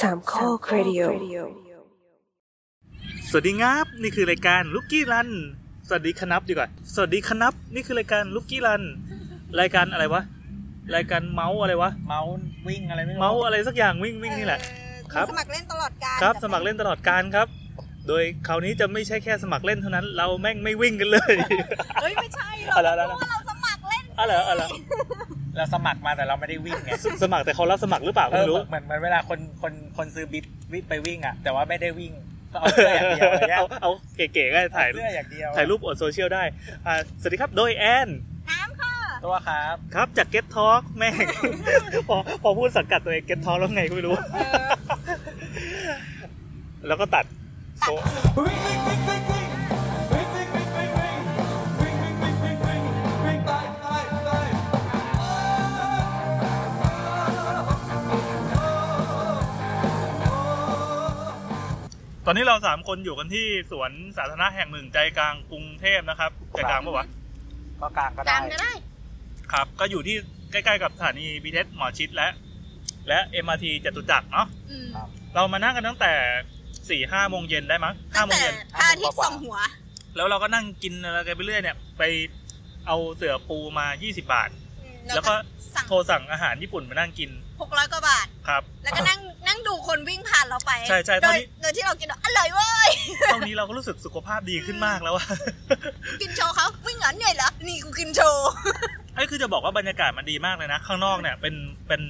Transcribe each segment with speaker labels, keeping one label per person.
Speaker 1: สามข้อครดิโอ
Speaker 2: สวัสดีครับนี่คือรายการลุกกี้รัน สวัสดีคณับดีกว่า สวัสดีคณับนี่คือรายการลุกกี้รัน รายการอะไรวะ รายการเมาส์อะไรวะ
Speaker 3: เมาส์วิ่งอะไรไม่รู้
Speaker 2: เมาส์อะไรสักอย่างวิ่งวิ่งนี่แหละ
Speaker 4: เออ
Speaker 2: ครับ
Speaker 4: สมัครเล่นตลอดการ
Speaker 2: ครับ สมัครเล่นตลอดการครับ โดยคราวนี้จะไม่ใช่แค่สมัครเล่นเท่านั้น เราแม่งไม่วิ่งกันเลย
Speaker 4: เฮ้ยไม่ใช่หรอก
Speaker 2: เอาละเอาละ
Speaker 4: เพราะว่าเราสมัครเล่น
Speaker 2: อะไรออะไรอ
Speaker 3: เราสมัครมาแต่เราไม่ได้วิ่งไง
Speaker 2: สสมัครแต่เขารับสมัครหรือเปล่า
Speaker 3: เอ
Speaker 2: ไม่
Speaker 3: อ
Speaker 2: รู้
Speaker 3: เหมือนเหมือนเวลาคนคนคนซื้อบิดวิ่งไปวิ่งอ่ะ แต่ว่าไม่ได้วิ่งก็เอาเสื้ออย่างเดียวอะไรเงี้ย
Speaker 2: เอาเอาเก๋ๆก็ถ่าย
Speaker 3: เสื้ออย่างเดียว
Speaker 2: ถ่ายรูปอวดโซเชียลได้อ่าสวัสดีครับ โดยแอน
Speaker 4: น้ำค่ะ
Speaker 3: ตัวครับ
Speaker 2: ครับจากเก็ตทอ k แม่ง พอพอพูดสังกัดตัวเองเก็ตทอ k แล้วไงก็ไม่รู้
Speaker 4: เออ
Speaker 2: แล้วก็ตัดโชว์ตอนนี้เราสามคนอยู่กันที่สวนสาธารณะแห่งหนึ่งใจกลางกรุงเทพนะครับใจกลางปะวะ
Speaker 3: ก็กลางก็
Speaker 4: ก
Speaker 3: ได้
Speaker 4: ลางก็ได้
Speaker 2: ครับ ก็อยู่ที่ใกล้ๆกับสถานี BTS หมอชิดและ และ MRT จตุจักรเนาะ
Speaker 4: อืม
Speaker 2: เรามานั่งกันตั้งแต่สี่ห้าโมงเย็นได้มั้งห้า
Speaker 4: ตั้ง
Speaker 2: โมง
Speaker 4: แต่
Speaker 2: เย็น
Speaker 4: พระอาทิตย์ส่องหัว
Speaker 2: แล้วเราก็นั่งกินอะไรกันไปเรื่อยเนี่ย ไปเอาเสือปูมา 20 บาท แล้วก็
Speaker 4: สั่ง
Speaker 2: โทรสั่งอาหารญี่ปุ่นมานั่งกิน
Speaker 4: หกร้อยกว่าบาท
Speaker 2: ครับ
Speaker 4: แล้วก็นั่งนั่งดูคนวิ่งผ่านเราไป
Speaker 2: ใช่ใช่
Speaker 4: โด
Speaker 2: ตอน
Speaker 4: ย
Speaker 2: นี้
Speaker 4: โดยที่เรากินว่าอร่อยเว้ย
Speaker 2: เท่านี้เราก็รู้สึกสุขภาพดีขึ้นมากแล้วอะ
Speaker 4: กินโชว์เขาวิ่งเหรอเหนื่อยเหรอ นี่กูกินโชว์
Speaker 2: ไอ้คือจะบอกว่าบรรยากาศมันดีมากเลยนะ ข้างนอกเนี่ยเป็นเป็น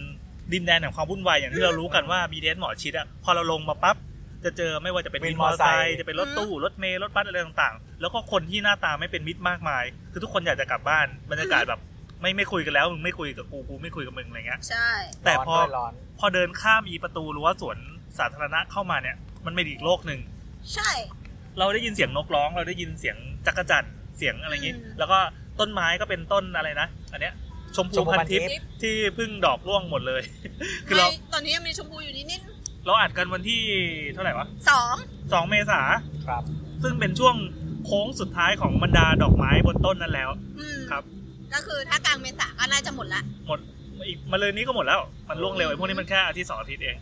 Speaker 2: ดินแดนแห่งความวุ่นวายอย่างที่เรารู้กันว่า BTS หมอชิดอะพอเราลงมาปั๊บจะเจอไม่ว่าจะเป็นวินมอเตอร์ไซค์จะเป็นรถตู้รถเมล์รถบัสอะไรต่างๆ แล้วก็คนที่หน้าตาไม่เป็นมิตรมากมาย คือทุกคนอยากจะกลับบ้านบรรยากาศแบบไม่ไม่คุยกันแล้วมึงไม่คุยกับกูกูไม่คุยกับมึงอะไรเงี้ย
Speaker 4: ใช่
Speaker 2: แต่พอ
Speaker 3: ร้อนด้วยร้อน
Speaker 2: พอเดินข้ามอีประตูรั้วสวนสาธารณะเข้ามาเนี่ย มันเป็นอีกโลกหนึ่ง
Speaker 4: ใช่
Speaker 2: เราได้ยินเสียงนกร้อง เราได้ยินเสียงจักรจันทร์เสียงอะไรอย่างงี้
Speaker 4: อืม
Speaker 2: แล้วก็ต้นไม้ก็เป็นต้นอะไรนะ อันเนี้ย ชมพูพันทิพย์ที่เพิ่งดอกร่วงหมดเลย คือเรา
Speaker 4: ไม่ตอนนี้ยังมีชมพูอยู่นิดนิด
Speaker 2: เราอัดกันวันที่เท่าไหร่วะ
Speaker 4: ๆสอง
Speaker 2: สองเมษา
Speaker 3: ครับ
Speaker 2: ซึ่งเป็นช่วงโค้งสุดท้ายของบรรดาดอกไม้บนต้นนั้นแล้ว
Speaker 4: อืม
Speaker 2: ครับ
Speaker 4: ก็คือถ้ากลางเมษาก็น่าจะหมดละ
Speaker 2: หมดอีกมาเลยนี้ก็หมดแล้ว มันล่วงเร็วไอ้พวกนี้มันแค่อาทิตย์สองอาทิตย์เอง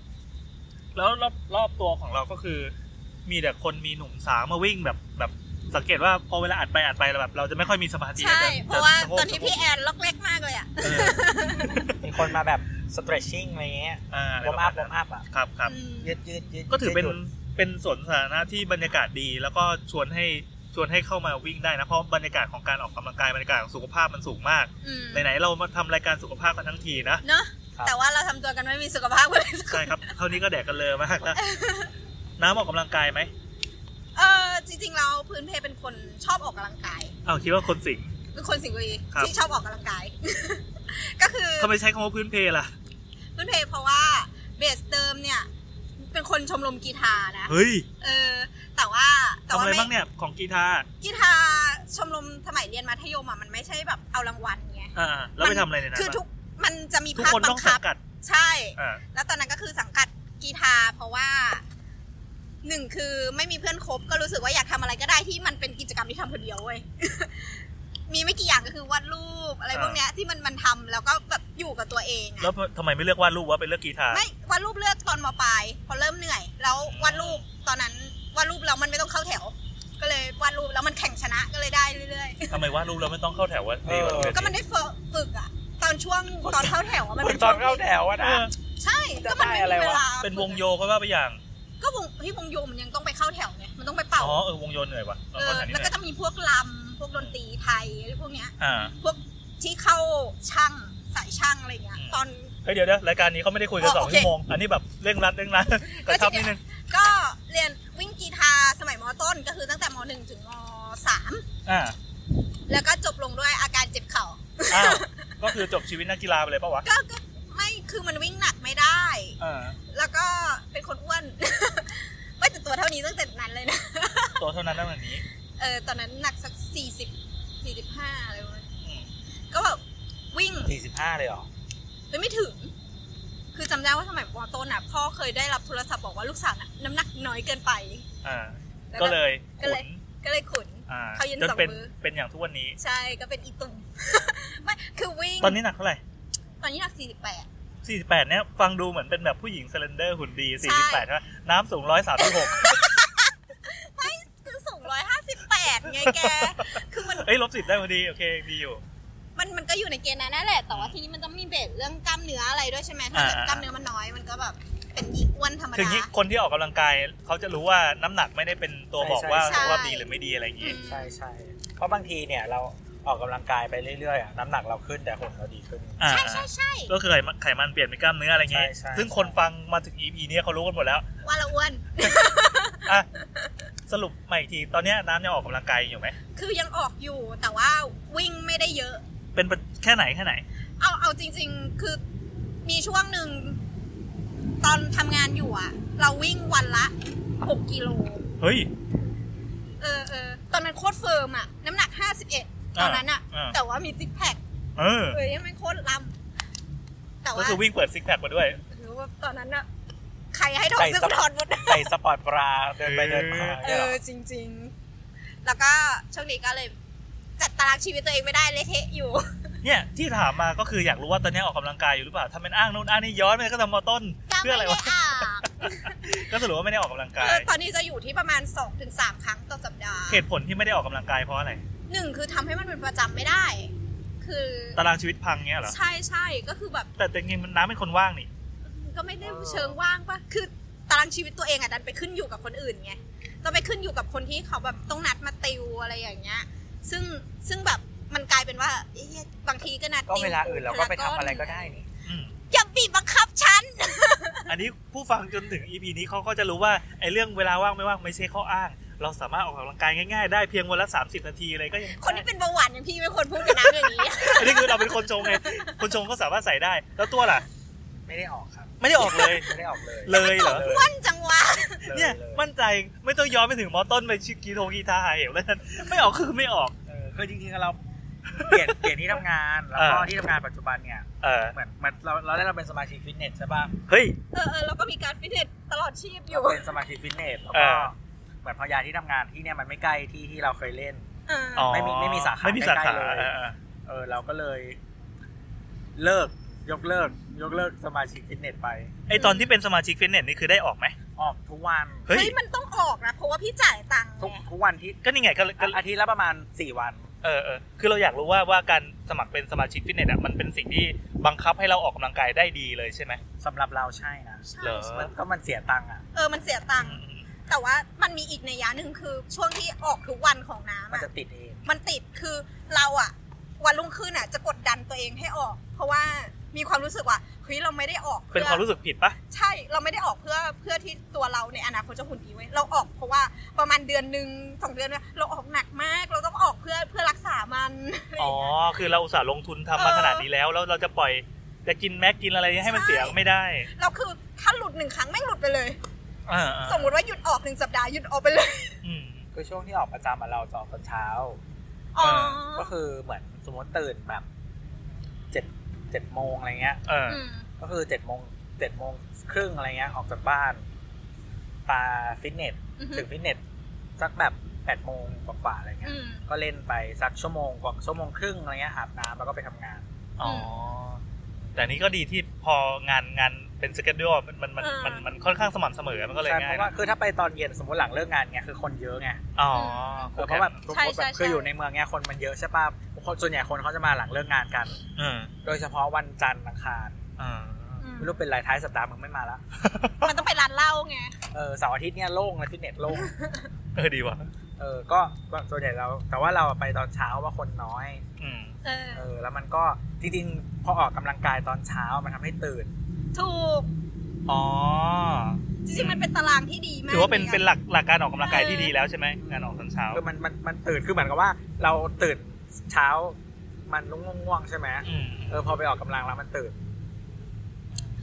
Speaker 2: แล้วรอบรอบตัวของเราก็คือ มีแต่คนมีหนุ่มสาวมาวิ่งแบบแบบสังเกตว่าพอเวลาอัดไปอัดไปเราแบบ เราจะไม่ค่อยมีสมาธิ
Speaker 4: ใช่
Speaker 2: จ
Speaker 4: เพราะว่า
Speaker 2: จโก
Speaker 4: ตอนนี้พี่แอนล็อกเล็กมากเลยอ่ะ
Speaker 2: เออ
Speaker 3: มีคนมาแบบ stretching อะไรเงี้ย
Speaker 2: อ่าอะไร
Speaker 3: วอ
Speaker 2: ป
Speaker 3: ม
Speaker 2: ระมา
Speaker 3: อัพ
Speaker 2: ณ
Speaker 3: ว
Speaker 2: นั้
Speaker 3: อน มอัพอ่ะ
Speaker 2: ครับครับ
Speaker 4: อืม
Speaker 3: ยืดยืดยืด
Speaker 2: ก็ถือเป็น
Speaker 3: ยืดหยุ่
Speaker 2: เป็นสวนสาธารณะที่บรรยากาศดี แล้วก็ชวนให้ชวนให้เข้ามาวิ่งได้นะเพราะบรรยากาศของการออกกำลังกายบรรยากาศของสุขภาพมันสูงมาก
Speaker 4: อืม
Speaker 2: ไหนๆเรามาทำรายการสุขภาพกันทั้งทีนะ
Speaker 4: เนอะแต่ว่าเราทำตัวกันไม่มีสุขภาพเลย
Speaker 2: ใช่ครับ เท่านี้ก็แดกกันเลยมาก แล้วน้ำออกกำลังกายไหม
Speaker 4: เออจริงๆเราพื้นเพเป็นคนชอบออกกำลังกาย
Speaker 2: อ้าวคิดว่าคนสิง
Speaker 4: เป็นคนสิงห์บุรี
Speaker 2: ครับ
Speaker 4: ที่ชอบออกกำลังกาย ก็คือ
Speaker 2: ทำไมใช้คำว่าพื้นเพล่ะ
Speaker 4: พื้นเพเพราะว่าเบสเดิมเนี่ย เป็นคนชมรมกีฬานะ
Speaker 2: เฮ้ย
Speaker 4: เออ แต่ว่าแต่
Speaker 2: ทำ
Speaker 4: ว่า
Speaker 2: อะไร
Speaker 4: ไม่
Speaker 2: บ้างเนี่ย ของกีตาร์
Speaker 4: กีฬาชมรมสมัยเรียนมัธยมอ่ะมันไม่ใช่แบบเอารางวัลไง
Speaker 2: อ่าแล้วไปทำอะไรในนั้น
Speaker 4: คือ
Speaker 2: บ้าง
Speaker 4: ทุกมันจะมี
Speaker 2: ทุก
Speaker 4: ภาค
Speaker 2: คน
Speaker 4: บั
Speaker 2: ต้อง งสั
Speaker 4: คั
Speaker 2: ง
Speaker 4: บ
Speaker 2: กัด
Speaker 4: ใช่
Speaker 2: อ่า
Speaker 4: แล้วตอนนั้นก็คือสังกัดกีฬาเพราะว่าหนึ่งคือไม่มีเพื่อนคบก็รู้สึกว่าอยากทำอะไรก็ได้ที่มันเป็นกิจกรรมที่ทำคนเดียวเว้ย มีไม่กี่อย่างก็คือวาดรูปอะไรพวกเนี้ยที่มันมันทำแล้วก็แบบอยู่กับตัวเอง
Speaker 2: แล้
Speaker 4: อะ
Speaker 2: วทำไมไม่เลือกวาดรูปว่าเป็นเลือกกีตาร์
Speaker 4: ไม่วาดรูปเลือกตอนมปลายพอเริ่มเหนื่อย แล้ววาดรูปตอนนั้นวาดรูปแล้วมันไม่ต้องเข้าแถว ก็เลยวาดรูปแล้วมันแข่งชนะก็เลยได้เรื่อย
Speaker 2: ทำไมวาดรูปแล้วไม่ต้องเข้าแถววะดีกว่า
Speaker 4: ๆ ก็มันได้ฝึกฝึกอะตอนช่วงตอนเข้าแถวอะมัน
Speaker 3: คุ
Speaker 4: เป็
Speaker 3: ณ
Speaker 4: น
Speaker 3: ต
Speaker 4: ช่
Speaker 3: อ
Speaker 4: วน ง
Speaker 3: เข้าแถวอะ
Speaker 2: เอ
Speaker 3: นะ
Speaker 2: อ
Speaker 4: ใช่ก็มันไม่
Speaker 3: จะได้อะไร
Speaker 4: มี
Speaker 3: วะ
Speaker 4: เวลา
Speaker 2: เป็นวงโยเขาว่าไปอย่าง
Speaker 4: ก็วงพี่วงโยมันยังต้องไปเข้าแถวไงมันต้องไปเป่า
Speaker 2: อ๋อเออวงโยเหนื่อยว่ะ
Speaker 4: เอ
Speaker 2: เราก็
Speaker 4: อ
Speaker 2: ถามนิด
Speaker 4: แล้ว
Speaker 2: หน่
Speaker 4: ก็
Speaker 2: อย
Speaker 4: จะมีพวกลำ พวกดนตรีไทยอะไรพวกเนี้ย
Speaker 2: อ่า
Speaker 4: พวกที่เข้าช่างสายช่างอะไรเงี้ย
Speaker 2: อืม
Speaker 4: ตอน
Speaker 2: เฮ้ยเดี๋ยวเดี๋ยวรายการนี้เขาไม่ได้คุยกัน
Speaker 4: อ๋อ
Speaker 2: สอง
Speaker 4: โอเค
Speaker 2: ชั่วโมง อันนี้แบบเร่งรัดเร่ง รัดกระชับนิดนึง
Speaker 4: ก็เรียนวิ่งกีฬาสมัยมต้นก็คือตั้งแต่มหนึ่งถึงมสาม
Speaker 2: อ่า
Speaker 4: แล้วก็จบลงด้วยอาการเจ็บเข่า
Speaker 2: อ้าวก็คือจบชีวิตนักกีฬาไปเลยปะวะ
Speaker 4: ก็ก็ไม่คือมันวิ่งหนักไม่ได้
Speaker 2: อ่า
Speaker 4: แล้วก็เป็นคนอ้วน ไม่แต่ตัวเท่านี้ตั้งแต่นั้นเลยนะ
Speaker 2: ตัวเท่านั้นนั่นแบบนี้
Speaker 4: เออตอนนั้นหนักสักสี่สิบสี่สิบห้าอะไรประมาณนั้น
Speaker 2: อืม
Speaker 4: ก็แบบวิ่ง
Speaker 3: สี่สิบห้าเลยเหรอ
Speaker 4: เฮ้ยไม่ถึง คือจำได้ว่าสมัยมต้นอ่ะพ่อเคยได้รับโทรศัพท์บอกว่าลูกสาวน่ะน้ำหนักน้อยเกินไป
Speaker 2: อ่า
Speaker 4: แล้ว
Speaker 2: ก็เลย
Speaker 4: ก็
Speaker 2: ขุ
Speaker 4: เล
Speaker 2: น
Speaker 4: ยก็เลยขุน
Speaker 2: อ่า
Speaker 4: เขายืน
Speaker 2: จน
Speaker 4: สอง
Speaker 2: เป็น
Speaker 4: มือ
Speaker 2: เป็นอย่างทุกวันนี้
Speaker 4: ใช่ก็เป็นอีตุ่ม ไม่ คือวิ่ง
Speaker 2: ตอนนี้หนักเท่าไหร่
Speaker 4: ตอนนี้หนักสี่สิบแปด
Speaker 2: สี่สิบแปดเนี่ยฟังดูเหมือนเป็นแบบผู้หญิงเซเลนเดอร์หุ่นดีสี่สิบแปดว่าน้ำสูงร้อยสามสิบหก
Speaker 4: คือสูงร้อยห้าสิบแปดไงแก คือมัน
Speaker 2: เอ้ยลบสิบได้พอดีโอเคดีอยู่
Speaker 4: มันมันก็อยู่ในเกณฑ์นั้นนั่นแหละ แต่ว่าทีนี้มันต้องมีเบสเรื่องกล้ามเนื้ออะไรด้วยใช่ไหมถ้าเกิด
Speaker 2: อ่า
Speaker 4: กล้ามเนื้อมันน้อย มันก็แบบเป็นหญิงอ้วนธรรม
Speaker 2: ถึง
Speaker 4: ดา
Speaker 2: ที่คนที่ออกกำลังกายเขาจะรู้ว่าน้ำหนักไม่ได้เป็นตัวบอกว่า
Speaker 4: ใช่ใช่
Speaker 2: ว่าดีหรือไม่ดีอะไรอย่างงี้
Speaker 3: ใช่ใช่เพราะบางทีเนี่ยเราออกกำลังกายไปเรื่อยๆอะน้ำหนักเราขึ้นแต่หุ่นเราดีขึ้น
Speaker 2: อ่า
Speaker 4: ใช่ใช่ใช่
Speaker 2: ก็คือไขมันไขมันเปลี่ยนเป็นกล้ามเนื้ออะไรอย่างงี้
Speaker 3: ใช่ใช่
Speaker 2: ซึ่งคนฟังมาถึง EP เนี้ยเขารู้กันหมดแล้ว
Speaker 4: ว่าเราอ้วน
Speaker 2: อ่ะสรุปใหม่อีกทีตอนเนี้ยน้ำยังออกกำลังกายอยู่ไหม
Speaker 4: คือยังออกอยู่แต่ว่าวิ่งไม่ได้เยอะ
Speaker 2: เป็นแค่ไหนแค่ไหน
Speaker 4: เอาเอาจริง ๆ คือมีช่วงหนึ่งตอนทำงานอยู่อะเราวิ่งวันละหกกิโล
Speaker 2: เฮ้ย
Speaker 4: เออเออตอนนั้นโคตรเฟิร์มอะน้ำหนักห้าสิบเอ็ดตอนนั้นอะ
Speaker 2: อ่า
Speaker 4: แต่ว่ามีซิกแพค
Speaker 2: เออ
Speaker 4: เออยังไม่โคตรลำแต่
Speaker 2: ก็
Speaker 4: ว่า
Speaker 2: คือวิ่งเปิดซิกแพคมาด้วย
Speaker 4: หรือว่าตอนนั้นอะใครให้ถอดเสื้อ
Speaker 3: ใส่ส
Speaker 4: ก็
Speaker 3: บ
Speaker 4: ถอดหมด
Speaker 3: ใส่สปอร์ตบราเดินไปเดินมา
Speaker 4: เอ
Speaker 3: เนี่ยหร
Speaker 4: อ
Speaker 3: อ
Speaker 4: จริง ๆ แล้วก็ช่วงนี้ก็เลย จัดตารางชีวิตตัวเองไม่ได้เละเทะอยู่
Speaker 2: เนี่ยที่ถามมาก็คืออยากรู้ว่าตอนเนี้ยออกกำลังกายอยู่หรือเปล่าถ้าเป็นอ้างนู่นอ้างนี่ย้อนไปก็ทำมอต้น
Speaker 4: ก็
Speaker 2: เพื่อ
Speaker 4: ไม่
Speaker 2: อะไร
Speaker 4: ได้
Speaker 2: วะ
Speaker 4: อาบ
Speaker 2: ก็สรุปว่าไม่ได้ออกกำลังกาย
Speaker 4: คือตอนนี้จะอยู่ที่ประมาณ2อถึงสครั้งต่อสัปดาห์
Speaker 2: เหตุผลที่ไม่ได้ออกกำลังกายเพราะอะไร
Speaker 4: หนึ่งคือทำให้มันเป็นประจำไม่ได้ คือ
Speaker 2: ตารางชีวิตพังเงี้ยเหรอ
Speaker 4: ใช่ใช่ก็คือแบบ
Speaker 2: แต่จริงๆมันน้ำเป็นคนว่างนี่
Speaker 4: ก็ไม่ได้เชิงว่างปะคือตารางชีวิตตัวเองอะดันไปขึ้นอยู่กับคนอื่นไงต้องไปขึ้นอยู่กับคนที่เขาแบบต้องนัดมาติวอะไรอย่างเงี้ย ซึ่งซึ่งแบบมันกลายเป็นว่าเอ๊ะบางทีก็นัด
Speaker 3: ก็
Speaker 4: ติว
Speaker 3: เวลาอื่นเราก็ไปทำอะไรก็ได้นี่
Speaker 2: อืม
Speaker 4: อย่าบีบบังคับฉัน
Speaker 2: อันนี้ผู้ฟังจนถึง EP นี้เขาก็จะรู้ว่าไอ้เรื่องเวลาว่างไม่ว่างไม่ใช่ข้ออ้าง เราสามารถออกกำลังกายง่ายๆได้เพียงวันละ 30 นาทีอะไรก็ยัง
Speaker 4: คนที่เป็นเบาหวานอย่างพี่ไม่ควรพูดกับน้ำอย่าง นี้
Speaker 2: อันนี้คือเราเป็นคนชงไงคนชงก็สามารถใส่ได้ แล้วตัวล่ะ
Speaker 3: ไม่ได้ออกครับ
Speaker 2: ไม่ได้ออกเลย
Speaker 3: ไม่ได้ออกเลย
Speaker 2: เลยเหรอ
Speaker 4: อ้วนจังวะ
Speaker 2: เนี่ย
Speaker 3: ล
Speaker 2: มั่นใจไม่ต้องย้อนไปถึงมอต้นไปชิคกีโทงกีทาหาเหวแล้วนั้นไม่ออกคือไม่ออก
Speaker 3: เออคือจริงๆเราเปลี่ยนเปลี่ยนที่ทำงานแล้วก็
Speaker 2: เออ
Speaker 3: ที่ทำงานปัจจุบันเนี่ย
Speaker 2: เออ
Speaker 3: เหมือนเหมันเราเราได้เราเป็นสมาชิกฟิตเนสใช่ป่ะ
Speaker 2: เฮ้ย
Speaker 4: เออเออเราก็มีการฟิตเนสตลอดชีพอ
Speaker 3: เรา
Speaker 4: ยู่
Speaker 3: เป็นสมาชิกฟิตเนสแล้ว
Speaker 2: เอ
Speaker 3: ก็
Speaker 2: อ
Speaker 3: เหมือนพอยาที่ทำงานที่เนี่ยมันไม่ใกล้ที่ที่เราเคยเล่น
Speaker 4: เอออ
Speaker 2: อ๋อ
Speaker 3: ไม่มีไม่มีสาขา
Speaker 2: ไม่มีสาขา
Speaker 3: ใกล้ๆเลย
Speaker 2: เออเออ
Speaker 3: เออเราก็เลย เลิกยกเลิก ยกเลิกสมาชิกฟิตเนสไป
Speaker 2: ไอตอนที่เป็นสมาชิกฟิตเนสนี่คือได้ออกไหม
Speaker 3: ออกทุกวัน
Speaker 2: เฮ้ย
Speaker 4: เฮ้ย มันต้องออกนะ เพราะว่าพี่จ่ายตังค์
Speaker 3: ทุก
Speaker 4: ไง
Speaker 3: ทุกวันที่
Speaker 2: ก็นี่ไงก็ก็
Speaker 3: อาทิตย์ละประมาณสี่วัน
Speaker 2: เออเออคือเราอยากรู้ว่าว่าการสมัครเป็นสมาชิกฟิตเนสอ่ะมันเป็นสิ่งที่บังคับให้เราออกกำลังกายได้ดีเลยใช่ไหม
Speaker 3: สำหรับเราใช่นะ
Speaker 4: ใช่
Speaker 2: เหรอ
Speaker 3: มันก็มันเสียตังค์อ่ะ
Speaker 4: เออ มันเสียตังค์ แต่ว่ามันมีอีกในยยะหนึ่งคือช่วงที่ออกทุกวันของ
Speaker 3: มั
Speaker 4: น้ำ
Speaker 3: น
Speaker 4: อะ
Speaker 3: จะติดเอง
Speaker 4: มันติดคือเราอะวันรุ่งขึ้นอะจะกดดันตัวเองให้ออก เพราะว่ามีความรู้สึกว่าเฮ้ยเราไม่ได้ออก
Speaker 2: เป็น
Speaker 4: พื่อ
Speaker 2: ความรู้สึกผิดปะ
Speaker 4: ใช่เราไม่ได้ออกเพื่อเพื่อที่ตัวเราในอนาคตจะหุ่นดีไว้ยเราออกเพราะว่าประมาณเดือนหนึ่งสองเดือนเนี่ยเราออกหนักมาก เราต้องออกเพื่อเพื่อรักษามัน
Speaker 2: อ๋อคือเราอุตส่าห์ลงทุนทำมาขนาดนี้แล้วแล้วเราจะปล่อยจะกินแม็กกินอะไรให้มันเสียไม่ได้
Speaker 4: เราคือถ้าหลุดหนึ่งครั้งไม่งหลุดไปเลย
Speaker 2: อ่าอ่า
Speaker 4: สมมุติว่าหยุดออกหนึ่งสัปดาห์หยุดออกไปเลย
Speaker 2: อืม
Speaker 3: คือช่วงที่ออกประจำอะเราจะออกตอนเช้า
Speaker 2: เอออ๋
Speaker 4: อ๋อ
Speaker 3: ก็คือเหมือนสมมติตื่นแบบเจ็ดเจ็ดโมงอะไรเงี้ย
Speaker 2: เออ
Speaker 4: ม
Speaker 3: ก็คือเจ็ดโมงเจ็ดโมงครึ่งอะไรเงี้ยออกจากบ้านไปฟิตเนส
Speaker 4: อือฮึ
Speaker 3: ถึงฟิตเนสสักแบบแปดโมงกว่าๆอะไรเงี้
Speaker 4: อื
Speaker 3: ย
Speaker 4: ม
Speaker 3: ก็เล่นไปสักชั่วโมงกว่าชั่วโมงครึ่งอะไรเงี้ยอาบน้ำแล้วก็ไปทำงาน
Speaker 2: อ๋อ แต่นี่ก็ดีที่พองานงานเป็นสเกจดูมันมันมัน
Speaker 4: อ่ามั
Speaker 2: มันมันค่อนข้างสม่ำเสมอมันก็เลย
Speaker 3: ใช่
Speaker 2: ง่า
Speaker 3: เพ
Speaker 2: ย
Speaker 3: ราะว่าคือถ้าไปตอนเย็นสมมติหลังเลิกงานเนี่ยคือคนเยอะไง
Speaker 2: อ๋อ
Speaker 3: เออเพราะแบบสม
Speaker 4: ใช่
Speaker 3: มติ
Speaker 4: ใช่
Speaker 3: แบบคือ
Speaker 4: ใช่
Speaker 3: อยู่ในเมืองเนี่ยคนมันเยอะใช่ป่ะคนส่วนใหญ่คนเขาจะมาหลังเลิกงานกัน
Speaker 2: เออ
Speaker 3: โดยเฉพาะวันจันทร์อังคาร
Speaker 2: อ่า
Speaker 4: อืม
Speaker 3: ไม่รู้เป็นไรท้ายสัปดาห์มึงไม่มาละ
Speaker 4: มันต้องไปร้านเหล้าไง
Speaker 3: เออเสาร์อาทิตย์เนี่ยโล่งเลยฟิตเนสโล่ง
Speaker 2: เออดีว่ะ
Speaker 3: เออก็ก็ส่วนใหญ่เราแต่ว่าเราไปตอนเช้าว่าคนน้อย
Speaker 2: อืม
Speaker 4: เออ
Speaker 3: เออแล้วมันก็จริงๆพอออกกำลังกายตอนเช้ามันทำให้ตื่น
Speaker 4: ถูก
Speaker 2: อ๋อ
Speaker 4: จริงๆมันเป็นตารางที่ดีมาก
Speaker 2: ถือว่าเป็น
Speaker 4: ลยะ
Speaker 2: เป็นหลักหลักการออกกำลังกายที่
Speaker 4: เออ
Speaker 2: ดีแล้วใช่ไหมงานออกตอนเช้า
Speaker 3: คือมันมันมันตื่นคือเหมือนกับว่า เราตื่นเช้ามันง่วงๆใช่ไหม
Speaker 2: อืม
Speaker 3: เออพอไปออกกำลังแล้วมันตื่น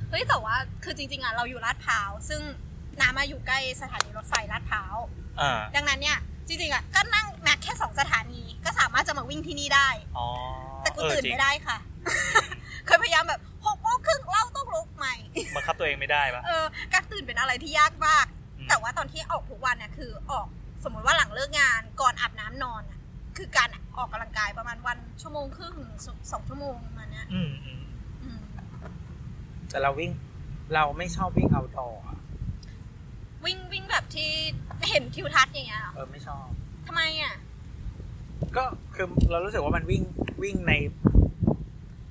Speaker 4: เฮ้ยแต่ว่าคือจริงๆอ่ะเราอยู่ลาดพร้าวซึ่งน้ำมาอยู่ใกล้สถานีรถไฟลาดพร้าว
Speaker 2: อ่า
Speaker 4: ดังนั้นเนี่ยจริงๆอ่ะก็นั่งแม็กแค่สองสถานีก็สามารถจะมาวิ่งที่นี่ได้
Speaker 2: อ๋อ
Speaker 4: แต่กู
Speaker 2: เออ
Speaker 4: ตื่น
Speaker 2: จริง
Speaker 4: ไม่ได้ค่ะ เคยพยายามแบบหกโมงครึ่งเราต้องลุกใหม่
Speaker 2: บังคับตัวเองไม่ได้ปะ
Speaker 4: เออการตื่นเป็นอะไรที่ยากมาก
Speaker 2: อืม
Speaker 4: แต่ว่าตอนที่ออกทุกวันเนี่ยคือออกสมมติว่าหลังเลิกงานก่อนอาบน้ำนอนอ่ะคือการออกกำลังกายประมาณวันชั่วโมงครึ่งสองชั่วโมงประมาณเนี้ย
Speaker 2: อืมอืม
Speaker 4: อืม
Speaker 3: แต่เราวิ่ง เราไม่ชอบวิ่งเอาดอร์
Speaker 4: วิ่งวิ่งแบบที่เห็นทิวทัศน์อย่างเงี้ยเหรอ
Speaker 3: เออไม่ชอบ
Speaker 4: ทำไมอ่ะ
Speaker 3: ก็คือเรารู้สึกว่ามันวิ่งวิ่งใน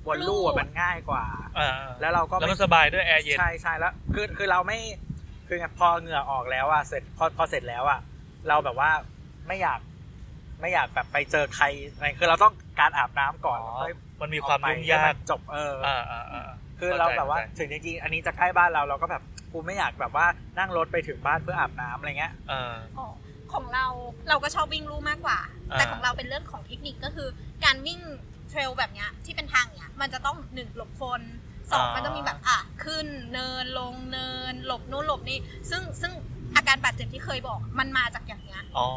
Speaker 3: บนลู่อะมันง่ายกว่า
Speaker 2: อ่า
Speaker 3: แล้วเราก็
Speaker 2: แล้ว
Speaker 3: ไม่
Speaker 2: มันสบายด้วยแอร์เย็น
Speaker 3: ใช่ใช่แล้วคือคือเราไม่คือไงพอเหงื่อออกแล้วอะเสร็จพอพอเสร็จแล้วอะเราแบบว่าไม่อยากไม่อยากแบบไปเจอใครอะไรคือเราต้องการอาบน้ำก่อน
Speaker 2: อ๋อ
Speaker 3: แล้วค่อย
Speaker 2: มันมีความ
Speaker 3: ออไป
Speaker 2: ยุ่ง
Speaker 3: ให้
Speaker 2: ยาน ก
Speaker 3: จบเอออ
Speaker 2: อ่าอ่าอ่า
Speaker 3: คือเราแบบว่าถึงจริงๆอันนี้จะใกล้บ้านเราเราก็แบบกูไม่อยากแบบว่านั่งรถไปถึงบ้านเพื่ออาบน้ำอะไรเงี้ย
Speaker 2: อ่า
Speaker 4: อ๋อของเราเราก็ชอบวิ่งลู่มากกว่า
Speaker 2: อ่า
Speaker 4: แต่ของเราเป็นเรื่องของเทคนิคก็คือ การวิ่งเทรลแบบเนี้ยที่เป็นทางเนี้ยมันจะต้องหนึ่งหลบคนสองมันจะมีแบบอ่ะขึ้นเนินลงเนิน หลบนู้นหลบนี่ซึ่งซึ่งอาการบาดเจ็บที่เคยบอกมันมาจากอย่างเนี้ย
Speaker 2: อ๋อ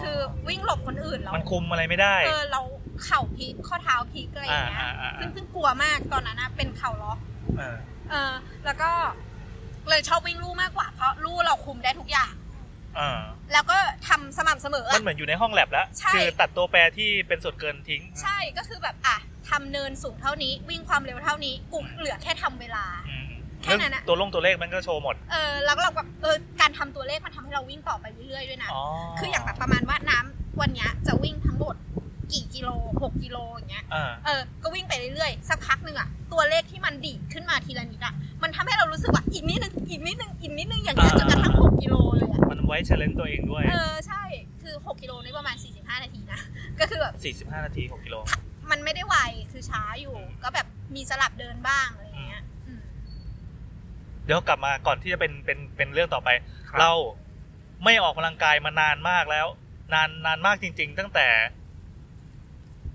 Speaker 4: คือวิ่งหลบคนอื่นแล้ว
Speaker 2: มันคุมอะไรไม่ได้
Speaker 4: เออเราเข่าพลิกข้อเท้าพลิกอะไรอย่างเงี้ย
Speaker 2: อ่าอ่าอ่า
Speaker 4: ซึ่งซึ่งกลัวมากตอนนั้นนะเป็นเข่าล็อก
Speaker 2: อ่า
Speaker 4: เออแล้วก็เลยชอบวิ่งลู่มากกว่า เพราะลู่เราคุมได้ทุกอย่าง
Speaker 2: อ่า
Speaker 4: แล้วก็ทำสม่ำเสมออะ
Speaker 2: มันเหมือนอยู่ในห้องแลบแล้ว
Speaker 4: ใช่
Speaker 2: คือตัดตัวแปรที่เป็นส่วนเกินทิ้ง
Speaker 4: ใช่ก็คือแบบอ่ะทำเนินสูงเท่านี้ วิ่งความเร็วเท่านี้กุกเหลือแค่ทำเวลา
Speaker 2: อืม
Speaker 4: แค่นั้นอะ
Speaker 2: แล้วตัวลงตัวเลขมันก็โชว์หมด
Speaker 4: เออแล้วเราแบบเออการทำตัวเลขมันทำให้เราวิ่งต่อไปเรื่อยๆด้วยนะ
Speaker 2: อ๋อ
Speaker 4: คืออย่างแบบประมาณว่าน้ำวันเนี้ยจะวิ่งทั้งหมดกี่กิโลหกกิโลอย่างเงี้ย
Speaker 2: อ่า
Speaker 4: เออก็วิ่งไปเรื่อยๆสักพักหนึ่งอ่ะตัวเลขที่มันดีดขึ้นมาทีละนิดอ่ะมันทำให้เรารู้สึกว่าอีกนิดนึงอีกนิดนึงอีกนิดนึงอย่างเงี้ย
Speaker 2: อ่า
Speaker 4: จนกระทั่งหกกิโลเลยอ่ะ
Speaker 2: มันไว้เชลเลนตัวเองด้วย
Speaker 4: เออใช่คือหกกิโลนี่ประมาณสี่สิบห้านาทีนะ ก็คือแบบ
Speaker 2: 45 นาที 6 กิโล
Speaker 4: มันไม่ได้ไวคือช้าอยู่ ก็แบบมีสลับเดินบ้างอะไรอย่างเงี้ยอืม
Speaker 2: เดี๋ยวกลับมาก่อนที่จะเป็นเป็นเป็นเรื่องต่อไป
Speaker 3: ครับ
Speaker 2: เราไม่ออกกำลังกายมานานมากแล้ว นานนานมากจริง ๆ ตั้งแต่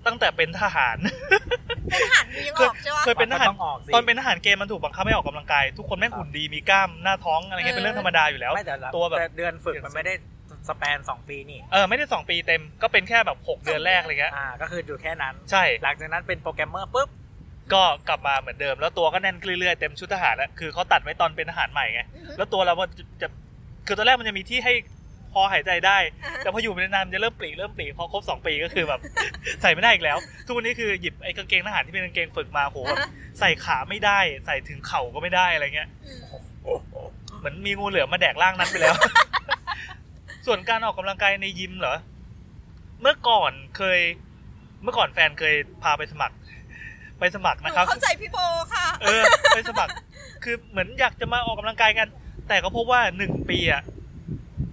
Speaker 2: ตั้งแต่เป็นทหาร
Speaker 4: เป็นอาหารเรียังออกใช่ปะ
Speaker 2: เคยเป็นทหาร
Speaker 3: ต้องออกสิ
Speaker 2: ตอนเป็นทหารเกณฑ์มันถูกบังคับให้ออกกำลังกาย ทุกคนแม่งหุ่นดีมีกล้ามหน้าท้องอะไรเงี้ย
Speaker 4: เออ
Speaker 2: เป็นเรื่องธรรมดาอยู่แล้ว
Speaker 3: ไม่แต่ละ
Speaker 2: ตัวแบบ
Speaker 3: ต่เดือนฝึกมันไม่ได้สแปนสองปีนี่
Speaker 2: เออไม่ได้สองปีเต็มก็เป็นแค่แบบหกเดือนแรกอะไรเงี้ย
Speaker 3: อ่าก็คืออยู่แค่นั้น
Speaker 2: ใช่
Speaker 3: หลังจากนั้นเป็นโปรแกรมเมอร์ปุ๊บ
Speaker 2: ก็กลับมาเหมือนเดิม แล้วตัวก็แน่นขึ้นเรื่อยๆเต็มชุดทหารแล้วคือเขาตัดไว้ตอนเป็นทหารใหม่ไง
Speaker 4: อือฮึ
Speaker 2: แล้วตัวเรามันจะจะคือตอนแรกมันจะมีที่ให้พอหายใจได้
Speaker 4: อ่าฮะ
Speaker 2: แต่พออยู่ไปนานๆมันจะเริ่มปลีเริ่มปลีพอครบสองปีก็คือแบบ ใส่ไม่ได้อีกแล้ว ทุกวันนี้คือหยิบไอ้กางเกงทหารที่เป็นกางเกงฝึกมาโหแบบใส่ขาไม่ได้ ใส่ถึงเข่าก็ไม่ได้อะไร เงี้ย
Speaker 4: อืม
Speaker 2: เหมือนมีงูเหลือมมาแดกร่างนั้นไปแล้ว ส่วนการออกกำลังกายในยิมเหรอเมื่อก่อนเคย เมื่อก่อนแฟนเคยพาไปสมัคร ไปสมัคร
Speaker 4: หนู
Speaker 2: นะครับ
Speaker 4: เข้าใจพี่โบค่ะ
Speaker 2: เออไปสมัคร คือเหมือนอยากจะมาออกกำลังกายกัน แต่ก็พบว่าหนึ่งปีอะ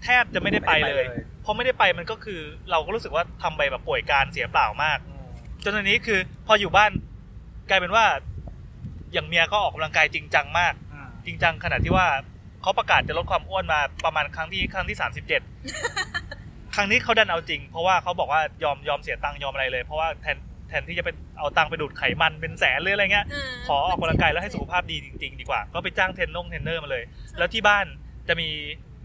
Speaker 2: แทบจะไม่ได้ไปเลย
Speaker 3: ไม่ได้ไปเลย
Speaker 2: เพราะไม่ได้ไปมันก็คือเราก็รู้สึกว่าทำไปแบบป่วยการเสียเปล่ามาก จนตอนนี้คือพออยู่บ้านกลายเป็นว่า อย่างเมียก็ออกกำลังกายจริงจังมาก
Speaker 3: อืม
Speaker 2: จริงจังขนาดที่ว่าเขาประกาศจะลดความอ้วนมาประมาณครั้งที่ครั้งที่สามสิบเจ็ด ครั้งนี้เขาดันเอาจริง เพราะว่าเขาบอกว่ายอมยอมเสียตังค์ยอมอะไรเลย เพราะว่าแทนแทนที่จะไปเอาตังค์ไปดูดไขมันเป็นแสนหรืออะไรเงี้ย
Speaker 4: เออ
Speaker 2: ขอออกกำลังกายแล้วให้สุขภาพดีจริง ๆ ดีกว่า ก็ไปจ้างเทรนนงเทรนเนอร์มาเลย แล้วที่บ้านจะมี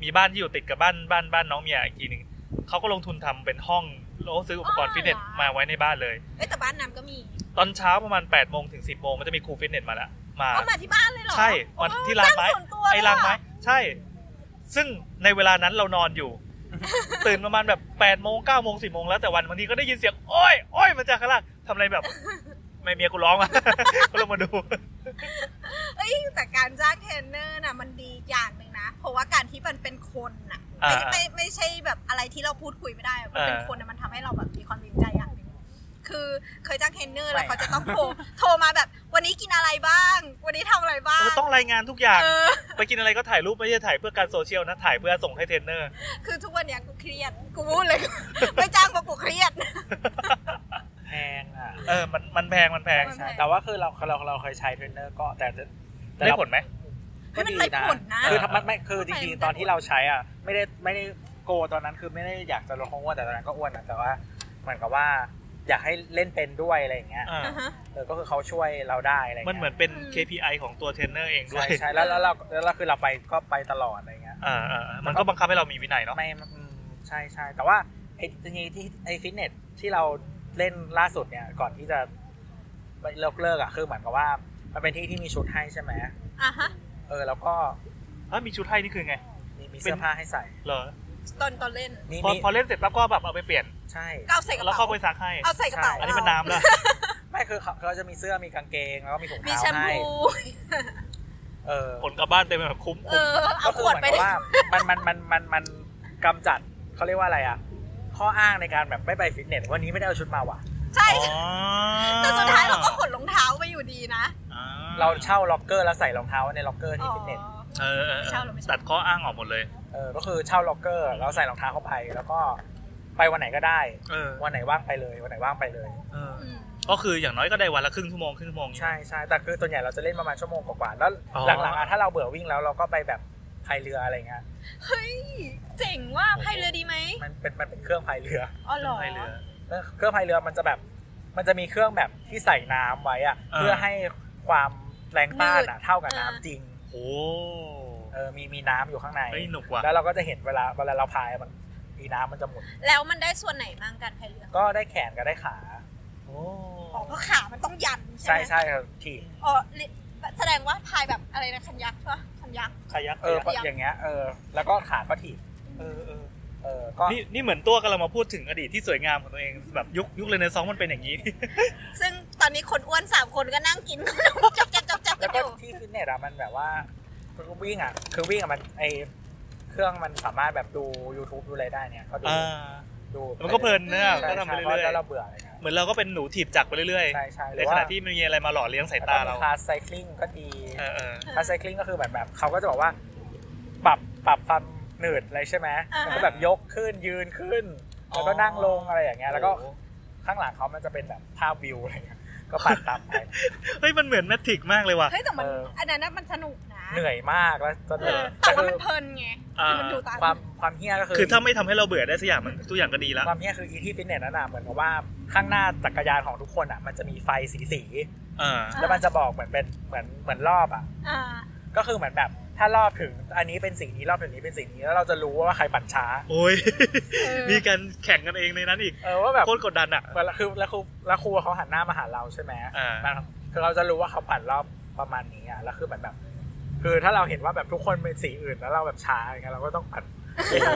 Speaker 2: มีบ้านที่อยู่ติดกับบ้านบ้านบ้านน้องเมียอีกทีหนึ่งเขาก็ลงทุนทำเป็นห้องแล้วก็ซื้ออุปกรณ์ฟิตเนสมาไว้ในบ้านเลย
Speaker 4: เอ้ยแต่บ้านน้ำก็มี
Speaker 2: ตอนเช้าประมาณ8ปดโมงถึง10บโมงมันจะมีครูฟิตเนสมาละมา
Speaker 4: เอามาที่บ้านเลยเหรอ
Speaker 2: ใช่มัน
Speaker 4: โอ้
Speaker 2: ที่ลานไม้
Speaker 4: จ้ส่วนตัว
Speaker 2: ไอ้
Speaker 4: เลย
Speaker 2: ราง
Speaker 4: เห
Speaker 2: ไม้
Speaker 4: อ
Speaker 2: ใช่ ซึ่งในเวลานั้นเรานอนอยู่ ตื่นประมาณแบบ8ปดโมงเก้าโมงสิบโมงแล้วแต่วันบางทีก็ได้ยินเสียงโอ้ยโอ้ยมาจากข้างล่างทำอะไรแบบไม่เมียกูร้อง อ่ะ ก็ลงมาดู
Speaker 4: เอ้ยแต่การจ้างเทรนเนอร์น่ะมันดีอย่างหนึ่งนะ เพราะว่าการที่มันเป็นคนน่ะ
Speaker 2: อ่า
Speaker 4: ไม่ใช่ไม่ไม่ใช่แบบอะไรที่เราพูดคุยไม่ได้อะมันเป็น
Speaker 2: อ่า
Speaker 4: คนน่ะมันทำให้เราแบบมีความดีใจอย่างหนึ่งคือเคยจ้างเทรนเนอร์แล้ว
Speaker 3: ไม่
Speaker 4: เขาจะต้องโทรโทรมาแบบ วันนี้กินอะไรบ้าง วันนี้ทำอะไรบ้าง
Speaker 2: เออต้องรายงานทุกอย่าง
Speaker 4: เออ
Speaker 2: ไปกินอะไรก็ถ่ายรูปไม่ใช่ถ่ายเพื่อการโซเชียลนะ ถ่ายเพื่อส่งให้เทรนเนอร์
Speaker 4: คือทุกวันเนี้ยกูเครียด กูพูดเลย ไม่จ้างมากูเครียด
Speaker 3: แพงอ่ะ
Speaker 2: เออ มันมันแพงมันแพง
Speaker 4: มัน
Speaker 3: ใช่แต่ว่าคือเราเราเราเคยใช้เทรนเนอร์ก็แต่จะแต่
Speaker 2: ได้
Speaker 3: เรา
Speaker 2: ผลไหม
Speaker 4: เฮ้ยมันได้ผลนะ
Speaker 3: คือทำมันไม่คือจ
Speaker 4: มันได้
Speaker 3: ริง
Speaker 4: ผล
Speaker 3: ๆตอนที่เราใช้อ่ะไม่ได้ไม่ได้โกตอนนั้นคือไม่ได้อยากจะลดความอ้วนแต่ตอนนั้นก็อ้วนนะแต่ว่าเหมือนกับว่า อยากให้เล่นเป็นด้วยอะไรอย่างเงี้ย
Speaker 2: อ่า
Speaker 4: อ่าฮะ
Speaker 3: เออก็คือเขาช่วยเราได้อะไร
Speaker 2: มัน
Speaker 3: เงี้ย
Speaker 2: เหมือนเป็น
Speaker 4: อืม
Speaker 2: KPI ของตัวเทรนเนอร์เองด้ว
Speaker 3: ใช่
Speaker 2: ย
Speaker 3: ใช่แล้วแล้วเราแล้วเราคือเราไปก็ไปตลอดอะไรเงี้ย
Speaker 2: อ่าอ่าอ่ามันก็บังคับให้เรามีวินัยเนาะ
Speaker 3: ไม่อืมใช่ใช่แต่ว่าไอ้จริงๆที่ไอ้ฟิตเนสที่เราเล่นล่าสุดเนี่ยก่อนที่จะไปเลิกเลิกอ่ะคือเหมือนกับว่ามันเป็นที่ที่มีชุดให้ใช่ไหม
Speaker 4: อ่ะฮะ
Speaker 3: เออแล้วก็
Speaker 2: ถ้ามีชุดให้นี่คือไง
Speaker 3: มีมีเสื้อผ้าให้ใส่
Speaker 2: เหรอ
Speaker 4: ตอนตอนเล่น
Speaker 3: มี
Speaker 2: พอ
Speaker 3: มี
Speaker 2: พอเล่นเสร็จปั๊บก็แบบเอาไปเปลี่ยน
Speaker 3: ใช่
Speaker 4: ก็เอาใส่กระ
Speaker 2: แล้ว
Speaker 4: เป๋า
Speaker 2: เข้าไปซักให้
Speaker 4: เอาใส่กระเป๋า
Speaker 2: อันนี้มันน้ำแล้ว
Speaker 3: ไม่คือเขาเขาจะมีเสื้อมีกางเกงแล้วก็มีถุง
Speaker 4: มี
Speaker 3: เท้า
Speaker 4: แชม
Speaker 3: ให้
Speaker 4: พู
Speaker 3: เออ
Speaker 2: ผลกลับบ้านเต็มไปหมดคุ้ม
Speaker 4: เอ
Speaker 2: คุ้ม
Speaker 4: อ เอา
Speaker 3: ก็คื
Speaker 4: ข
Speaker 3: อ
Speaker 4: วด
Speaker 3: เหมือน
Speaker 4: ไป
Speaker 3: กับว่ามันมันมันมันมันกำจัดเขาเรียกว่าอะไรอ่ะ ข้ออ้างในการแบบไม่ไปฟิตเนสวันนี้ไม่ได้เอาชุดมาว่ะ
Speaker 4: ใช่
Speaker 2: อ๋อ
Speaker 4: แต่สุดท้ายเราก็ขนรองเท้าไปอยู่ดีนะ
Speaker 2: อ่
Speaker 3: เราเช่าล็อกเกอร์แล้วใส่รองเท้าในล็อกเกอร์
Speaker 4: อ๋
Speaker 3: ที่
Speaker 4: อ
Speaker 3: ฟิตเนส
Speaker 2: เออเออเออ
Speaker 4: เช่าหรือไม่เช่า
Speaker 2: ตัดข้ออ้างออกหมดเลย
Speaker 3: เออก็คือเช่าล็อกเกอร์แล้วใส่รองเท้าเข้าไป แล้วก็ไปวันไหนก็ได้
Speaker 2: เออ
Speaker 3: วันไหนว่างไปเลย วันไหนว่างไปเลย
Speaker 2: เออ
Speaker 4: อืม
Speaker 2: ก็คืออย่างน้อยก็ได้วันละครึ่งชั่วโมงครึ่งชั่วโมง
Speaker 3: ใช่ใช่แต่คือตัวใหญ่เราจะเล่นประมาณชั่วโมงกว่าๆแล้ว
Speaker 2: อ๋อ
Speaker 3: หลังๆอะถ้าเราเบื่อวิ่งแล้วเราก็ไปแบบพายเรืออะไรเงี้ย
Speaker 4: เฮ้ย เจ๋งว่าพายเรือดีไหม
Speaker 3: มันเป็นมันเป็นเครื่องพายเรือ
Speaker 4: อ๋อเหรอ
Speaker 2: ให้เหลือ
Speaker 3: แล้วเครื่องพายเรือมันจะแบบ มันจะมีเครื่องแบบที่ใส่น้ำไว้อะ
Speaker 2: เออ
Speaker 3: เพื่อให้ความแรงต้านอะเท่ากับน้ำ
Speaker 4: อ่า
Speaker 3: จริง
Speaker 2: โอ้
Speaker 3: เออมีมีน้ำอยู่ข้างใน
Speaker 2: เฮ้ยหนุกว่ะ
Speaker 3: แล้วเราก็จะเห็นเวลาเวลาเราพายมันมีน้ำมันจะหมุน
Speaker 4: แล้วมันได้ส่วนไหนบ้างการพายเรือ
Speaker 3: ก็ได้แขนก็ได้ขา
Speaker 2: โอ้
Speaker 4: อ๋อเพราะขามันต้องยันใช่ไหม
Speaker 3: ใช่ใช่ครับทีบ
Speaker 4: อ๋อแสดงว่าพายแบบอะไรนะคันยักษ์ใช่ปะคันยักษ์
Speaker 2: ขยัก
Speaker 3: เออ
Speaker 2: ขยัก
Speaker 3: อย่างเงี้ยเออแล้วก็ขาก็ถีบ
Speaker 2: เออเออ
Speaker 3: เออก็
Speaker 2: นี่นี่เหมือนตัวกำลังมาพูดถึงอดีตที่สวยงามของตัวเองแบบยุคยุคเลยในซองมันเป็นอย่างนี้
Speaker 4: ซึ่งตอนนี้คนอ้วนสามคนก็นั่งกินขนมจับจับจับจับกั
Speaker 3: แล้วน ก็
Speaker 4: อยู่
Speaker 3: ที่ฟิตเนสอะมันแบบว่าคือวิ่งอะคือวิ่งอะมันไอเครื่องมันสามารถแบบดู YouTube ดูอะไรได้เนี่ยก็ดู
Speaker 2: อ่า
Speaker 3: ดู
Speaker 2: มันก็เพลินเนี่ย
Speaker 3: ใช่ใช่
Speaker 2: ก็ทำไปเรื่อย
Speaker 3: แล้วเราเบื่ออะไรเงี้ย
Speaker 2: ๆ เหมือนเราก็เป็นหนูถีบจักรไปเรื่อย
Speaker 3: ใช่ใช่
Speaker 2: ๆ
Speaker 3: ห
Speaker 2: ใน
Speaker 3: รือ
Speaker 2: ข
Speaker 3: ว่า
Speaker 2: ณะที่มันมีอะไรมาหล่อเลี้ยงสายตาเรา
Speaker 3: คลาสไซคลิงก็ดี
Speaker 2: เออเออ
Speaker 3: คลาสไซคลิงก็คือแบบแบบเขาก็จะบอกว่าปรับปรับความหนืดอะไรใช่ไหมมันก็แบบยกขึ้นยืนขึ้นแล้วก็นั่งลงอะไรอย่างเงี้ยแล้วก็ ข้างหลังเขามันจะเป็นแบบภาพวิวอะไรเงี้ย ก็ปัดตามไป
Speaker 2: เฮ้ยมันเหมือนแมทริกมากเลยว่ะ
Speaker 4: เฮ้ยแต่มัน
Speaker 3: เออ
Speaker 4: อันนั้นน่ะมันสนุกนะ
Speaker 3: เหนื่อยมากแล้วจน
Speaker 4: เอ
Speaker 3: แบบ
Speaker 4: อแต่ว่า
Speaker 3: คือ
Speaker 4: มันเพลินไง
Speaker 2: อ่า
Speaker 4: คือมันดูตา
Speaker 3: ความความเฮี้ยก็คือ
Speaker 2: คือถ้าไม่ทำให้เราเบื่อได้สักอย่างมันตัวอย่างก็ดีละ
Speaker 3: ความเฮี้ยคืออีที่ฟิตเนสนั่นน่ะเหมือนกับว่าข้างหน้าจักรยานของทุกคนอ่ะมันจะมีไฟสีสี
Speaker 2: อ่า
Speaker 3: ๆแล้วมันจะบอกเหมือนเป็นเหมือนเหมือนรอบอ่ะ
Speaker 4: อ่า
Speaker 3: ก็คือเหมือนแบบถ้ารอบถึงอันนี้เป็นสีนี้รอบถึงนี้เป็นสีนี้แล้วเราจะรู้ว่าใครปั่นช้า
Speaker 2: โอ้ย
Speaker 4: เออ
Speaker 2: มีการแข่งกันเองในนั้นอีก
Speaker 3: เออว่าแบบ
Speaker 2: โคตรกดดันอ่ะ
Speaker 3: เวลาคือแล้วครูแล้วครูเขาหันหน้ามาหาเราใช่ไหม
Speaker 2: อ่า
Speaker 3: มันคือเราจะรู้ว่าเขาปั่นรอบประมาณนี้อ่ะแล้วคือเหมือนแบบ คือถ้าเราเห็นว่าแบบทุกคนเป็นสีอื่นแล้วเราแบบช้าอย่างเงี้ยเราก็ต้องปั่น
Speaker 2: โอ้โห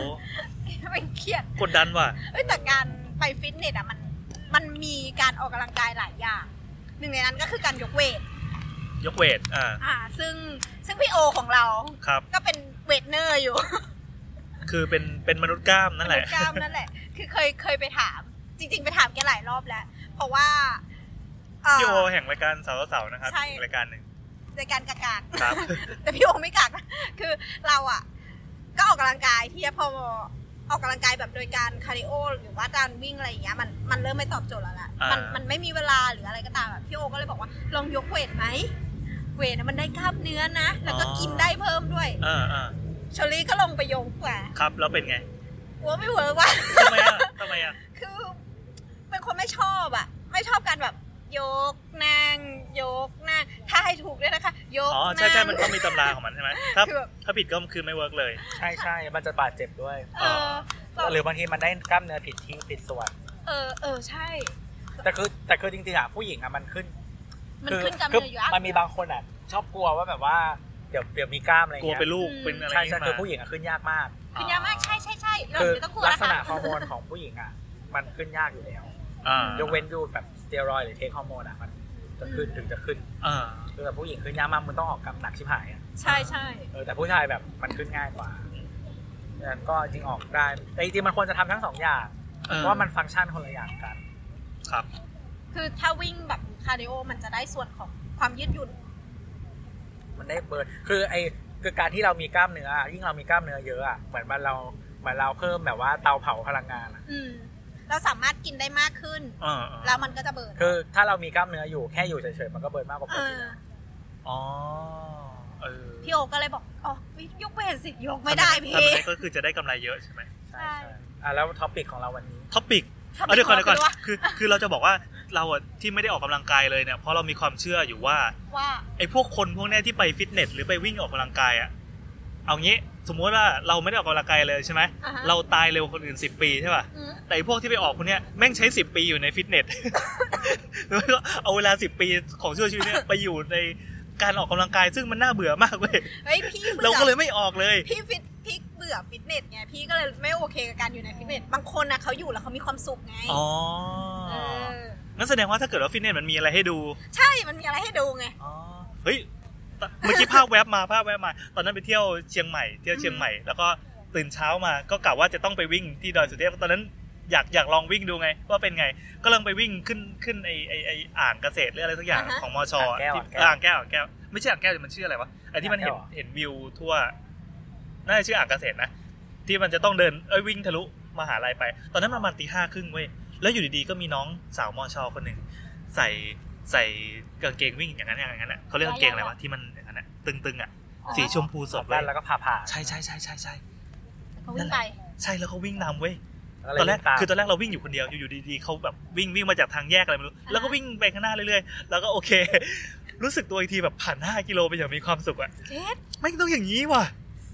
Speaker 4: เป็นเครียด
Speaker 2: กดดันว่ะ
Speaker 4: เอ้ยแต่การไปฟิตเนสอ่ะมันมันมีการออกกำลังกายหลายอย่าง หนึ่งในนั้นก็คือการยกเวท
Speaker 2: ยกเวท อ่า
Speaker 4: อ่า ซึ่งซึ่งพี่โอของเรา
Speaker 2: ครับ
Speaker 4: ก็เป็นเวทเนอร์อยู่
Speaker 2: คือเป็นเป็นมนุษย์กล้ามนั่นแหละ
Speaker 4: กล้ามนั่นแหละ คือเคยเคยไปถาม จริง ๆ ไปถามแกหลายรอบแล้ว เพราะว่าเอ่อ
Speaker 2: พี่โอแห่งรายการเสาเสาๆนะครับ
Speaker 4: ใช่
Speaker 2: อีกรายการหนึ่ง
Speaker 4: ในการกากากๆ
Speaker 2: ครับ
Speaker 4: แต่พี่โอไม่กักนะคือเราอ่ะ ก็ออกกำลังกายที่พอออกกำลังกายแบบโดยการคาร์ดิโอ หรือว่าการวิ่งอะไรอย่างเงี้ยมันมันเริ่มไม่ตอบโจทย์แล้วแหละ
Speaker 2: อ่ามั
Speaker 4: มันมันไม่มีเวลาหรืออะไรก็ตามอะพี่โอก็เลยบอกว่าลองยกเวทไหมเวทน่ะมันได้กล้ามเนื้อนะ แล้วก็กินได้เพิ่มด้วย
Speaker 2: อ่าอ่า
Speaker 4: เชอรี่ก็ลงไปยกกว่า
Speaker 2: ครับ แล้วเป็นไง
Speaker 4: ว่าไม่เวิร์กว่ะ
Speaker 2: ทำไมอ่ะทำไมอ่ะ
Speaker 4: คือเป็นคนไม่ชอบอ่ะ ไม่ชอบการแบบยกนั่งยกนั่งถ้าให้ถูกด้วยนะคะ ยก
Speaker 2: อ๋อ ใช่
Speaker 4: นั่ง
Speaker 2: ใช่มันต้องมีตำราของมันใช่ไหมถ้า
Speaker 4: คือแบบ
Speaker 2: ถ้าผิดก็คือไม่เวิร์กเลย
Speaker 3: ใช่ใช่ มันจะบาดเจ็บด้วย
Speaker 4: เออเรา
Speaker 3: หรือบางทีมันได้กล้ามเนื้อผิดที่ผิดส่วน
Speaker 4: เออ เออ ใช่
Speaker 3: แต่คือแต่คือจริงๆอ่ะผู้หญิงอ่ะมันขึ้น
Speaker 4: มัน
Speaker 3: คื
Speaker 4: ขึ้นกำ
Speaker 3: คื
Speaker 4: เนิดอยู่อ่ะ
Speaker 3: มันมีบางคนอ่ะชอบกลัวว่าแบบว่าเดี๋ยวเดี๋ยวมีกล้ามอะไร
Speaker 2: กลัว
Speaker 3: เงี้ย
Speaker 2: เป็นลูก
Speaker 4: อืม
Speaker 2: เป็นอะไร
Speaker 3: ใช่
Speaker 2: ขึ้
Speaker 3: ใช่
Speaker 2: นมา
Speaker 3: คือผู้หญิงอ่ะขึ้นยากมาก
Speaker 4: ขึ้นยามากใช่ใช่ใช่เรา
Speaker 3: คือ
Speaker 4: ไม่ต้องกลัว
Speaker 3: ลัก
Speaker 4: นะ
Speaker 3: ษณะ
Speaker 4: คะ
Speaker 3: ฮอร์โมนของผู้หญิงอ่ะมันขึ้นยากอยู่แล้ว
Speaker 2: อ่าย
Speaker 3: กเว้นดูแบบสเตียรอยด์หรือเทคฮอร์โมนอ่ะมันจะขึ้นถึงจะขึ้น
Speaker 2: อ่า
Speaker 3: คือแบบผู้หญิงขึ้นยากมากมันต้องออกกำลังหนักชิบหายอ่ะ
Speaker 4: ใช่ใช่
Speaker 3: เออแต่ผู้ชายแบบมันขึ้นง่ายกว่าดังนั้นก็จริงออกได้แต่จริงๆมันควรจะทำทั้งสองอย่าง
Speaker 2: เออ
Speaker 3: เพราะว่ามันฟังก์ชันคนละอย่างกัน
Speaker 2: ครับ
Speaker 4: คือถ้าวิ่งแบบคาร์ดิโอมันจะได้ส่วนของความยืดหยุ่น
Speaker 3: มันได้เบิร์นคือไอคือการที่เรามีกล้ามเนื้ออะยิ่งเรามีกล้ามเนื้อเยอะอะเหมือนมันเราเหมือนเราเพิ่มแบบว่าเตาเผาพลังงานอะ
Speaker 4: อืม เราสามารถกินได้มากขึ้น
Speaker 2: อ่า
Speaker 4: แล้
Speaker 2: อ่าว
Speaker 4: มันก็จะเบิร์น
Speaker 3: คือถ้าเรามีกล้ามเนื้ออยู่แค่อยู่เฉยๆมันก็เบิร์นมากกว่าป
Speaker 4: เอก
Speaker 3: ติ
Speaker 4: อ
Speaker 2: อ๋อ เออ
Speaker 4: พี่โอก็เลยบอก อ๋อ ยกเวทสิ ยกไม่ได้พี่
Speaker 2: ทำแบบนั้นก็คือจะได้กำไรเยอะใช่ไหม
Speaker 3: ใช่ใช่อ่ะแล้วท็อปิกของเราวันนี้
Speaker 2: ท็อปิก
Speaker 4: ท็อปิก
Speaker 2: เอาเดี๋ยวก่อนเดี๋ยวก่อน
Speaker 4: คือว่า
Speaker 2: คือ คือเราจะบอกว่าเราอะที่ไม่ได้ออกกำลังกายเลยเนี่ย เพราะเรามีความเชื่ออยู่ว่า
Speaker 4: ว่า
Speaker 2: ไอ้พวกคนพวกเนี้ยที่ไปฟิตเนสหรือไปวิ่งออกกำลังกายอะเอางี้สมมติว่าเราไม่ได้ออกกำลังกายเลยใช่ไหม
Speaker 4: อ่าฮะ
Speaker 2: เราตายเร็วกว่าคนอื่น 10 ปีใช่ป่ะ
Speaker 4: อืม
Speaker 2: แต่ไอ้พวกที่ไปออกพวกเนี้ยแม่งใช้ 10 ปีอยู่ในฟิตเนส แล้วก็เอาเวลา 10 ปีของช่วชีวิตเนี่ยไปอยู่ในการออกกำลังกายซึ่งมันน่าเบื่อมากเว้ย
Speaker 4: เฮ้ยพี่
Speaker 2: เรา
Speaker 4: เบื่
Speaker 2: ก็เล
Speaker 4: อย
Speaker 2: ไม่ออกเลย
Speaker 4: พี่ฟิตพี่เบื่อฟิตเนสไง พี่ก็เลยไม่โอเคกับการอยู่ในฟิตเนส บางคนนะเขาอยู่แล้วเขามีความสุขไง
Speaker 2: อ๋อ
Speaker 4: เออ
Speaker 2: งั้นแสดงว่าถ้าเกิดว่าฟิตเนสมันมีอะไรให้ดู
Speaker 4: ใช่ มันมีอะไรให้ดูไง
Speaker 2: เฮ้ย เมื่อกี้ภาพแวบมาภาพแวบมา ตอนนั้นไปเที่ยวเชียงใหม่เที่ยวเชียงใหม่แล้วก็ตื่นเช้ามาก็กะว่าจะต้องไปวิ่งที่ดอยสุเทพตอนนั้นอยากอยากลองวิ่งดูไงว่าเป็นไง ก็ลองไปวิ่งขึ้นขึ้นไอไอไออ่างเกษตรหรืออะไรสักอย่าง
Speaker 4: อ่าฮะ
Speaker 2: ของมอช
Speaker 3: อ่างแก้ว
Speaker 2: ที่
Speaker 3: อ่างแก้ว
Speaker 2: อ่างแก้วอ่างแก้วไม่ใช่อ่างแก้วดิมันชื่ออะไรวะไอที่มันเห็น
Speaker 3: อ่างแก้วเหรอ
Speaker 2: เห็นวิวทั่วน่าจะชื่ออ่างเกษตรนะ ที่มันจะต้องเดินเอ้ยวิ่งทะลุมหาลัยไป ตอนนั้นประมาณตีห้าครึ่งเว้ยแล้วอยู่ดีๆก็มีน้องสาวมอชอคนหนึ่งใส่ใส่กางเกงวิ่งอย่างนั้นอย่างนั้นอ่ะเขาเรียกกางเกงอะไรวะที่มันอย่างนั้นอ่ะตึงๆอ่ะสีชมพูส
Speaker 3: สอ
Speaker 2: ด
Speaker 3: บ
Speaker 2: เว้
Speaker 3: ด้าย นแล้วก็ผ่าผ่า
Speaker 2: ใช่ใช่ใช่ใช่ใช่
Speaker 4: เขาวิ่งไป
Speaker 2: ใช่แล้วเขาวิ่งนำเว้ย
Speaker 3: ล้วเลย
Speaker 2: ตอนแรก
Speaker 3: วิ่งาม
Speaker 2: คือตอนแรกเราวิ่งอยู่คนเดียวอยู่ดีๆเขาแบบวิ่งวิ่งมาจากทางแยกอะไรไม่รู้แล้วก็วิ่งไปข้างหน้าเรื่อยๆ แล้วก็โอเค รู้สึกตัวอีกทีแบบผ่าน 5 กิโลไปอย่างมีความสุขอะ
Speaker 4: เอ๊ะ
Speaker 2: ไม่งต้องอย่างนี้ว่ะ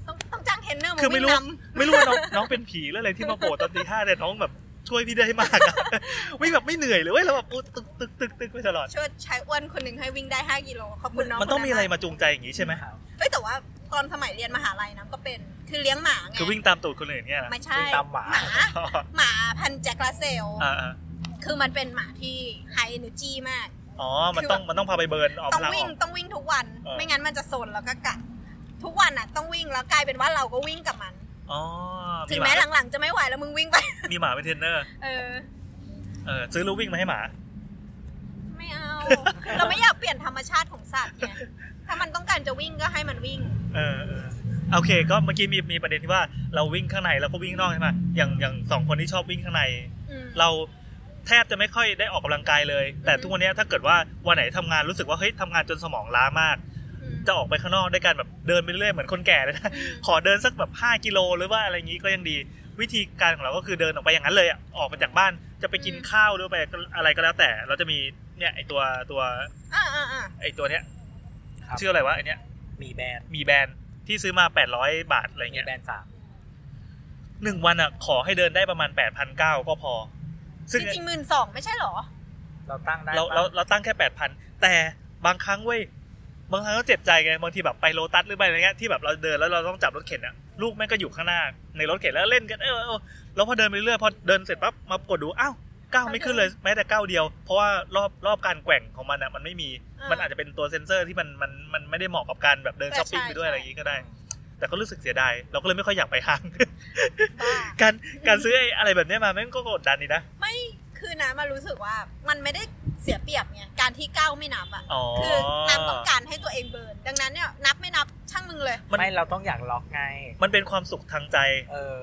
Speaker 4: ต้องต้องจ้างเทรนเนอร์มา
Speaker 2: คือไม่
Speaker 4: วิ่ง
Speaker 2: รู้
Speaker 4: น
Speaker 2: ไม่รู้ว่าน้องน้องเป็นผีหรืออะไรที่มาโผล่ตอนตีห้าแต่น้องแบบช่วยพี่ได้มากอะ วิ่งแบบไม่เหนื่อยเลยเว้ยเราแบบอู้ตึกตึกตึกตึกไปตลอด
Speaker 4: ำช่วยชายอ้วนคนหนึ่งให้วิ่งได้ 5กิโลขอบคุณน้อง
Speaker 2: มันต้อง
Speaker 4: ค
Speaker 2: มีอะไร
Speaker 4: า
Speaker 2: มาจูงใจอย่างนี้ใช่ไหม
Speaker 3: ครับ
Speaker 4: เฮ้ยแต่ว่าตอนสมัยเรียนมหาลัยนะก็เป็นคือเลี้ยงหมาไง
Speaker 2: คือวิ่งตามตูดคนอื่นเนี่ยนะ
Speaker 4: ไม่ใช่
Speaker 3: วิ่งตามหมา
Speaker 4: หมาพันธุ์แจ็คลาเซล
Speaker 2: อ่าอ่า
Speaker 4: คือมันเป็นหมาที่ไฮเอเนอร์จีมาก
Speaker 2: อ๋อมันต้องมันต้องพาไปเบิร์นออก
Speaker 4: ต้อง
Speaker 2: พลังอ
Speaker 4: วิ่ง
Speaker 2: อก
Speaker 4: ต้องวิ่งทุกวัน
Speaker 2: เออ
Speaker 4: ไม่งั้นมันจะโซนแล้วก็กัด ทุกวันอ่ะ ต้องวิ่งแล้วกลายเป็นว่าเราก็วิ่งกับมัน
Speaker 2: อ๋อ
Speaker 4: ถึ
Speaker 2: มี
Speaker 4: ง
Speaker 2: ห
Speaker 4: แม้
Speaker 2: มา
Speaker 4: หลังๆ จะไม่ไหวแล้วมึงวิ่งไป
Speaker 2: มีหมาเป็นเทรนเนอร์
Speaker 4: เออ
Speaker 2: เออซื้อลูกวิ่งมาให้หมา
Speaker 4: ไม่เอา เราไม่อยากเปลี่ยนธรรมชาติของสัตว์ไงถ้ามันต้องการจะวิ่งก็ให้มันวิ่ง
Speaker 2: เออเออโอเค ก็เมื่อกี้มีมีประเด็นที่ว่าเราวิ่งข้างในแล้วก็วิ่งนอกใช่ไหมอย่างอย่างสองคนที่ชอบวิ่งข้างใน
Speaker 4: อืม
Speaker 2: เราแทบจะไม่ค่อยได้ออกกำลังกายเลย แต่ทุกวันเนี้ยถ้าเกิดว่าวันไหนทำงานรู้สึกว่าเฮ้ยทำงานจนสมองล้ามาก
Speaker 4: อืม
Speaker 2: จะออกไปข้างนอกด้วยการแบบเดินไปเรื่อยเหมือนคนแก่เลยนะ
Speaker 4: อืม
Speaker 2: ขอเดินสักแบบ 5 กิโลหรือว่าอะไรอย่างนี้ก็ยังดี วิธีการของเราก็คือเดินออกไปอย่างนั้นเลยอะออกมาจากบ้านจะไปกิน
Speaker 4: อืม
Speaker 2: ข้าวหรือไปอะไรก็แล้วแต่ เราจะมีเนี่ยไอตัวตัว
Speaker 4: อ่าอ่าอ่า
Speaker 2: ไอตัวเนี้ย
Speaker 3: ครับ
Speaker 2: ชื่ออะไรวะไอเนี้ย
Speaker 3: มีแบรนด์
Speaker 2: มีแบรนด์ที่ซื้อมา 800 บาทอะไร
Speaker 3: มี
Speaker 2: เงี้ย
Speaker 3: แบรนด์สาม
Speaker 2: หนึ่งวันอ่ะขอให้เดินได้ประมาณ8ปดพันเก้าก็พอ ซึ่ง
Speaker 4: จริงๆหมื่นสองไม่ใช่เหรอ
Speaker 3: เราตั้งได้
Speaker 2: เรา
Speaker 3: ปะ
Speaker 2: เราเราตั้งแค่8ปดพันแต่บางครั้งเว้ยบางครั้งก็เจ็บใจไงบางทีแบบไปโลตัสหรือไปอะไรเงี้ยที่แบบเราเดินแล้วเราต้องจับรถเข็นอ่ะลูกแม่งก็อยู่ข้างหน้า ในรถเข็นแล้วเล่นกันเออเออแล้วพอเดินไปเรื่อยพอเดินเสร็จปั๊บมากดดูอ้าวก้าวไม่ขึ้นเลยแม้แต่ก้าวเดียว เพราะว่ารอบรอบการแกว่งของมันอ่ะมันไม่มี
Speaker 4: อ่ามั
Speaker 2: มันอาจจะเป็นตัวเซ็นเซอร์ที่มันมันมันไม่ได้เหมาะกับการแบบเดินช้อปปิ้งไปด้วย
Speaker 4: ใช่
Speaker 2: อะไรอย่างงี้ก็ได้ แต่ก็รู้สึกเสียดายเราก็เลยไม่ค่อยอยากไปห้าง
Speaker 4: บ้า
Speaker 2: การการซื้อไอ้อะไรแบบเนี้ยมาแม่งก็กดดันดีนะ
Speaker 4: ไม่คือนะมารู้สึกว่ามันไม่ได้เสียเปรียบไงการที่ก้าวไม่นับอ่ะ
Speaker 2: อ๋อ
Speaker 4: คือตามต้องการให้ตัวเองเบิร์นดังนั้นเนี่ยนับไม่นับช่างมึงเลย
Speaker 2: มัน
Speaker 3: ไม่เราต้องอยากล็อกไง
Speaker 2: มันเป็นความสุขทางใจ
Speaker 3: เออ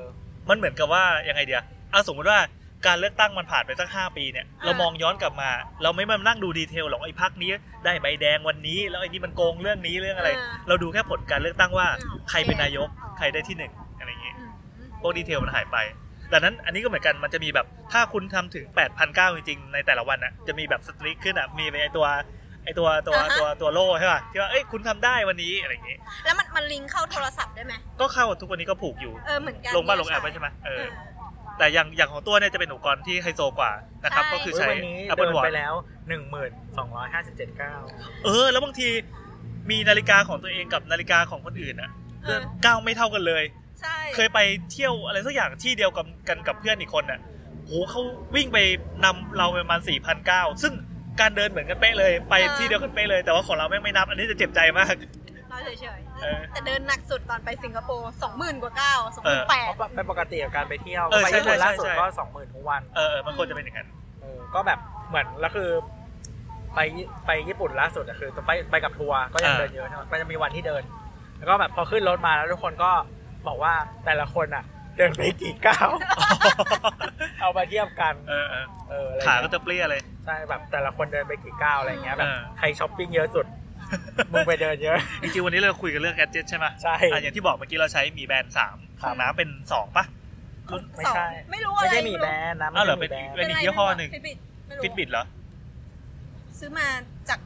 Speaker 2: มันเหมือนกับว่ายังไงเดียเอาสมมติว่าการเลือกตั้งมันผ่านไปสักห้าปีเนี่ย
Speaker 4: อ่า
Speaker 2: เรามองย้อนกลับมา เราไม่มานั่งดูดีเทลหรอกไอ้พักนี้ได้ใบแดงวันนี้ แล้วไอ้นี่มันโกงเรื่องนี้เรื่องอะไร เราดูแค่ผลการเลือกตั้งว่า ใครเป็นนายก ใครได้ที่หนึ่งอะไรอย่างเงี้ย
Speaker 4: อืม
Speaker 2: พวกดีเทลมันหายไป ดังนั้นอันนี้ก็เหมือนกัน มันจะมีแบบ ถ้าคุณทำถึง 8,900 จริงๆ ในแต่ละวันอ่ะ จะมีแบบสตรีคขึ้นอ่ะ มีไอตัว ไอตัวตัว
Speaker 4: อ่าฮะ
Speaker 2: ตัวตัวโล่ใช่ป่ะ ที่ว่า เอ้ย คุณทำได้วันนี้อะไรอย่างงี้
Speaker 4: แล้วมันมันลิงก์เข้าโทรศัพท์ได้ไหม
Speaker 2: ก็เข้าทุกวันนี้ก็ผูกอยู่
Speaker 4: เออเหมือนกัน
Speaker 2: ลงบ้านลงแอป
Speaker 4: ใช่
Speaker 2: ไว้ใช่ไหมเอ
Speaker 4: เอ
Speaker 2: อ
Speaker 4: อ
Speaker 2: แต่อย่างอย่างของตัวเนี่ยจะเป็นอุปกรณ์ที่ไฮโซกว่านะครับ
Speaker 4: ใช่
Speaker 2: ก็คือใช้
Speaker 3: วันนี้
Speaker 2: Apple
Speaker 3: เดินไป
Speaker 2: Watch
Speaker 3: แล้วหนึ่งหมื่นสองร้อยห้าสิบเจ็ดเก้า
Speaker 2: เออ แล้วบางทีมีนาฬิกาของตัวเองกับนาฬิกาของคนอื่นอ่ะ
Speaker 4: เออ
Speaker 2: ก้าวไม่เท่ากันเลย
Speaker 4: ใช่
Speaker 2: เคยไปเที่ยวอะไรสักอย่างที่เดียวกับกันกับเพื่อนอีกคนน่ะโหเขาวิ่งไปนำเราประมาณ4 0 0 ซึ่งการเดินเหมือนกันเป๊ะเลย ไปที่เดียวกันเป๊ะเลย แต่ว่าของเราแม่งไม่นับ อันนี้จะเจ็บใจมาก
Speaker 4: เราเฉย
Speaker 2: เออ
Speaker 4: ๆแต่เดินหนักสุดตอนไปสิงคโปร์สองหมื่นกว่าก้าวสองหมื่นแปด
Speaker 3: เพราะเป็นปกติกับการไปเที่ยว
Speaker 2: เออ
Speaker 3: ไปญี่ปุ่น
Speaker 2: ใช่ใช่
Speaker 3: ล่าสุด
Speaker 2: ใช่
Speaker 3: ก็สองหมื่นทุกวัน
Speaker 2: เออเออมันควรจะเป็นอย่างนั้น
Speaker 3: เออก็แบบเหมือนแล้วคือ ไปไปญี่ปุ่นล่าสุดอะคือไปไปกับทัวร์ก็ยัง
Speaker 2: อ่า
Speaker 3: เดินเยอะใช่ไหมมันจะมีวันที่เดิน แล้วก็แบบพอขึ้นรถมาแล้วทุกคนก็บอกว่าแต่ละคนอ่ะ เดินไปกี่ ก้าว เอามาเทียบกัน
Speaker 2: เออเออ
Speaker 3: เอออะไร
Speaker 2: ขา
Speaker 3: เงี้ย
Speaker 2: ก็จะเปรี้ยเลย
Speaker 3: ใช่แบบแต่ละคนเดินไปกี่ก้าวอะไรเงี้ยแบบ
Speaker 2: อ่า
Speaker 3: ใครช้อปปิ้งเยอะสุด มึงไปเดินเยอะ
Speaker 2: จริงๆวันนี้เราคุยกันเรื่องแอดเจ็ตใช่ไหม
Speaker 3: ใช่
Speaker 2: อ่ะอย่างที่บอกเมื่อกี้เราใช้หมีแบรนด์สามของน้ำเป็นสองปะ
Speaker 3: ไม่ใช่
Speaker 4: สองไม่รู้อะไร
Speaker 3: ไม่ใช่หมีแบรนด์นะไม่
Speaker 2: อ้าวเหรอ
Speaker 3: ใช่หมีแบรนด์
Speaker 2: เป็น อีกยี่ห้อหนึ่ง
Speaker 4: ฟิตบิดไม่รู้
Speaker 2: ฟิตบิดเหรอ
Speaker 4: ซื้อมาจาก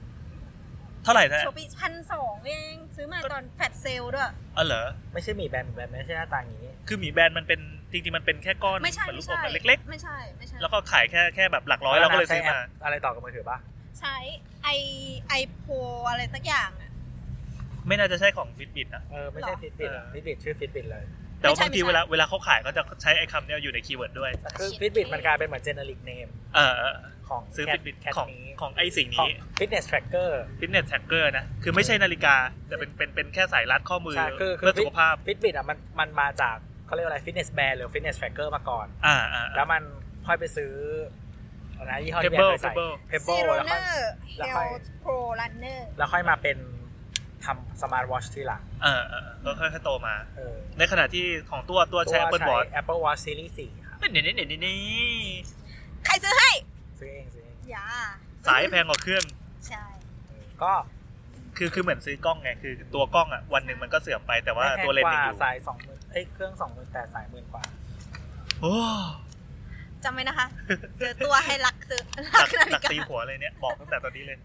Speaker 2: เท่าไหร่นะ
Speaker 4: โชปิพันสองเองซื้อมาตอนแฟตเซลด้วย
Speaker 2: อ๋อเหรอ
Speaker 3: ไม่ใช่หมีแบรนด์หมีแบรนด์ไม่ใช่หน้าตาอย่างนี้
Speaker 2: คือหมีแบรนด์มันเป็นจริงๆมันเป็นแค่ก้อน
Speaker 4: ไม่ใช่
Speaker 2: เหมือนลู
Speaker 4: ไม่
Speaker 2: กอม
Speaker 4: ใช่
Speaker 2: อันเล็ก
Speaker 4: ไม่ใช่ไม่ใช่
Speaker 2: ๆ แล้วก็ขายแค่แค่แบบหลักร้อยเราก็เลยซื้อมา
Speaker 3: อะไรต่อกับมือถือปะ
Speaker 4: ใช้ไอไอโพอะไรสักอย่างอะ
Speaker 2: ไม่น่าจะใช่ของฟิตบิดนะ
Speaker 3: เออไม่
Speaker 4: ห
Speaker 3: ใช่
Speaker 4: รอ
Speaker 3: ฟิตบิต
Speaker 2: เออ
Speaker 3: ฟิตบิตชื่อฟิตบิตเลย
Speaker 2: แต่ว่าบางที
Speaker 4: ไม่ใช่
Speaker 2: เวลาเวลาเขาขายก็จะใช้ไอ้คำเนี้ยอยู่ในคีย์เวิร์ดด้วย
Speaker 3: แต่คือ
Speaker 4: Shit.
Speaker 3: ฟิตบิตมันกลายเป็นเหมือนเจเนริกเนม
Speaker 2: เออเออ
Speaker 3: ข ของ
Speaker 2: ซื้อฟิตบิต
Speaker 3: แคท
Speaker 2: ของ
Speaker 3: นี้
Speaker 2: ของไอ้สิ่ง
Speaker 3: ของ
Speaker 2: นี้
Speaker 3: fitness tracker
Speaker 2: fitness tracker นะ คือไม่ใช่นาฬิกา แต่เป็นเป็นเป็นแค่สายรัดข้อมือ
Speaker 3: ใช่คือคื
Speaker 2: เพื่
Speaker 3: อ
Speaker 2: อสุขภาพ
Speaker 3: fitbit อ่ะมันมันมาจากเขาเรียกว่าอะไร fitness band หรือ fitness tracker มาก่อน
Speaker 2: อ่าอ่า
Speaker 3: แล้วมันค่อยไปซื้ออะไรนะยี่ห้อที่
Speaker 2: Pebble
Speaker 3: แม่เคยใส่
Speaker 2: Pebble
Speaker 3: Pebble
Speaker 4: ซีโร
Speaker 3: แล้ว
Speaker 4: เน
Speaker 3: ค่อ
Speaker 4: อย ร์เฮ
Speaker 3: แล้
Speaker 4: ล
Speaker 3: วค่อย
Speaker 4: ท์โปรรันเนอร์
Speaker 3: แล้วค่อยมาเป็นทำสมาร์ทวอชทีหลัง
Speaker 2: เออเออเออก็ค่อยๆโตมา
Speaker 3: เออ
Speaker 2: ในขณะที่ของตัวตัวใช้ Apple Watch
Speaker 3: ใช้ Apple Watch Series 4ครับ
Speaker 2: เนี่ยเนี่ยเนี่ยเนี่ยเนี่ย
Speaker 4: ใครซื้อให้
Speaker 3: ซื้อเองซื้อเอง
Speaker 4: อย่า
Speaker 2: สายแพงกว่าเครื่อง
Speaker 4: ใช่
Speaker 3: เออก็
Speaker 2: คือคือเหมือนซื้อกล้องไง คือตัวกล้องอ่ะวันหนึ่งมันก็เสื่อมไปแต่ว่า
Speaker 3: ไม่แพง
Speaker 2: ตัวเลนส์
Speaker 3: ก
Speaker 2: ยังอยู่
Speaker 3: ว่าสายสองหมื่นเอ้ยเครื่องสองหมื่นแต่สายหมื่นกว่า
Speaker 2: โอ้
Speaker 4: จำไว้ นะคะซื้อตัวให้รักซื้อ
Speaker 2: ตั
Speaker 4: รัก
Speaker 2: ก
Speaker 4: นาฬิ
Speaker 2: ตัก
Speaker 4: กา
Speaker 2: ตีหัวเลยเนี่ยบอกตั้งแต่ตอนนี้เลย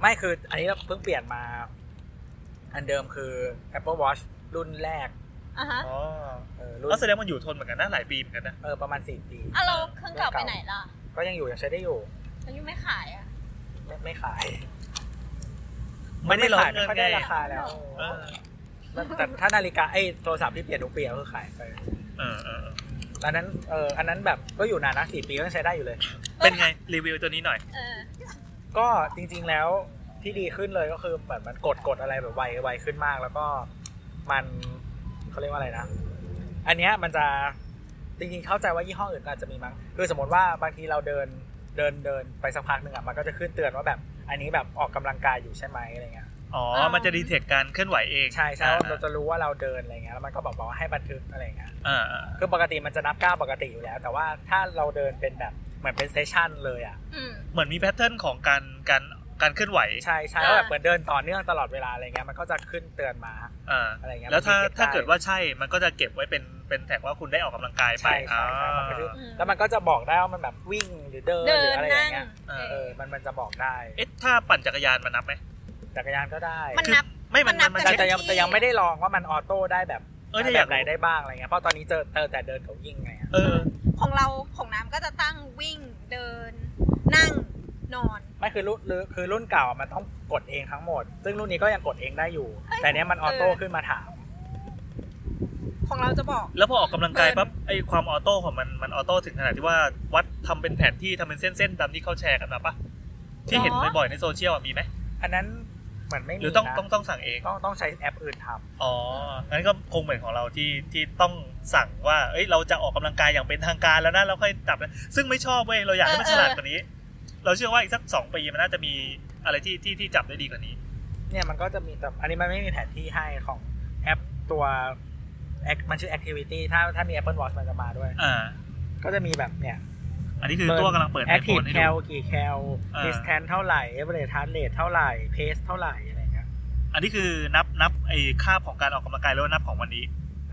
Speaker 3: ไม่คืออันนี้เราเพิ่งเปลี่ยนมา อันเดิมคือ Apple Watch รุ่นแรก
Speaker 4: อ่ะฮะ
Speaker 2: อ๋อ
Speaker 3: เออรุ่น
Speaker 2: แล้วแสดงมันอยู่ทนเหมือนกันนะหลายปีเหมือนกันนะ
Speaker 3: เออประมาณสี่ปี
Speaker 4: อ่ะเราเครื่องเก่าไปไหนล่ะ
Speaker 3: ก็ยังอยู่ยังใช้ได้อยู่
Speaker 4: เรายังไม่ขายอ่ะ
Speaker 3: ไม่ไม่ขาย
Speaker 2: ไม่ได้ร้อน
Speaker 3: ขาย
Speaker 2: เงิน
Speaker 3: ไม่
Speaker 2: ไง
Speaker 3: ค่อยได้ราคาแล้ว
Speaker 2: เออ
Speaker 3: แต่แต่ถ้านาฬิกาไอ้โทรศัพท์ที่เปลี่ยนทุกปีก็คือขายไป
Speaker 2: เออเออ
Speaker 3: อันนั้นเอออันนั้นแบบก็อยู่นานนะสี่ปีก็ยังใช้ได้อยู่เลย
Speaker 2: เป็นไงรีวิวตัวนี้หน่อย
Speaker 4: เออ
Speaker 3: ก็จริง ๆแล้วที่ดีขึ้นเลยก็คือเหมือนมันกดกดอะไรแบบไวไวขึ้นมาก แล้วก็มันเขาเรียกว่าอะไรนะ อันเนี้ยมันจะจริงๆเข้าใจว่ายี่ห้ออื่นก็อาจจะมีมั้งคือสมมติว่าบางทีเราเดินเดินเดินไปสักพักหนึ่งอ่ะมันก็จะขึ้นเตือนว่าแบบ อันนี้แบบออกกำลังกายอยู่ใช่ไหมอะไรเงี้ย
Speaker 2: อ๋อ มันจะดีเทคการเคลื่อนไหวเอง
Speaker 3: ใช่ใช่
Speaker 2: อ่
Speaker 3: เราจะรู้ว่าเราเดินอะไรเงี้ยแล้วมันก็บอกว่าให้บันทึกอะไรเงี้ย
Speaker 2: อ่าอ่า
Speaker 3: คือปกติมันจะนับก้าวปกติอยู่แล้ว แต่ว่าถ้าเราเดินเป็นแบบเหมือนเป็นเซสชั่นเลยอ่ะ
Speaker 4: อืม
Speaker 2: เหมือนมีแพทเทิร์นของการการการเคลื่อนไหว
Speaker 3: ใช่ใช่แล้วแบบเหมือนเดินต่อเนื่องตลอดเวลาอะไรเงี้ยมันก็จะขึ้นเตือนมา
Speaker 2: อ่า
Speaker 3: อะไรเงี้ย
Speaker 2: แล้วถ้า
Speaker 3: มันจะ
Speaker 2: ถ้าเกิด
Speaker 3: ได้
Speaker 2: ว่าใช่มันก็จะเก็บไว้เป็นเป็นแท็กว่าคุณได้ออกกำลังกายไป
Speaker 3: ใช่ใช่ใช่มันก็คือ
Speaker 2: อ่า
Speaker 4: ม
Speaker 3: แล้วมันก็จะบอกได้ว่ามันแบบวิ่งหรือเดิน
Speaker 4: เดิ
Speaker 3: หรื
Speaker 4: น
Speaker 3: ออะไรอ
Speaker 4: นั่
Speaker 3: ย่าง งเงี้ย
Speaker 2: เอ
Speaker 3: เออมันมันจะบอกได้
Speaker 2: เอ๊ะถ้าปั่นจักรยานมันนับไหม
Speaker 3: จักรยานก็ได้
Speaker 4: มันนับ
Speaker 2: คือไม่มันมัน น
Speaker 4: มันับ
Speaker 2: มัน
Speaker 3: แต่
Speaker 2: เช็ค
Speaker 3: แต่ยังแต่ยังไม่ได้ลองว่ามันออโต้ได้แบบ
Speaker 2: เออถ้าอ
Speaker 3: แบ
Speaker 2: ยาก
Speaker 3: บไหน
Speaker 2: รู้
Speaker 3: ได้บ้างอะไรเงี้ยเพราะตอนนี้เจอเจอแต่เดินกับวิ่งไงอะ
Speaker 2: เออ
Speaker 4: ของเราของน้ำก็จะตั้งวิ่งเดิน นั่งนอน
Speaker 3: ไม่คือรุ่นหรือคือรุ่นเก่าอะมันต้องกดเองทั้งหมด ซึ่งรุ่นนี้ก็ยังกดเองได้อยู่ แต่เนี้ยมันออโต้ขึ้นมาถาม
Speaker 4: ของเราจะบอก
Speaker 2: แล้วพอออกกำลังกาย
Speaker 4: เบิร์น
Speaker 2: ปั๊บไอความออโต้ของมันมันออโต้ถึงขนาดที่ว่าวัดทำเป็นแผนที่ทำเป็นเส้นๆตามที่เขาแชร์กันมาปะที่เห็นบ่อยๆในโซเชียลอะมีไหม
Speaker 3: อันนั้นเหมือนไม่
Speaker 2: ห
Speaker 3: มี
Speaker 2: รือต้อง
Speaker 3: นะ
Speaker 2: ต้องต้องสั่งเอง
Speaker 3: ต้องต้องใช้แอปอื่นทำ
Speaker 2: อ๋อ งั้นก็คงเหมือนของเราที่ที่ต้องสั่งว่า เอ้ย เราจะออกกำลังกายอย่างเป็นทางการแล้วนะเราค่อยจับนะซึ่งไม่ชอบเว้ย เราอยากให้มัน
Speaker 4: เออ
Speaker 2: ฉ
Speaker 4: เออ
Speaker 2: ลาดกว่านี้ เราเชื่อว่าอีกสักสองปีมันน่าจะมีอะไรที่ที่ที่จับได้ดีกว่านี้
Speaker 3: เนี่ยมันก็จะมีแต่อันนี้มันไม่มีแผนที่ให้ของแอปตัว Act- มันชื่อ activity ถ้าถ้ามี Apple Watch มันจะมาด้วย
Speaker 2: อ่า
Speaker 3: ก็จะมีแบบเนี่ย
Speaker 2: อันนี้คือ
Speaker 3: เปิด
Speaker 2: ตัวกำลังเปิดไอโฟ
Speaker 3: active
Speaker 2: นให้
Speaker 3: แค
Speaker 2: ดู
Speaker 3: ลกี่แคล
Speaker 2: อ่า
Speaker 3: distance เท่าไหร่ average heart rate เท่าไหร่ pace เท่าไหร่อะไรเงี้ย
Speaker 2: อันนี้คือนับนับไอ้ค่าบของการออกกำลังกายแล้วานับของวันนี้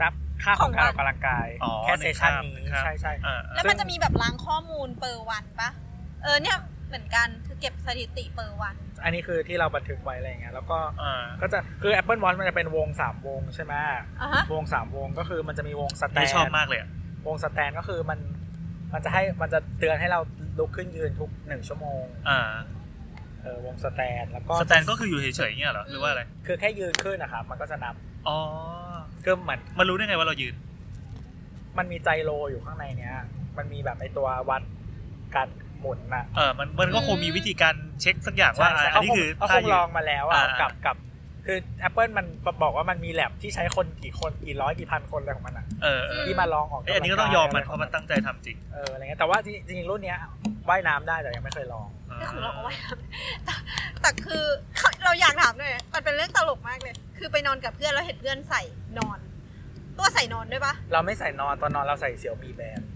Speaker 3: นับค่าของการออกกำลังกาย
Speaker 2: อ๋อ
Speaker 3: แค่
Speaker 2: หนึ่
Speaker 3: เซ
Speaker 2: ง
Speaker 3: สชัน
Speaker 2: ครับห
Speaker 3: นี้
Speaker 2: นึ่งครับ
Speaker 3: ใช่ใช่
Speaker 2: อ่า
Speaker 4: แล้วมันจะมีแบบล้างข้อมูลเปอร์วันปะเออเนี่ยเหมือนกันคือเก็บสถิติเปอร์วัน
Speaker 3: อันนี้คือที่เราบันทึกไว้อะไรเงี้ยแล้วก็
Speaker 2: อ่า
Speaker 3: ก็จะคือ Apple Watch มันจะเป็นวงสามวงใช่ไหม
Speaker 4: อ่ะฮะ
Speaker 3: วงสามวงก็คือมันจะมีวงสแต
Speaker 2: นี่ชอบ
Speaker 3: น
Speaker 2: มากเลยอะ
Speaker 3: วงสแตนก็คือมันมันจะให้มันจะเตือนให้เราลุกขึ้นยืนทุกหนึ่งชั่วโมง
Speaker 2: อ่า
Speaker 3: เออวงสแตนแล้วก็
Speaker 2: สแตนก็คืออยู่เฉยๆเงี้ยเหรอ หรือว่าอะไร
Speaker 3: คือแค่ยืนขึ้นนะครับ มันก็จะนับ
Speaker 2: อ๋อ
Speaker 3: คือเหมือน
Speaker 2: มันรู้ได้ไงว่าเรายืน
Speaker 3: มันมีใจโลอยู่ข้างในเนี้ย มันมีแบบไอตัววัดการหมุนน่ะ
Speaker 2: เออ มันมันก็คงมีวิธีการเช็คสักอย่างว่า
Speaker 3: ใช่ใช่
Speaker 2: อัน
Speaker 3: เขา
Speaker 2: นี้
Speaker 3: คง
Speaker 2: คือ
Speaker 3: เขา
Speaker 2: ท่า
Speaker 3: คง
Speaker 2: ยื
Speaker 3: ล
Speaker 2: น
Speaker 3: องมาแล้วอ่ะ
Speaker 2: อ่า
Speaker 3: กับกับ คือ Apple มันบอกว่ามันมีแลบที่ใช้คนกี่คนกี่ร้อยกี่พันคนอะไรของมันอ่ะ
Speaker 2: เออเออ
Speaker 3: ที่มาลองออก
Speaker 2: เอ้ยอันนี้ก็ต้องยอมมันเพราะมันตั้งใจทำจริง
Speaker 3: เอออะไรเงี้ยแต่ว่าจริงจริงๆรุ่นเนี้ยว่ายน้ำได้แต่ยังไม่เคยลอง
Speaker 4: เรื่องของเราก็ว่าแต่ แต่คือเราอยากถามด้วยนะมันเป็นเรื่องตลกมากเลย คือไปนอนกับเพื่อนแล้วเห็นเพื่อนใส่นอน ตัวใส่นอนด้วยปะ
Speaker 3: เราไม่ใส่นอนตอนนอนเราใส่เสี่ยวมีแบรนด์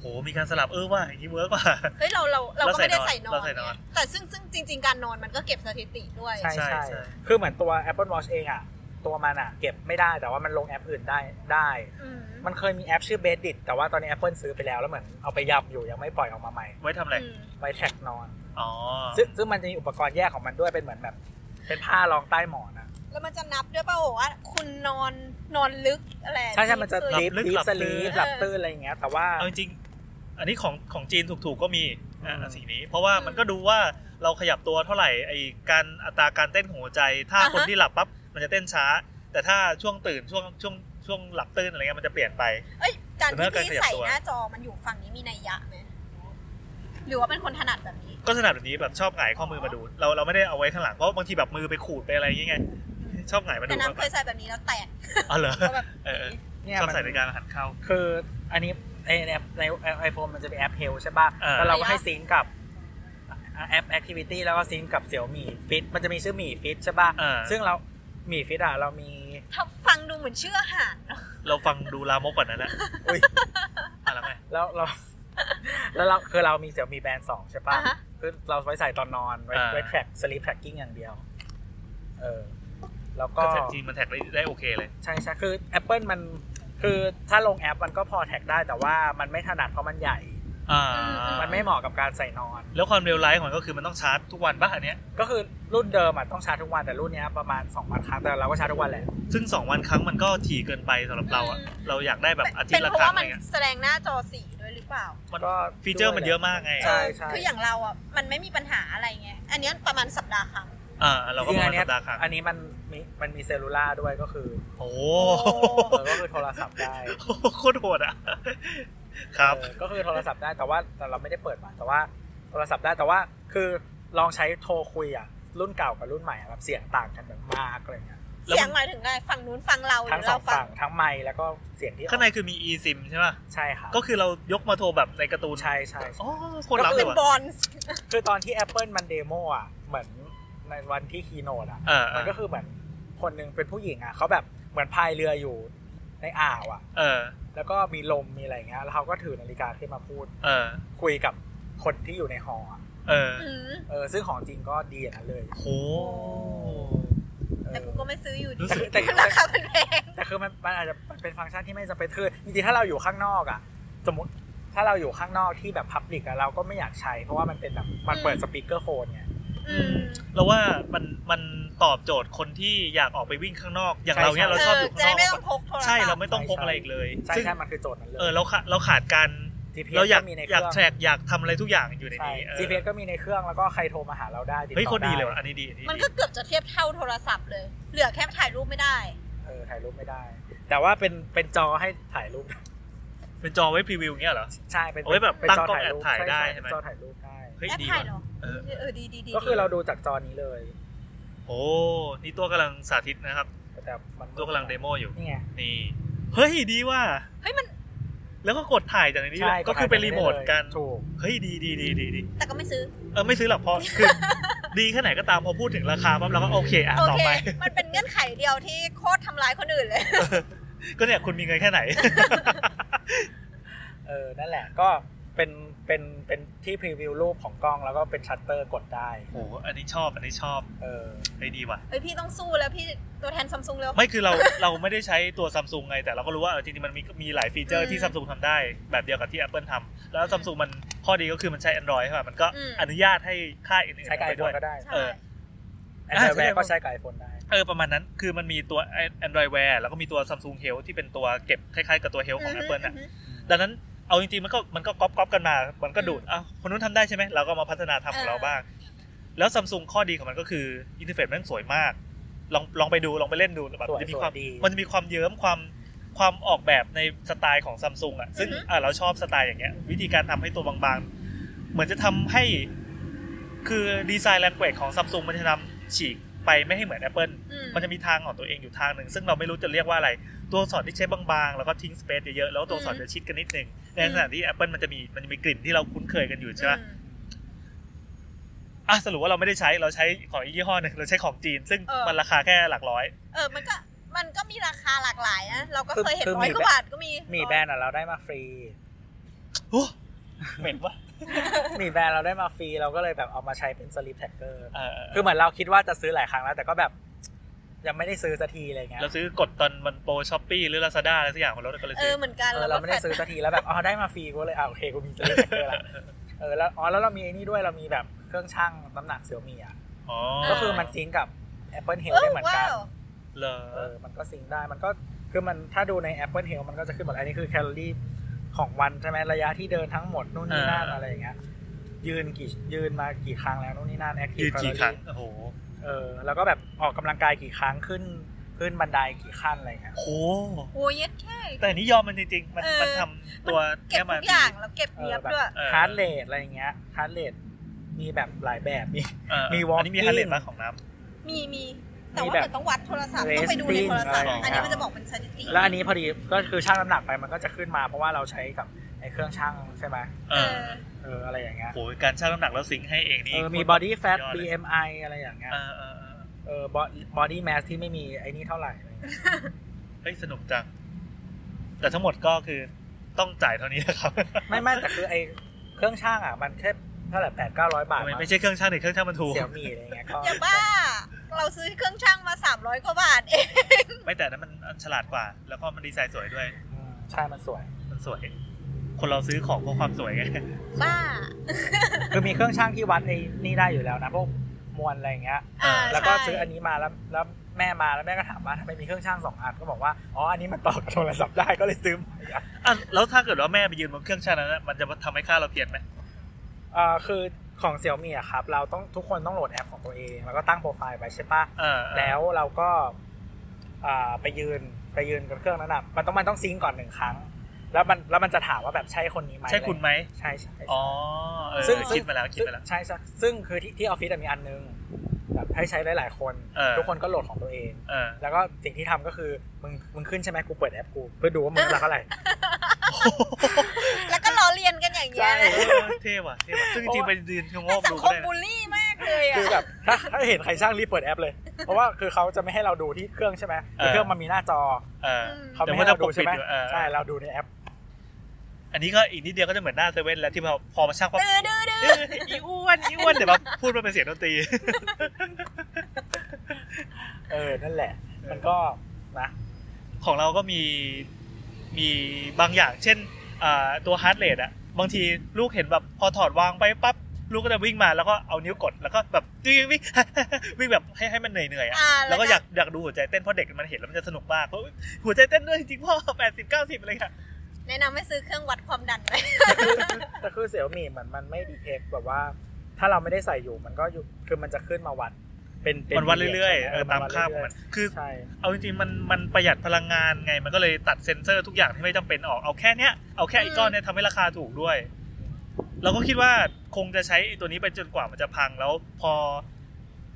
Speaker 2: โห มีการสลับเออว่าอย่างนี้เวิร์กว่า
Speaker 4: เฮ้ยเราเราเราก็ไม่ได้ใส่นอน
Speaker 2: เราใส่นอน
Speaker 4: ไงแต่ซึ่งซึ่งจริง ๆ การนอนมันก็เก็บสถิติด้วย
Speaker 3: ใช่
Speaker 2: ใช่
Speaker 3: ใช่
Speaker 2: ใช่
Speaker 3: คือเหมือนตัว Apple Watch เองอ่ะ ตัวมันอ่ะ เก็บไม่ได้แต่ว่ามันลงแอปอื่นได้ได้
Speaker 4: อืม
Speaker 3: มันเคยมีแอปชื่อ Bedit แต่ว่าตอนนี้ Apple ซื้อไปแล้วแล้วเหมือนเอาไปยับอยู่ยังไม่ปล่อยออกมาใหม่
Speaker 2: ไว้ทำอะไร
Speaker 4: อืม
Speaker 3: ไว้แท็กนอน
Speaker 2: อ๋อ
Speaker 3: ซึ่งซึ่งมันจะมีอุปกรณ์แยกของมันด้วยเป็นเหมือนแบบ เป็นผ้ารองใต้หมอนนะ
Speaker 4: แล้วมันจะนับด้วยเปล่าว่าคุณนอนนอนลึกอะไร
Speaker 3: ใช่ใช่มันจะ
Speaker 4: ดี
Speaker 2: หลับ
Speaker 4: สุด
Speaker 3: ดีฟ
Speaker 2: ลึก
Speaker 3: ดี
Speaker 2: ห
Speaker 3: ฟ
Speaker 2: ลับ
Speaker 3: ส
Speaker 2: ตื้
Speaker 3: ลี
Speaker 2: น
Speaker 3: หลับตื้นอะไรอย่างเงี้ย แต่ว่า
Speaker 2: เอาจริงๆอันนี้ของของจีนถูกๆก็มีอ่ะ
Speaker 3: อืม
Speaker 2: สีนี้ เพราะว่า
Speaker 4: อืม
Speaker 2: มันก็ดูว่าเราขยับตัวเท่าไหร่ไอการอัตราการเต้นของหัวใจ ถ้า
Speaker 4: อ่าฮะ
Speaker 2: คนที่หลับปั๊บมันจะเต้นช้า แต่ถ้าช่วงตื่นช่วงช่วงช่วงหลับตื่นอะไรเงี้ยมันจะเปลี่ยนไป
Speaker 4: เอ้ยการ
Speaker 2: แต่
Speaker 4: ที่
Speaker 2: ว่าการ
Speaker 4: พี่
Speaker 2: ขยับ
Speaker 4: ใส่
Speaker 2: ตัว
Speaker 4: หน้าจอมันอยู่ฝั่งนี้มีนัยยะไหม หรือว่าเป็นคนถนัดแบบนี้
Speaker 2: ก็ถนัดแบบนี้แบบชอบหงายข้อมือมาดู เราเราไม่ได้เอาไว้ข้างหลังเพราะบางทีแบบมือไปขูดไปอะไรอย่างเงี้ยชอบหงายมาดู
Speaker 4: แต่
Speaker 2: มาก
Speaker 4: น้ำ
Speaker 2: ก
Speaker 4: เค
Speaker 2: ว่าย
Speaker 4: ใส่แบบนี้แล้วแตก
Speaker 2: อ๋อเหรอ
Speaker 4: ก็แบบ
Speaker 2: เออ
Speaker 3: เนี่ย
Speaker 2: ชอบ
Speaker 3: มัน
Speaker 2: ใส่ในการหันเข้า
Speaker 3: คืออันนี้ไอแอปในไอโฟนมันจะเป็นแอปเฮลใช่ป่ะ
Speaker 2: เออ
Speaker 3: แล้วเราก็ให้ซิงก์กับแอปแอคทิวิตี้แล้วก็ซิงก์กับเสี่ยวมี่ฟิตมันจะมีชื่อมี่ฟิตใช่ป่ะ
Speaker 2: เออ
Speaker 3: ซึ่งเรามี่ฟิตอ่ะเรามี
Speaker 4: ถ้าฟังดูเหมือนเชื่ออาหารเนอะ
Speaker 2: เราฟังดูลามกกว่านั้นแหละ
Speaker 3: อุ้ย
Speaker 2: อ่ะแล้วไง
Speaker 3: แล้ว เรา แล้วเราคือเรามีเสี่ยวมีแบรนด์สองใช่ปะ
Speaker 4: อ่ะฮะ
Speaker 3: คือเราไว้ใส่ตอนนอน ไว้
Speaker 2: อ่า
Speaker 3: ไว้แทร็กสลีปแทร็กกิ้งอย่างเดียว เออ แล้วก็
Speaker 2: ก็แท็กจริงมันแท็กได้ได้โอเคเลย
Speaker 3: ใช่ใช่คือ Apple มัน คือถ้าลงแอปมันก็พอแท็กได้แต่ว่ามันไม่ถนัดเพราะมันใหญ่
Speaker 2: อ่า
Speaker 4: อ่ามั
Speaker 3: มันไม่เหมาะกับการใส่นอน
Speaker 2: แล้วความเร็วไลฟ์ของมันก็คือมันต้องชาร์จทุกวันป่ะอันเนี้ย
Speaker 3: ก็คือรุ่นเดิมอ่ะต้องชาร์จทุกวันแต่รุ่นเนี้ยประมาณ2วันครั้งแต่เราก็ชาร์จทุกวันแหละ
Speaker 2: ซึ่งสองวันครั้งมันก็ถี่เกินไปสำหรับเราอะ
Speaker 4: อืม
Speaker 2: เราอยากได้แบบอาทิต
Speaker 4: เป็น
Speaker 2: ย์ละ
Speaker 4: เพราะ
Speaker 2: ครั้งอะ
Speaker 4: ว่า
Speaker 2: ไร
Speaker 4: มัน
Speaker 2: เงี้ย
Speaker 4: แสดงหน้าจอสีด้วยหรือเปล่า
Speaker 2: มัน
Speaker 3: ก็
Speaker 2: ฟีเจอร์มันเยอะมากไง
Speaker 3: ใช่ใช่
Speaker 4: คืออย่างเราอ่ะมันไม่มีปัญหาอะไรไงอันเนี้ยประมาณสัปดาห์ครั้ง
Speaker 2: อ่าเราก็
Speaker 3: จ
Speaker 2: ป
Speaker 3: ริ
Speaker 2: ระมา
Speaker 3: งๆ
Speaker 2: ณสั
Speaker 3: อันเนี้ย
Speaker 2: ปดาห์ครั้ง
Speaker 3: อันนี้มันมีมันมีเซลลูล่าด้วยก็คือ
Speaker 2: โอ้โห
Speaker 3: เออก็คือโทรศัพท์ได้
Speaker 2: โคตรโหดอ่ะ ครับ
Speaker 3: เออก็คือโทรศัพท์ได้แต่ว่าแต่เราไม่ได้เปิดมาแต่ว่าโทรศัพท์ได้แต่ว่าคือลองใช้โทรคุยอ่ะรุ่นเก่ากับรุ่นใหม่อะแบบเสียงต่างกันแบบมากเลยเนี่ย
Speaker 2: แล้วมัน
Speaker 4: เสียงหมายถึงอะไรฝั่งนู้นฟังเราห
Speaker 3: ทั้
Speaker 4: รื
Speaker 3: ง
Speaker 4: อ
Speaker 3: ส
Speaker 4: เรา
Speaker 3: อง
Speaker 4: ฟั
Speaker 3: ฝั่
Speaker 4: ง
Speaker 3: งทั้งไมค์แล้วก็เสียงที่ออก
Speaker 2: ข้างในคือมี e sim ใช่ป่ะ
Speaker 3: ใช่ค่ะ
Speaker 2: ก็คือเรายกมาโทรแบบในการ์ตูน
Speaker 3: ใช่ใช่ใช่
Speaker 2: โอ้โคตรลับเล
Speaker 4: เป็
Speaker 2: ย
Speaker 4: น
Speaker 2: ว่ะ
Speaker 4: บอล
Speaker 3: คือตอนที่ Apple มันเดโมอ่ะเหมือนในวันที่คีโนดอ่ะ
Speaker 2: เออเอ
Speaker 3: มัน
Speaker 2: อ
Speaker 3: ก็คือเหมือนคนหนึงเป็นผู้หญิงอ่ะเขาแบบเหมือนพายเรืออยู่ในอ่าวอ่ะ
Speaker 2: เออ
Speaker 3: แล้วก็มีลมมีอะไรอย่างเงี้ยแล้วเขาก็ถือนาฬิกาขึ้นมาพูด
Speaker 2: เออ
Speaker 3: คุยกับคนที่อยู่ในหออะ
Speaker 2: เออ
Speaker 4: อืม
Speaker 3: เออซึ่งของจริงก็ดีอย่างนั้นเลย
Speaker 2: โห
Speaker 3: เออ
Speaker 4: แต่กูก็ไม่ซื้ออยู่ดี
Speaker 2: รู้สึก
Speaker 3: แต่แต่
Speaker 4: ราคามันแพง
Speaker 3: แต่คือมันมันอาจจะมันเป็นฟังก์ชันที่ไม่จำเป็นคือจริงๆถ้าเราอยู่ข้างนอกอ่ะ สมมติถ้าเราอยู่ข้างนอกที่แบบพับลิกอ่ะเราก็ไม่อยากใช้ เพราะว่ามันเป็นแบบมันเปิดสปีกเกอร์โฟนไง
Speaker 4: อืม
Speaker 2: เราว่ามันมันตอบโจทย์คนที่อยากออกไปวิ่งข้างนอก อย่างเราเนี้ยเราชอบอยู่
Speaker 4: จะ
Speaker 2: ข้าง
Speaker 4: ได้
Speaker 2: นอก
Speaker 4: ไม่ต้องพกโทรศัพท์
Speaker 2: ใช่เราไม่ต้องพกอะไรอีกเลย
Speaker 3: ใช่
Speaker 2: ซึ่ง
Speaker 3: ใช่มันคือโจทย์นั้นเลย
Speaker 2: เออเราขาดเราขาดการ
Speaker 3: GPS
Speaker 2: เราอยาก
Speaker 3: ก็มีในเค
Speaker 2: อยาก
Speaker 3: รื่อง
Speaker 2: แทร็กอยากทำอะไรทุกอย่างอยู่ใน
Speaker 3: ใช่
Speaker 2: นี้เออ
Speaker 3: GPS ก็มีในเครื่องแล้วก็ใครโทรมาหาเราได้ติดต่อ
Speaker 2: เฮ้ยโคนดีเลยว่ะ
Speaker 3: ไ
Speaker 2: อันนี้ดีอันนี้
Speaker 4: มัน
Speaker 2: ดี
Speaker 4: ก็เกือบจะเทียบเท่าโทรศัพท์เลย เหลือแค่ถ่ายรูปไม่ได้
Speaker 3: เออถ่ายรูปไม่ได้ แต่ว่าเป็นเป็นจอให้ถ่ายรูป ได้
Speaker 2: เป็นจอไว้พรีวิวเงี้ยเหรอ
Speaker 3: ใช่เป็น
Speaker 2: เอาไว้แบบ
Speaker 3: เป็น
Speaker 2: ตั้ง
Speaker 3: จอก
Speaker 2: ล้อง
Speaker 3: ถ่าย
Speaker 2: แอบถ่า
Speaker 3: รูป
Speaker 2: ยได้ใช่ไหม
Speaker 3: เป็นจอถ่ายรูปได้
Speaker 2: เฮ้ย
Speaker 4: แอป
Speaker 2: ดี
Speaker 4: ถ่าย
Speaker 2: ว่ะ
Speaker 4: เหรอ
Speaker 2: เออ
Speaker 4: เออดีดีดี
Speaker 3: ก็คือเราดูจากจอนี้เลย
Speaker 2: โอ้นี่ตัวกำลังสาธิตนะครับ
Speaker 3: แต่มัน
Speaker 2: ตัวกำลังเดโมอยู่
Speaker 3: นี่ไง
Speaker 2: นี่เฮ้ยดีว่ะ
Speaker 4: เฮ้ยมัน
Speaker 2: แล้วก็กดถ่ายจากในนี้เล
Speaker 3: ใช่
Speaker 2: ยก็คือเป็นรีโมทกัน
Speaker 3: ถูก
Speaker 2: เฮ้ยดีดีดีดีดี
Speaker 4: แต่ก็ไม่ซื้อ
Speaker 2: เออไม่ซื้อหรอกเพอคือ ดีแค่ไหนก็ตามพอพูดถึงราคาปั๊บเราก็โอเคอ่ะ
Speaker 4: โอ
Speaker 2: ต่อ
Speaker 4: เค
Speaker 2: ไป
Speaker 4: มันเป็นเงื่อนไขเดียวที่โคตรทำร้ายคนอื่นเลย
Speaker 2: ก็เนี่ยคุณมีเงินแค่ไหน
Speaker 3: เออ นั่นแหละ ก็เป็น เป็น เป็นที่พรีวิวรูปของกล้องแล้วก็เป็นชัตเตอร์กดได้
Speaker 2: โอ้อันนี้ชอบอันนี้ชอบ
Speaker 3: เออ
Speaker 2: เฮ้ยดีว่ะ
Speaker 4: เฮ้ยพี่ต้องสู้แล้วพี่ตัวแทนซัมซุงเร็ว
Speaker 2: ไม่คือเรา เราไม่ได้ใช้ตัวซัมซุงไงแต่เราก็รู้ว่าเออจริงๆมันมีมีหลายฟีเจอร์ที่
Speaker 4: อืม
Speaker 2: ซัมซุงทำได้แบบเดียวกับที่ Apple ทำแล้วซัมซุงมันข้อดีก็คือมันใช้ Android ใช่ป่ะมันก็
Speaker 4: อืม
Speaker 2: อนุญาตให้ค่ายอื่น
Speaker 3: ใช้
Speaker 2: ๆ
Speaker 3: ไกล
Speaker 2: ไป
Speaker 3: โฟ
Speaker 2: ด้วย
Speaker 3: นก็ได้
Speaker 4: ใช่
Speaker 2: เออ
Speaker 3: แอนดรอย
Speaker 2: อ่ะใช้
Speaker 3: ก็ใช้ไกลโฟนได้
Speaker 2: เออประมาณนั้นคือมันมีตัว Android Wear แล้วก็มีตัว Samsung Health ที่เป็นตัวเก็บคล้ายๆกับตัว Health ของ Apple น่ะ
Speaker 4: อืม
Speaker 2: ดังนั้นเอาจริงๆมันก็มันก็ก๊อปก๊อปกันมา มันก็ดูด
Speaker 4: อืม
Speaker 2: อ้าวคนนู้นทำได้ใช่ไหมเราก็มาพัฒนาทำของ
Speaker 4: เออ
Speaker 2: เราบ้าง แล้วซัมซุงข้อดีของมันก็คืออินเทอร์เฟซมันสวยมากลองลองไปดูลองไปเล่นดูแบบ
Speaker 3: สวย
Speaker 2: จะมีความ
Speaker 3: สวยดี
Speaker 2: มันจะมีความเยิ้มความความออกแบบในสไตล์ของซัมซุงอ่ะซึ่ง
Speaker 4: อือฮึ
Speaker 2: อ่ะเราชอบสไตล์อย่างเงี้ย วิธีการทำให้ตัวบางๆ เหมือนจะทำให้คือดีไซน์แลงเกจของซัมซุงมันจะทำฉีกไปไม่ให้เหมือน Apple
Speaker 4: อืม
Speaker 2: มันจะมีทางของตัวเองอยู่ทางหนึ่ง ซึ่งเราไม่รู้จะเรียกว่าอะไร ตัวอักษรที่ใช้บางๆ แล้วก็ทิ้งสเปซเยอะๆ แล้วก็ตัวอักษร
Speaker 4: อืม
Speaker 2: จะชิดกันนิดหนึ่งในขณะที่ Apple มันจะมีมันจะมีกลิ่นที่เราคุ้นเคยกันอยู่ใช่ไหม
Speaker 4: อืม
Speaker 2: อ่ะสรุปว่าเราไม่ได้ใช้เราใช้ของอีกยี่ห้อหนึ่งเราใช้ของจีน ซึ่ง
Speaker 4: เออ
Speaker 2: มันราคาแค่หลักร้อย
Speaker 4: เออ มันก็ มันก็มีราคาหลากหลายนะ เราก็
Speaker 3: คือ
Speaker 4: เคยเห็น
Speaker 3: คือ
Speaker 4: ร้อย
Speaker 3: มี
Speaker 4: กว่าบาทก็มี
Speaker 3: มีแบรนด์อ่ะเราได้มาฟรี
Speaker 2: โอ้เหม็นว่ะ
Speaker 3: มีแบรนด์เราได้มาฟรีเราก็เลยแบบเอามาใช้เป็นสลิปแท็กเกอร์
Speaker 2: เออ
Speaker 3: คือเหมือนเราคิดว่าจะซื้อหลายครั้งแล้ว แต่ก็แบบ ยังไม่ได้ซื้อสักทีอะไรเงี้ย
Speaker 2: เราซื้อกดตอนมันโปรช้อปปี้หรือลาซาด้าอะไรสักอย่างของเราก็เลย
Speaker 4: เอ
Speaker 2: ซื้
Speaker 4: อ
Speaker 2: อ
Speaker 4: เหมือนกัน
Speaker 3: เออเราไม่ได้ซื้อสักทีแล้วแบบอ๋อได้มาฟรีก็เลยอ่าโอเคกูมีสลิปแท็กเกอร์ละเออแล้วอ๋อแล้วเรามีไอ้นี่ด้วยเรามีแบบเครื่องชั่งน้ำหนักเสี่ยมีอ่ะ
Speaker 2: อ๋อ
Speaker 3: ก็คือมันซิงก์กับ Apple
Speaker 4: เอ
Speaker 3: Health ได้
Speaker 4: อ
Speaker 3: เหมือน
Speaker 4: ว้า
Speaker 3: กัน
Speaker 4: ว
Speaker 2: เหรอ
Speaker 3: เออ มันก็ซิงค์ได้ มันก็ คือมัน ถ้าดูใน Apple Health มันก็จะขึ้นหมด อันนี้คือแคลอรี่ของวันใช่ไหมระยะที่เดินทั้งหมด นู่นนี่นั่นอะไรอย่างเงี้ย ยืนกี่ ยืนมากี่ครั้งแล้ว นู่นนี่นั่น แอคทีฟ
Speaker 2: ยืน
Speaker 3: แคลอ
Speaker 2: กี่ครั้ง
Speaker 3: รี่
Speaker 2: โอ้โห
Speaker 3: เออ แล้วก็แบบออกกำลังกายกี่ครั้งขึ้น ขึ้นบันไดกี่ขั้นอะไรเงี้ย
Speaker 2: โห
Speaker 4: โอ้ยเย็ดแค่
Speaker 2: แต่อันนี้ยอมมันจริง ๆ มัน
Speaker 4: เออ
Speaker 2: มันทำตัว
Speaker 4: เก็บ
Speaker 2: เนี้ย
Speaker 4: ทุ
Speaker 2: มาก
Speaker 4: อย่างแล้วเก็บเนียบด้วย
Speaker 2: เออ
Speaker 3: ฮาร์ดเรทอะไรอย่างเงี้ยฮาร์ดเรทมีแบบหลายแบบ มี
Speaker 2: เออ
Speaker 3: มี
Speaker 2: อันนี้มี
Speaker 3: walking
Speaker 2: ฮาร์เลนมาของน้ำ
Speaker 4: มีมี แต่
Speaker 3: มี
Speaker 4: ว่า
Speaker 3: แบบ
Speaker 4: มันต้องวัดโทรศัพท์ต้องไปดูในโทรศัพท์
Speaker 2: Race Beam
Speaker 4: อันนี้มัน
Speaker 3: อะไรอย่างเงี้ย
Speaker 4: จะบอกเป็นสถิติ
Speaker 3: แล้วอันนี้พอดีก็คือช่างน้ำหนักไปมันก็จะขึ้นมาเพราะว่าเราใช้กับไอ้เครื่องช่างใช่ไหม
Speaker 2: เออ
Speaker 4: เออ
Speaker 3: เอออะไรอย่างเงี้ย
Speaker 2: โหการชั่งน้ำหนักแล้วซิงค์ให้เองนี่
Speaker 3: เออมี
Speaker 2: คน
Speaker 3: body fat
Speaker 2: ยอดเลย
Speaker 3: BMI อะไรอย่างเงี้ย
Speaker 2: เออเออเออ
Speaker 3: เออ body- body mass ที่ไม่มีไอ้นี่ เท่าไหร่อะไรเงี้ย
Speaker 2: เฮ้ยสนุกจัง แต่ทั้งหมดก็คือต้องจ่ายเท่านี้นะครับ
Speaker 3: ไม่ไม่แต่คือไอ้เครื่องช่างอ่ะมันแค่เท่าไหร่แปดเก้าร้อยบาท
Speaker 2: ไม่ไม่ใช่เครื่องชั่งแต่เครื่องชั่งมันถูก
Speaker 3: เสี่ยมีอะไร เงี้ยก็
Speaker 4: อย่าบ้า เราซื้อเครื่องช่างมา 300 กว่าบาทเอง
Speaker 2: ไม่แต่นั้นมันฉลาดกว่า แล้วก็มันดีไซน์สวยด้วย
Speaker 3: อืมใช่มันสวย
Speaker 2: มันสวย คนเราซื้อของเพราะความสวยไง
Speaker 4: บ้า
Speaker 3: คือมีเครื่องช่างที่วัดไอ้นี่ได้อยู่แล้วนะพวกมวลอะไรอย่างเงี้ย
Speaker 4: อ่า
Speaker 3: แล้วก็
Speaker 4: ใช่
Speaker 3: ซื้ออันนี้มาแล้วแล้วแม่มาแล้วแม่ก็ถามว่าทำไมมีเครื่องช่างสองอันก็บอกว่าอ๋ออันนี้มันต่อกับโทรศัพท์ได้ก็เลยซื้อมาอีกอัน
Speaker 2: อ่ะแล้วถ้าเกิดว่าแม่ไปยืนบนเครื่องชั่งนั้นอะมันจะทำให้ค่าเราเพี้ยนไหม
Speaker 3: เอ่อคือของเซี่ยมี่อะครับ เราต้องทุกคนต้องโหลดแอปของตัวเอง แล้วก็ตั้งโปรไฟล์ไปใช่ปะ
Speaker 2: เออเออ
Speaker 3: แล้วเราก็อ่าไปยืนไปยืนกับเครื่องนั้นอ่ะมันต้องมันต้องซิงก์ก่อนหนึ่งครั้ง แล้วมันแล้วมันจะถามว่าแบบใช่คนนี้ไหม
Speaker 2: ใช่คุณไหม
Speaker 3: ใช่ใช่ใช่
Speaker 2: อ๋อเออ
Speaker 3: ซึ่ง
Speaker 2: คิดมาแล้วคิดมาแล้ว
Speaker 3: ใช่ใช่ซึ่งคือที่ที่ออฟฟิศอะมีอันนึงแบบให้ใช้หลาย ๆ คน
Speaker 2: เออ
Speaker 3: ทุกคนก็โหลดของตัวเอง
Speaker 2: เออ
Speaker 3: แล้วก็สิ่งที่ทำก็คือมึงมึงขึ้นใช่ไหมกูเปิดแอปกูเพื่อดูว่ามึงรักอะไร
Speaker 4: แล้วก็ล้อเลียนกันอย่างเงี้ย
Speaker 3: ใช่
Speaker 4: นะ
Speaker 2: เออเท่ว่ะเท่ว่ะซึ่งจริงๆไปยืนชะโงก
Speaker 4: มันสัง
Speaker 2: ดู
Speaker 4: ค
Speaker 2: ก็
Speaker 4: ม
Speaker 2: ได้
Speaker 4: บูลลี่มากเลยอ่ะ
Speaker 3: คือแบบถ้าถ้าเห็นใครช่างรีบเปิดแอปเลย เพราะว่าคือเขาจะไม่ให้เราดูที่เครื่องใช่ไหมคือเครื่องมันมีหน้าจอ
Speaker 2: เออ
Speaker 3: เขาไม่ให้เราดูใช่ไหม
Speaker 2: แต่ว่าถ้าปกปิดอยู่เออ
Speaker 3: ใช่เราดูในแอป
Speaker 2: อันนี้ก็อีกนิดเดียวก็จะเหมือนหน้าเซเว่นแล้วที่พอพอมาชักว่า
Speaker 4: ดื้อดื้อดื้
Speaker 2: เอ
Speaker 4: อ
Speaker 2: ออีอ้วนอีอ้วนเดี๋ยวมาพูดมาเป็นเสียงดนตรี
Speaker 3: เออนั่นแหละ มันก็นะ
Speaker 2: ของเราก็มีมีบางอย่าง เช่นอ่าตัวฮาร์ดเรทอะบางทีลูกเห็นแบบพอถอดวางไปปั๊บลูกก็จะวิ่งมาแล้วก็เอานิ้วกดแล้วก็แบบ วิ่งวิ่ง วิ่งแบบให้ให้มันเหนื่อยๆอะ
Speaker 4: อ่า
Speaker 2: แล้วก็อยากอยากดูหัวใจเต้นเพราะเด็กมันเห็นแล้วมันจะสนุกมากเพราะหัวใจเต้นด้วยจริงพ่อแปดสิบเก้าสิบอะไรเงี้ย
Speaker 4: แนะนำให้ซื้อเครื่องวัดความดันไหม
Speaker 3: แต่คือเสี่ยมี่เหมือนมันไม่ดีเทคแบบว่า ถ้าเราไม่ได้ใส่อยู่มันก็อยู่คือมันจะขึ้นมาวัด เป็นเป็
Speaker 2: มันวันเรื่อยๆ
Speaker 3: ใช่ไห
Speaker 2: เออตามค่าของมันคือ
Speaker 3: ใช่
Speaker 2: เอาจริงๆมันมันประหยัดพลังงานไง มันก็เลยตัดเซ็นเซอร์ทุกอย่างที่ไม่จำเป็นออก เอาแค่เนี้ย เอาแค่ไอีก้อนเนี้ยทำให้ราคาถูกด้วย เราก็คิดว่าคงจะใช้ไอ้ตัวนี้ไปจนกว่ามันจะพังแล้วพอ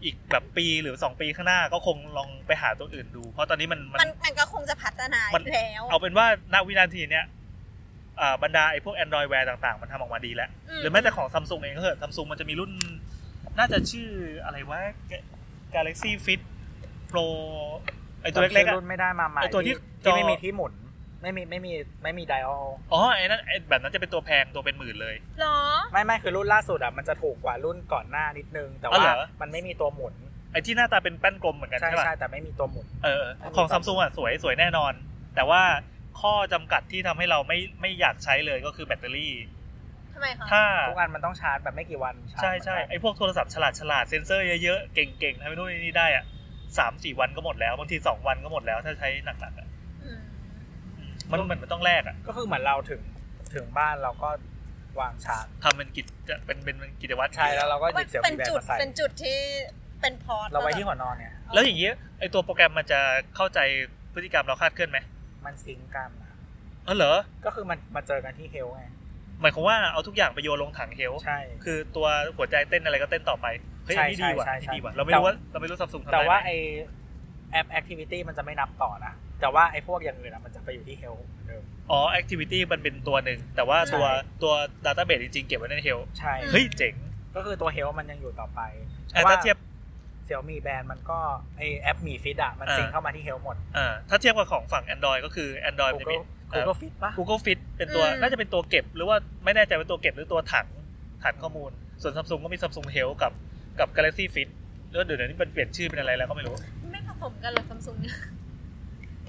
Speaker 2: อีกแบบปีหรือสองปีข้างหน้าก็คงลองไปหาตัวอื่นดู เพราะตอนนี้มันมัน
Speaker 4: มันมันก็คงจะพัฒนาอ
Speaker 2: มัน
Speaker 4: ยู่แล้ว
Speaker 2: เอาเป็นว่าณวินาทีเนี้ยอ่าบรรดาไอ้พวก Android Wear ต่างๆ มันทำออกมาดีแล้ว
Speaker 4: อืม
Speaker 2: หรือแม้แต่ของซัมซุงเองก็เถอะซัมซุงมันจะมีรุ่น น่าจะชื่ออะไรวะ Galaxy Fit Pro ไอ้ตัวเล็กๆอะ
Speaker 3: รุ่นไม่ได้มาใหม่
Speaker 2: ไอ้ตัวที่จอ
Speaker 3: ที่ไม่มีที่หมุน ไม่มีไม่มีไม่มีไดออล
Speaker 2: อ๋อไอ้นั่นไอ้แบบนั้นจะเป็นตัวแพงตัวเป็นหมื่นเลย
Speaker 4: หรอ
Speaker 3: ไม่ไม่คือรุ่นล่าสุดอ่ะมันจะถูกกว่ารุ่นก่อนหน้านิดนึง แต่
Speaker 2: อ๋อ
Speaker 3: ว่า
Speaker 2: เหรอ
Speaker 3: มันไม่มีตัวหมุน
Speaker 2: ไอ้ที่หน้าตาเป็นแป้นกลมเหมือนกัน
Speaker 3: ใช่
Speaker 2: ใช่ป่ะ
Speaker 3: ใช่แต่ไม่มีตัวหมุน
Speaker 2: เออเออของซัมซุงอ่ะสวยสวยแน่นอน แต่ว่าข้อจำกัดที่ทำให้เราไม่ไม่อยากใช้เลยก็คือแบตเตอรี่
Speaker 4: ทำไมคะ
Speaker 2: ถ้า
Speaker 3: ทุกอันมันต้องชาร์จแบบไม่กี่วันา
Speaker 2: ใช่
Speaker 3: ร์จ
Speaker 2: ใช่
Speaker 3: เหมือนกัน
Speaker 2: ไอ้พวกโทรศัพท์ฉลาดฉลาดเซ็นเซอร์เยอะๆ เก่งๆทำให้นู่นนี่ได้อ่ะสามสี่วันก็หมดแล้วบางทีสองวันก็หมดแล้วถ้าใช้หนักๆอ่ะ
Speaker 4: อืม
Speaker 2: มันมันมันต้องแลกอ่ะ
Speaker 3: ก็คือเหมือนเราถึงถึงบ้านเราก็วางชาร์จ
Speaker 2: ทำเป็นกิจจะเป็นเป็นเป็นกิจวัตร
Speaker 3: ใช่แล้วเราก็หยิบเสียบ
Speaker 4: เป็น
Speaker 3: แบบ
Speaker 4: จุด
Speaker 3: มาใส่
Speaker 4: เป็นจุดที่เป็นพอร์ต
Speaker 3: เราไว้ที่หัวนอนเนี่ย
Speaker 2: แล้วอย่างเงี้ยไอ้ตัวโปรแกรมมันจะเข้าใจพฤติกรรมเราคลาดเคลื่อนไหม
Speaker 3: มันซิงก์กันนะ
Speaker 2: เออเหรอ
Speaker 3: ก็คือมันมาเจอกันที่เฮลไง
Speaker 2: หมายความว่าเอาทุกอย่างไปโยนลงถังเฮล
Speaker 3: ใช่
Speaker 2: คือตัวหัวใจเต้นอะไรก็เต้นต่อไป เฮ้ย
Speaker 3: ใช่
Speaker 2: อันนี่ดีว่ะ
Speaker 3: ใช่
Speaker 2: อัน
Speaker 3: ใช่
Speaker 2: นี่
Speaker 3: ใช่
Speaker 2: ดีว่ะ เราไม่รู้
Speaker 3: แต่
Speaker 2: ว่าเราไม่รู้ซัมซุงทำอะ
Speaker 3: แต่
Speaker 2: ไร
Speaker 3: ว่าไอแอปแอคทิวิตี้มันจะไม่นับต่อนะ แต่ว่าไอพวกอย่างอื่นอะมันจะไปอยู่ที่เฮลเหมือนเดิม
Speaker 2: อ๋อ activity มันเป็นตัวหนึ่ง แต่ว่าตัว
Speaker 3: ใช่
Speaker 2: ตัว database จริงๆ เก็บไว้ในเฮล
Speaker 3: ใช่
Speaker 2: เฮ้ย เจ๋ง
Speaker 3: ก็คือตัวเฮลมันยังอยู่ต่อไป
Speaker 2: อ่ะถ้าเทียบ
Speaker 3: เซี่ยมี่แบรนด์มันก็ไอแอปมีฟิตอะมัน
Speaker 2: อ่า
Speaker 3: ซิงเข้ามาที่เฮลหมด
Speaker 2: อ่าถ้าเทียบกับของฝั่ง Android ก็คือ Android มันจะมี
Speaker 3: Google
Speaker 2: เอ่อ
Speaker 3: Google Fit ปะ
Speaker 2: Google Fit เป็นตัว
Speaker 4: อืม
Speaker 2: น่าจะเป็นตัวเก็บ หรือว่าไม่แน่ใจเป็นตัวเก็บหรือตัวถังถังข้อมูล ส่วน Samsung ก็มี Samsung Health กับกับ Galaxy Fit แล้วเดี๋ยวนี้มันเปลี่ยนชื่อเป็นอะไรแล้วก็ไม่รู้
Speaker 4: ไม่ผสมกันเหรอซัมซุงเนี่ย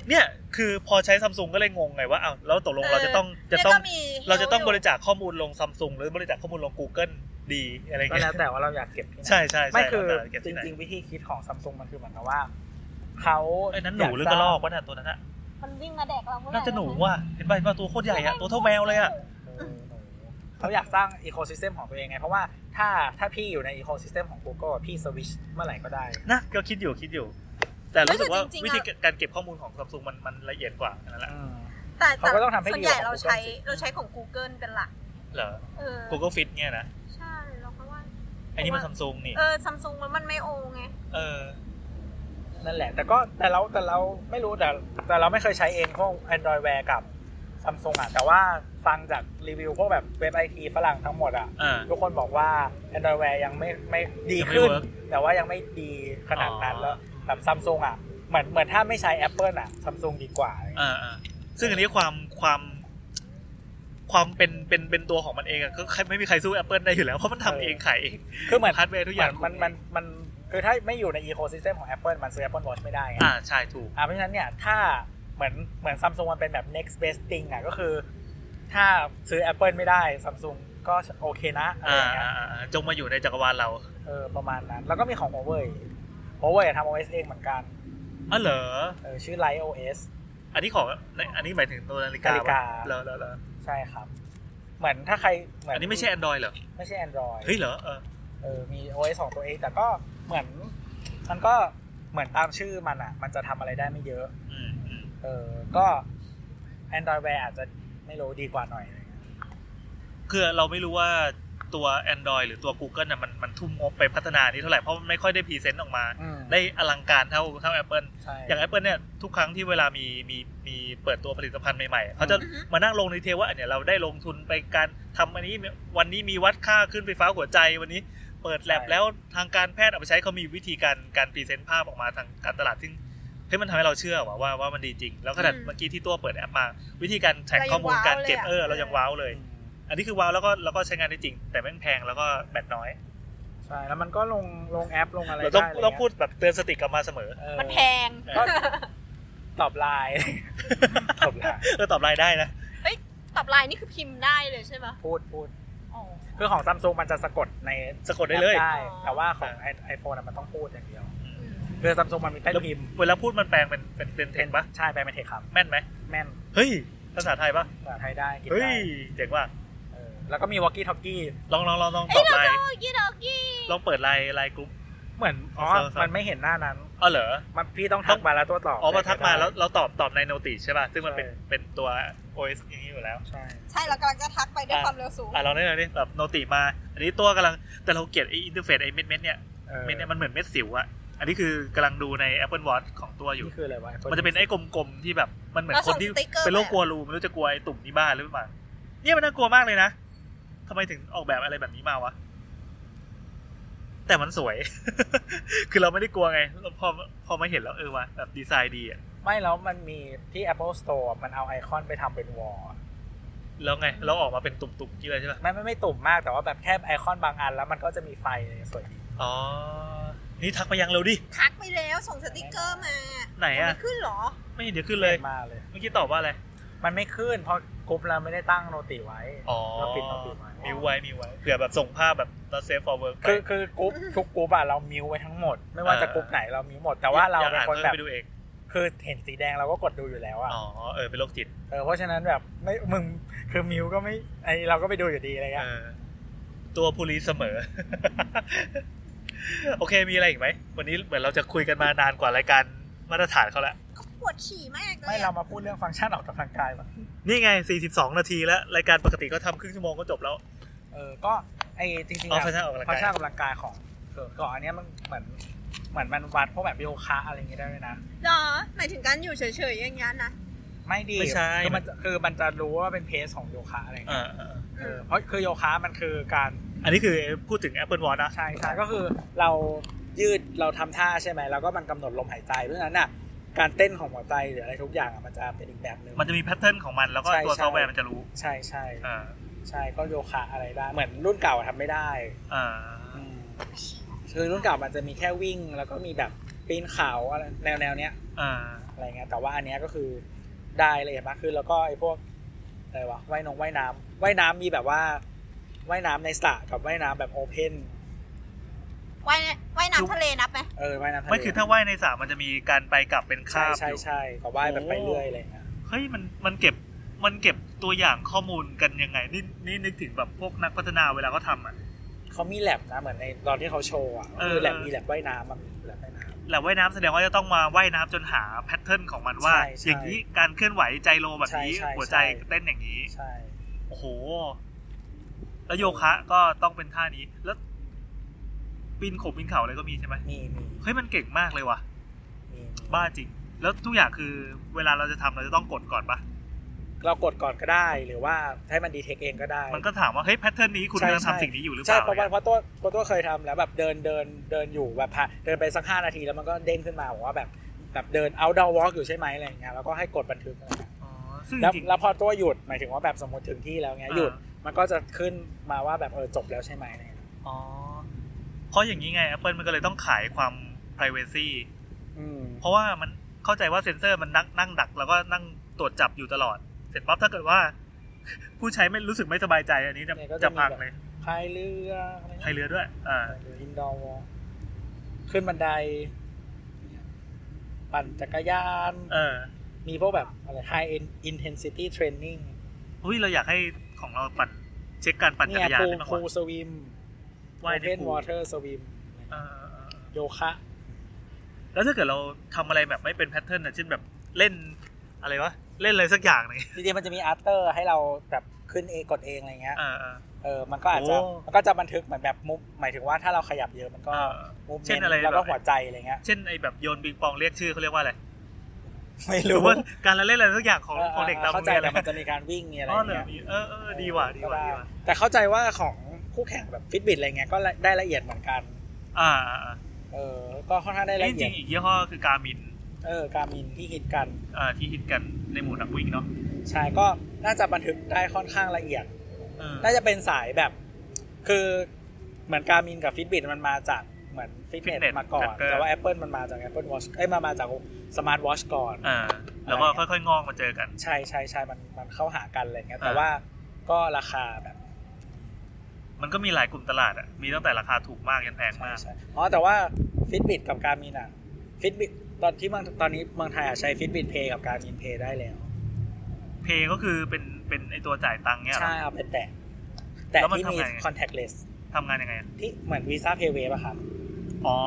Speaker 2: เนี่ยคือพอใช้ Samsung ก็เลยงงไงว่าอ้าวแล้วตกลงเราจะต้องจะต้อง
Speaker 4: นี่ก็มี
Speaker 2: เราจะต้องบริจาคข้อมูลลงซัมซุงหรือบริจาคข้อมูลลง Google ดีอะไร
Speaker 3: ก็
Speaker 2: เงี้ย
Speaker 3: แล้วแต่ว่าเราอยากเก็บที่ไหน
Speaker 2: ใช่ใช่ใช่
Speaker 3: ไม่คือ
Speaker 2: แล้วแต่เก็บ
Speaker 3: จ
Speaker 2: ที่ไหน
Speaker 3: ริงๆ วิธีคิดของซัมซุงมันคือเหมือนกับว่าเขา
Speaker 2: ไอ้ยนั้นหนูหรือกระรอกวะเนี่ยตัวนั้นอะ
Speaker 4: มันวิ่งมาแดกเราเมื่อไหร่
Speaker 2: น่าจะหนูว่ะเห็นป่ะเห็นป่ะตัวโคตรใหญ่อะตัวเท่าแมวเลยอะ
Speaker 3: เขาอยากสร้างอีโคซิสเต็มของตัวเองไง เพราะว่าถ้าถ้าพี่อยู่ในอีโคซิสเต็มของ Google อะพี่สวิชเมื่อไหร่ก็ได้
Speaker 2: นะก็คิดอยู่คิดอยู่ แต่รู้สึกว่าวิ
Speaker 4: เฮ้ยแต่จริงๆอะ
Speaker 2: ธีการเก็บข้อมูลของซัมซุงมันมันละเอียดกว่านั่นแหละ
Speaker 3: อืม
Speaker 4: แต่แต่
Speaker 3: เขาก็ต้องทำให้ดีก
Speaker 4: ส่วนให
Speaker 3: ว่า
Speaker 4: ญ่เราใช้
Speaker 3: Google
Speaker 4: เราใช้ของ Google เป็นหลัก
Speaker 2: เหรอ
Speaker 4: เออ
Speaker 2: Google Fit เนี่ยนะ
Speaker 4: ใช่เราก็ว่า
Speaker 2: อันนี้มัน
Speaker 4: เพ
Speaker 2: ซั
Speaker 4: ราะ
Speaker 2: ม
Speaker 4: ว่า
Speaker 2: ซุงนี่
Speaker 4: เออซัมซุงมันไม่โอไง
Speaker 2: เออ
Speaker 3: นั่นแหละ แต่ก็แต่เราแต่เราไม่รู้แต่แต่เราไม่เคยใช้เองพวก Android Wear กับซัมซุงอ่ะ แต่ว่าฟังจากรีวิวพวกแบบเว็บไอทีฝรั่งทั้งหมดอ่ะ
Speaker 2: อ่า
Speaker 3: ทุกคนบอกว่า Android Wear ยังไม่ไม่ดี
Speaker 2: ยังไม่
Speaker 3: ขึ้น
Speaker 2: work
Speaker 3: แต่ว่ายังไม่ดีขนาดนั้น
Speaker 2: อ๋อ
Speaker 3: แล้วแบบซัมซุงอ่ะ เหมือนเหมือนถ้าไม่ใช้ Apple อ่ะซัมซุงดีกว่าอะไรเงี้ย
Speaker 2: อ่าอ่าซึ่งอันนี้ความความ ความเป็นเป็นเป็นตัวของมันเองอะก็ใครไม่มีใครสู้ Apple ได้อยู่แล้ว เพราะมันทำเองขายเอง
Speaker 3: คือเหมือน
Speaker 2: ฮาร์ดแวร์ทุกอย่าง
Speaker 3: มันมันมันคือถ้าไม่อยู่ใน ecosystem ของ Apple มันซื้อ Apple Watch ไม่ได้ไง
Speaker 2: อ่าใช่ถูก
Speaker 3: อ่าเพราะฉะนั้นเนี่ยถ้าเหมือนเหมือนซัมซุงมันเป็นแบบ next best thing อ่ะก็คือ ถ้าซื้อ Apple ไม่ได้ซัมซุงก็โอเคนะอะไร
Speaker 2: อ่า
Speaker 3: อย่างเงี้ย
Speaker 2: อ่าอ่าจงมาอยู่ในจักรวาลเรา
Speaker 3: เออประมาณนั้น แล้วก็มีของ Huawei Huawei ทำ OS เองเหมือนกัน
Speaker 2: อ๋อเหรอ
Speaker 3: เออชื่อ Lite OS
Speaker 2: อันนี้ของอันนี้หมายถึงตัวนาฬิกา
Speaker 3: นาฬิกา
Speaker 2: เหรอเหรอเหรอ
Speaker 3: ใช่ครับ เหมือนถ้าใครเหมือน
Speaker 2: อันนี้ไม่ใช่ Android เหรอ
Speaker 3: ไม่ใช่ Android
Speaker 2: เฮ้ยเหรอเออ
Speaker 3: เออมี OS ของตัวเอง แต่ก็เหมือนมันก็เหมือนตามชื่อมันอ่ะ มันจะทำอะไรได้ไม่เยอะ
Speaker 2: อืมอืม
Speaker 3: เออก็ Android Wear อาจจะไม่รู้ดีกว่าหน่อยอะไรเงี้ย
Speaker 2: คือเราไม่รู้ว่าตัว Android หรือตัว Google น่ะมันมันทุ่มงบไปพัฒนานี้เท่าไหร่ เพราะมันไม่ค่อยได้พรีเซนต์ออกมา
Speaker 3: อืม
Speaker 2: ได้อลังการเท่าเท่า Apple
Speaker 3: ใช่
Speaker 2: อย่าง Apple เนี่ยทุกครั้งที่เวลามีมีมีเปิดตัวผลิตภัณฑ์ใหม่ๆ เขาจะ
Speaker 4: อือฮึ
Speaker 2: มานั่งลงดีเทลว่าอันเนี่ยเราได้ลงทุนไปการทำอันนี้วันนี้มีวัดค่าขึ้นไฟฟ้าหัวใจวันนี้เปิดแลบ
Speaker 3: ใช่
Speaker 2: แล้วทางการแพทย์เอาไปใช้เขามีวิธีการการพรีเซนต์ภาพออกมาทางการตลาดซึ่งเฮ้ยมันทำให้เราเชื่อว่าว่าว่ามันดีจริง แล้วขนาด
Speaker 4: อืม
Speaker 2: เมื่อกี้ที่ตัวเปิดแอปมา วิธีการแท็ก
Speaker 4: เรายัง
Speaker 2: ข้อมูลการ
Speaker 4: ว้าวเลย
Speaker 2: เก็บ
Speaker 4: อะ
Speaker 2: เออเรายังว้าวเลย
Speaker 3: อืม
Speaker 2: อันนี้คือว้าวแล้วก็แล้วก็ใช้งานได้จริง แต่แม่งแพงแล้วก็แบตน้อย
Speaker 3: ใช่ แล้วมันก็ลงลงแอปลงอะไร
Speaker 2: เราต้อง
Speaker 3: ไะไร
Speaker 2: ต้องพูดแบบเตือนสติกลับมาเสมอ
Speaker 3: เออ
Speaker 4: มันแพง
Speaker 3: ก็ตอบไลน์ ตอบไลน์
Speaker 2: เออตอบรายได้นะ
Speaker 4: ตอบไลน์นี่คือพิมพ์ได้เลยใช่ไหม
Speaker 3: พูดพูด
Speaker 4: อ๋อ
Speaker 3: คือของซัมซุงมันจะสะกดใน
Speaker 2: สะกดได้เลย
Speaker 3: แอปได้
Speaker 4: อ๋อ
Speaker 3: แต่ว่าของไอโฟนมันต้องพูดอย่างเดียว
Speaker 4: อืม
Speaker 3: คือซัมซุงมันมีแป้นพิมพ์
Speaker 2: เวลาพูดมันแปลงเป็นเป็นเป็นเท
Speaker 3: เป็น
Speaker 2: นปะ
Speaker 3: ใช่แปลเป็นเทคครับ
Speaker 2: แม่นไหม
Speaker 3: แม่น
Speaker 2: เฮ้ย ภาษาไทยปะ
Speaker 3: ภาษาไทยได้กิน
Speaker 2: เฮ้
Speaker 3: ได้
Speaker 2: ย เจ๋งว่ะ
Speaker 3: เออแล้วก็มีวอกกี้ท็อกกี้
Speaker 2: ลองลองลองลอง
Speaker 4: เอ้
Speaker 2: ตอบ
Speaker 4: ยเรา
Speaker 2: ไล
Speaker 4: จะ
Speaker 2: น์
Speaker 4: เอายี่ดอกยี่
Speaker 2: ลองเปิดไลน์ไลน์กลุ่ม
Speaker 3: เหมือนอ๋อ
Speaker 2: เซอร์เซอร์
Speaker 3: มันไม่เห็นหน้านั้น
Speaker 2: อ๋อเหรอ
Speaker 3: มันพี่ต้องทักมาแล้วตัวต่อ
Speaker 2: อ๋อมาทักมาแล้ว
Speaker 3: ได้
Speaker 2: เราตอบตอบในโนติใช่ป่ะ ซึ่งมันเป็น
Speaker 3: ใช่
Speaker 2: เป็นตัว OS อย่างนี้อยู่แล้ว
Speaker 3: ใช่
Speaker 4: ใช่เรากำลังจะทักไปด้วยความเร็วสูง
Speaker 2: อ่ะลองได้เลยดิแบบโนติมา อันนี้ตัวกำลังแต่เราเกลียดไออินเทอร์เฟซไอเม็ดเม็ดๆเนี่ย
Speaker 3: ออ
Speaker 2: เม็ดเนี่ยมันเหมือนเม็ดสิวอะอันนี้คือกำลังดูใน Apple Watch ของตัวอยู่
Speaker 3: นี่คืออะไรวะ iPhone
Speaker 2: มันจะเป็นไอ้กลมๆที่แบบมันเหมือน
Speaker 4: เรา
Speaker 2: ค
Speaker 4: ส่
Speaker 2: น
Speaker 4: ง
Speaker 2: ที่
Speaker 4: สติ๊กเกอร์
Speaker 2: เป็นโรคก
Speaker 4: ไปอะ
Speaker 2: ลัวรูไม่รู้จะกลัวไอ้ตุ่มนี้บ้าหรือเปล่าเนี่ยมันน่ากลัวมากเลยนะทำไมถึงออกแบบอะไรแบบนี้มาวะ แต่มันสวย คือเราไม่ได้กลัวไงเราพอพอมาเห็นแล้วเออวะแบบดีไซน์ดีอะ
Speaker 3: ไม่แล้วมันมีที่ Apple Store มันเอาไอคอนไปทำเป็นวอล
Speaker 2: แล้วไง เราออกมาเป็นตุ่มๆเยอะใช่ป่ะ
Speaker 3: ไม่ไม่ไม่ตุ่มมากแต่ว่าแบบแค่ไอคอนบางอันแล้วมันก็จะมีไฟสวยดี
Speaker 2: อ๋อ นี่ทักไปยังเราดิ
Speaker 4: ทักไปแล้วส่งสติกเกอร์มา
Speaker 2: ไหน
Speaker 4: มั
Speaker 2: อะ
Speaker 4: นไม่ขึ้นเหรอ
Speaker 2: ไม่เห็นเดี๋ยวขึ้นเลย
Speaker 3: มาเลย
Speaker 2: เมื่อกี้ตอบว่าอะไร
Speaker 3: มันไม่ขึ้นเพราะกรุ๊ปเราไม่ได้ตั้งโนติไว้
Speaker 2: อ๋อ
Speaker 3: เราปิดเราปิดไว้
Speaker 2: มิวไว้มิวไว้เผื่อแบบส่งภาพแบบเราเซฟ for work ไป
Speaker 3: คือคือกรุ๊ปทุกกรุ๊ปอะเรามิวไว้ทั้งหมด ไม่ว่าจะกรุ๊ปไหนเรามิวหมดแต่ว่าเรา
Speaker 2: อยกอ่
Speaker 3: เป็นคน
Speaker 2: พิ่ม
Speaker 3: แบบ
Speaker 2: ไปดูเอง
Speaker 3: คือเห็นสีแดงเราก็กดดูอยู่แล้วอะ
Speaker 2: อ๋อเออเป็นโรคจิต
Speaker 3: เออเพราะฉะนั้นแบบไม่มึงคือมิวก็ไม่ไอเราก็ไปดูอยู่ดีอะไรเงี้ย
Speaker 2: เออตัวภูรีเสมอ โอเคมีอะไรอีกไหม วันนี้เหมือนเราจะคุยกันมานานกว่ารายการมาตรฐานเขาแล้ว
Speaker 4: ก็ปวดฉี่มากเล
Speaker 3: ไม่
Speaker 4: ย
Speaker 3: เรา
Speaker 4: อะ
Speaker 3: มาพูดเรื่องฟังก์ชันออกกำลังกายป่ะ
Speaker 2: นี่ไง 42 นาทีแล้ว รายการปกติก็ทำครึ่งชั่วโมงก็จบแล้ว
Speaker 3: เออก็ไอจริงๆ
Speaker 2: อ๋อ
Speaker 3: อะ
Speaker 2: ฟังก์ชันออกกำลังกาย
Speaker 3: ฟังก์ชันออกกำลังกายของเกิดก่อนอันเนี้ยมันเหมือนเหมือนมันวัดพวกแบบโยคะอะไรอย่างเงี้ยได้ด้วยนะ
Speaker 4: เหรอหมายถึงการอยู่เฉยๆอย่างนี้ยนะ
Speaker 3: ไม่ดี
Speaker 2: ไม่ใช่
Speaker 3: คือมันจะคือมันจะรู้ว่าเป็นเพสของโยคะอะไร
Speaker 2: เอ
Speaker 3: เงี้ย
Speaker 2: อเออ
Speaker 3: เออเพราะคือโยคะมันคือการ
Speaker 2: อันนี้คือพูดถึง Apple Watch นะ
Speaker 3: ใช่ใช่ก็คือเรายืดเราทำท่าใช่ไหมแล้วก็มันกำหนดลมหายใจเพราะฉะนั้นน่ะการเต้นของหัวใจหรืออะไรทุกอย่างอะมันจะเป็นอีกแบบหนึ่ง
Speaker 2: มันจะมีแพทเทิร์นของมัน แล้วก็
Speaker 3: ใช่
Speaker 2: ตัวซ
Speaker 3: ใช่
Speaker 2: อฟต์แวร์มันจะรู้
Speaker 3: ใช่ใช่
Speaker 2: อ่า
Speaker 3: ใช่ก็โยคะอะไรได้ เหมือนรุ่นเก่าอะทำไม่ได้
Speaker 2: อ่า
Speaker 3: อืมคือรุ่นเก่ามันจะมีแค่วิ่ง แล้วก็มีแบบปีนเขาอะไรแนวแนวๆเนี้ย
Speaker 2: อ่า
Speaker 3: อะไรเงี้ยแต่ว่าอันเนี้ยก็คือได้เลยเห็นปะคือแล้วก็ไอ้พวกอะไรวะว่ายนงว่ายน้ำว่ายน้ำมีแบบว่าว่ายน้ำในสระกับว่ายน้ำแบบโอเพน
Speaker 4: ว่ายว่ายน้ำทะเลนับไหม
Speaker 3: เออว่ายน้ำทะเล
Speaker 2: ไม่คือถ้าว่ายในสระมันจะมีการไปกลับเป็น
Speaker 3: ใช่
Speaker 2: คาบ
Speaker 3: ใช่
Speaker 2: อยู่
Speaker 3: ใช่ก็ว่ายแบบไปเรื่อยอะไรเงี้ย
Speaker 2: เฮ้ยมันมันเก็บมันเก็บตัวอย่างข้อมูลกันยังไง นี่นี่นึกถึงแบบพวกนักพัฒนาเวลาเขาทำอ่ะ
Speaker 3: เขามีแลบนะเหมือนในตอนที่เขาโชว์อ่ะ
Speaker 2: เออ
Speaker 3: คือแลบมีแลบว่ายน้ำมันแลบ
Speaker 2: แ แหละ
Speaker 3: ว่ายน้
Speaker 2: ว่ายน้ำแสดงว่าจะต้องมาว่ายน้ำจนหาแพทเทิร์นของมันว่า
Speaker 3: ใช่ใช่
Speaker 2: อย่างนี้การเคลื่อนไหวใจโลแบบนี้
Speaker 3: ใช่ใช่
Speaker 2: หัวใจ
Speaker 3: ใช่
Speaker 2: เต้นอย่างนี้
Speaker 3: ใช่
Speaker 2: โอ้โห แล้วโยคะก็ต้องเป็นท่านี้ แล้วปีนขบปีนเขาอะไรก็มีใช่ไหม
Speaker 3: มีมี
Speaker 2: เฮ้ยมันเก่งมากเลยว่ะ
Speaker 3: มีมี
Speaker 2: บ้าจริง แล้วทุกอย่างคือเวลาเราจะทำเราจะต้องกดก่อนปะ
Speaker 3: เรากดก่อนก็ได้หรือว่าให้มันดีเทคเองก็ได้
Speaker 2: มันก็ถามว่าเฮ้ยแพทเทิร์นนี้คุณ
Speaker 3: ใช่
Speaker 2: กำลัง
Speaker 3: ใช่
Speaker 2: ทำสิ่งนี้อยู่หรือเป
Speaker 3: ใช่
Speaker 2: ล่า
Speaker 3: เพราะว่าเพราะตัวเพราะตัวเคยทำแล้วแบบเดินเดินเดินอยู่แบบผ่านเดินไปสักห้านาทีแล้วมันก็เด้งขึ้นมาบอกว่าแบบแบบเดิน outdoor walk อยู่ใช่ไหมอะไรอย่างเงี้ยแล้วก็ให้กดบันทึกอะไรอย่างเงี้ย
Speaker 2: อ๋อซึ่ง
Speaker 3: แล้ว
Speaker 2: จริง
Speaker 3: แล้วพอตัวหยุดหมายถึงว่าแบบสมมติถึงที่แล้วเงี้ย
Speaker 2: อ่า
Speaker 3: หยุดมันก็จะขึ้นมาว่าแบบเออจบแล้วใช่ไหมอะไรอย่างเงี้ย
Speaker 2: อ๋อเพราะอย่างนี้ไง Apple มันก็เลยต้องขายความ p r i เวซี
Speaker 3: อืม
Speaker 2: เพราะว่ามันเข้าใจว่าเซ็นเซอร์มันนั่งนั่งดัก แล้วก็นั่งตรวจจับอยู่ตลอด เสร็จปั๊บถ้าเกิดว่า ผู้ใช้ไม่รู้สึกไม่สบายใจอันนี้จะ
Speaker 3: เนี่ยก็
Speaker 2: จะ
Speaker 3: มี
Speaker 2: พัง
Speaker 3: แบบ
Speaker 2: เลย
Speaker 3: พายเรืออะไร
Speaker 2: ใคร
Speaker 3: เงี้ย
Speaker 2: เรือด้วยอ่า
Speaker 3: หรือ indoor walk ขึ้นบันได ปั่นจักรยาน
Speaker 2: เออ
Speaker 3: มีพวกแบบอะไร high intensity training
Speaker 2: เฮ้ยเราอยากให้ของเราปั่นเช็คการปั่นจั
Speaker 3: เนี่
Speaker 2: ก
Speaker 3: ย
Speaker 2: รยาน
Speaker 3: พู
Speaker 2: ได้มากก
Speaker 3: พู
Speaker 2: ว่า
Speaker 3: สวิม
Speaker 2: ว่า
Speaker 3: ว่าย ย
Speaker 2: ใน
Speaker 3: เล่น
Speaker 2: พูล
Speaker 3: วอเตอร์สวิม
Speaker 2: เออเออเออ
Speaker 3: โยคะ
Speaker 2: แล้วถ้าเกิดเราทำอะไรแบบไม่เป็นแพทเทิร์นอะเช่นแบบเล่นอะไรวะ เล่นอะไรสักอย่างหนึง
Speaker 3: จริงๆมันจะมีอัพเตอร์ให้เราแบบขึ้นเองกดเองอะไรเงี้ย
Speaker 2: เออเออ
Speaker 3: เออมันก็อาจจะ
Speaker 2: โอ้
Speaker 3: มันก็จะบันทึกเหมือนแบบมุกหมายถึงว่าถ้าเราขยับเยอะมันก็
Speaker 2: เออ
Speaker 3: มุก
Speaker 2: เช่นอะไร
Speaker 3: แล้วก็
Speaker 2: แบบ
Speaker 3: หัวใจอะไรเงี้ย
Speaker 2: เช่นไอแบบโยนปิงปองเรียกชื่อเขาเรียกว่าอะไร
Speaker 3: ไม่
Speaker 2: หรื
Speaker 3: รู้
Speaker 2: อว่าการละเล่นอะไรสักอย่างของ
Speaker 3: ออ
Speaker 2: ของเด็กตามโร
Speaker 3: เข้าง ใจ
Speaker 2: เรียน
Speaker 3: แต่
Speaker 2: อะ
Speaker 3: มันจะมีการวิ่งมีอะไร
Speaker 2: อ๋อเหร
Speaker 3: เงี้
Speaker 2: อย มีเออเออดีว่ะดีว่ะดีว่ะ
Speaker 3: แต่เข้าใจว่าของคู่แข่งแบบฟิตบิตอะไรเงี้ยก็ได้ละเอียดเหมือนกัน
Speaker 2: อ่าอ่าอ่า
Speaker 3: เออก็ค่อนข้างได้ละ
Speaker 2: นี่จ
Speaker 3: เอี
Speaker 2: ริ
Speaker 3: ยด
Speaker 2: งๆอีกยี่ห้อคือการมิน
Speaker 3: เออการมินที่ฮิตกัน
Speaker 2: อ่าที่ฮิตกันในหมู่นักวิ่งเนาะ
Speaker 3: ใช่ก็น่าจะบันทึกได้ค่อนข้างละเอียด
Speaker 2: เออ
Speaker 3: น่าจะเป็นสายแบบ คือเหมือนการมินกับฟิตบิตมันมาจากเหมือนฟิตเนส
Speaker 2: Fitness
Speaker 3: มาก่อน
Speaker 2: tracker
Speaker 3: แต่ว่า Apple มันมาจาก Apple Watch เอ้ยมามาจากสมาร์ทวอชก่อน
Speaker 2: อ่าแล้วก็ค่อยๆงอกมาเจอกัน
Speaker 3: ใช่ใช่ใช่มันมันเข้าหากันอะไรเงี้ย
Speaker 2: อ่า
Speaker 3: แต่ว่าก็ราคาแบบ
Speaker 2: มันก็มีหลายกลุ่มตลาดอ่ะมีตั้งแต่ราคาถูกมากยันแพง
Speaker 3: ใช่
Speaker 2: มาก
Speaker 3: ใช่อ๋อแต่ว่าฟิตบิตกับการมินอ่ะฟิตบิตตอนที่เมืองตอนนี้เมืองไทยอ่ะใช้ฟิตบิตเพย์กับการมินเพย์ได้แล้ว
Speaker 2: เพย์ก็คือเป็นเป็นไอตัวจ่ายตังค์เนี่ยเหร
Speaker 3: ใช่
Speaker 2: อ
Speaker 3: เอาไปแตะ แต่
Speaker 2: แล้วมัน
Speaker 3: ที่มี
Speaker 2: ทำไง
Speaker 3: contactless
Speaker 2: ทำงานยังไงอะ
Speaker 3: ที่เหมือนวีซ่าเพย์เวฟอะครับ
Speaker 2: อ๋อ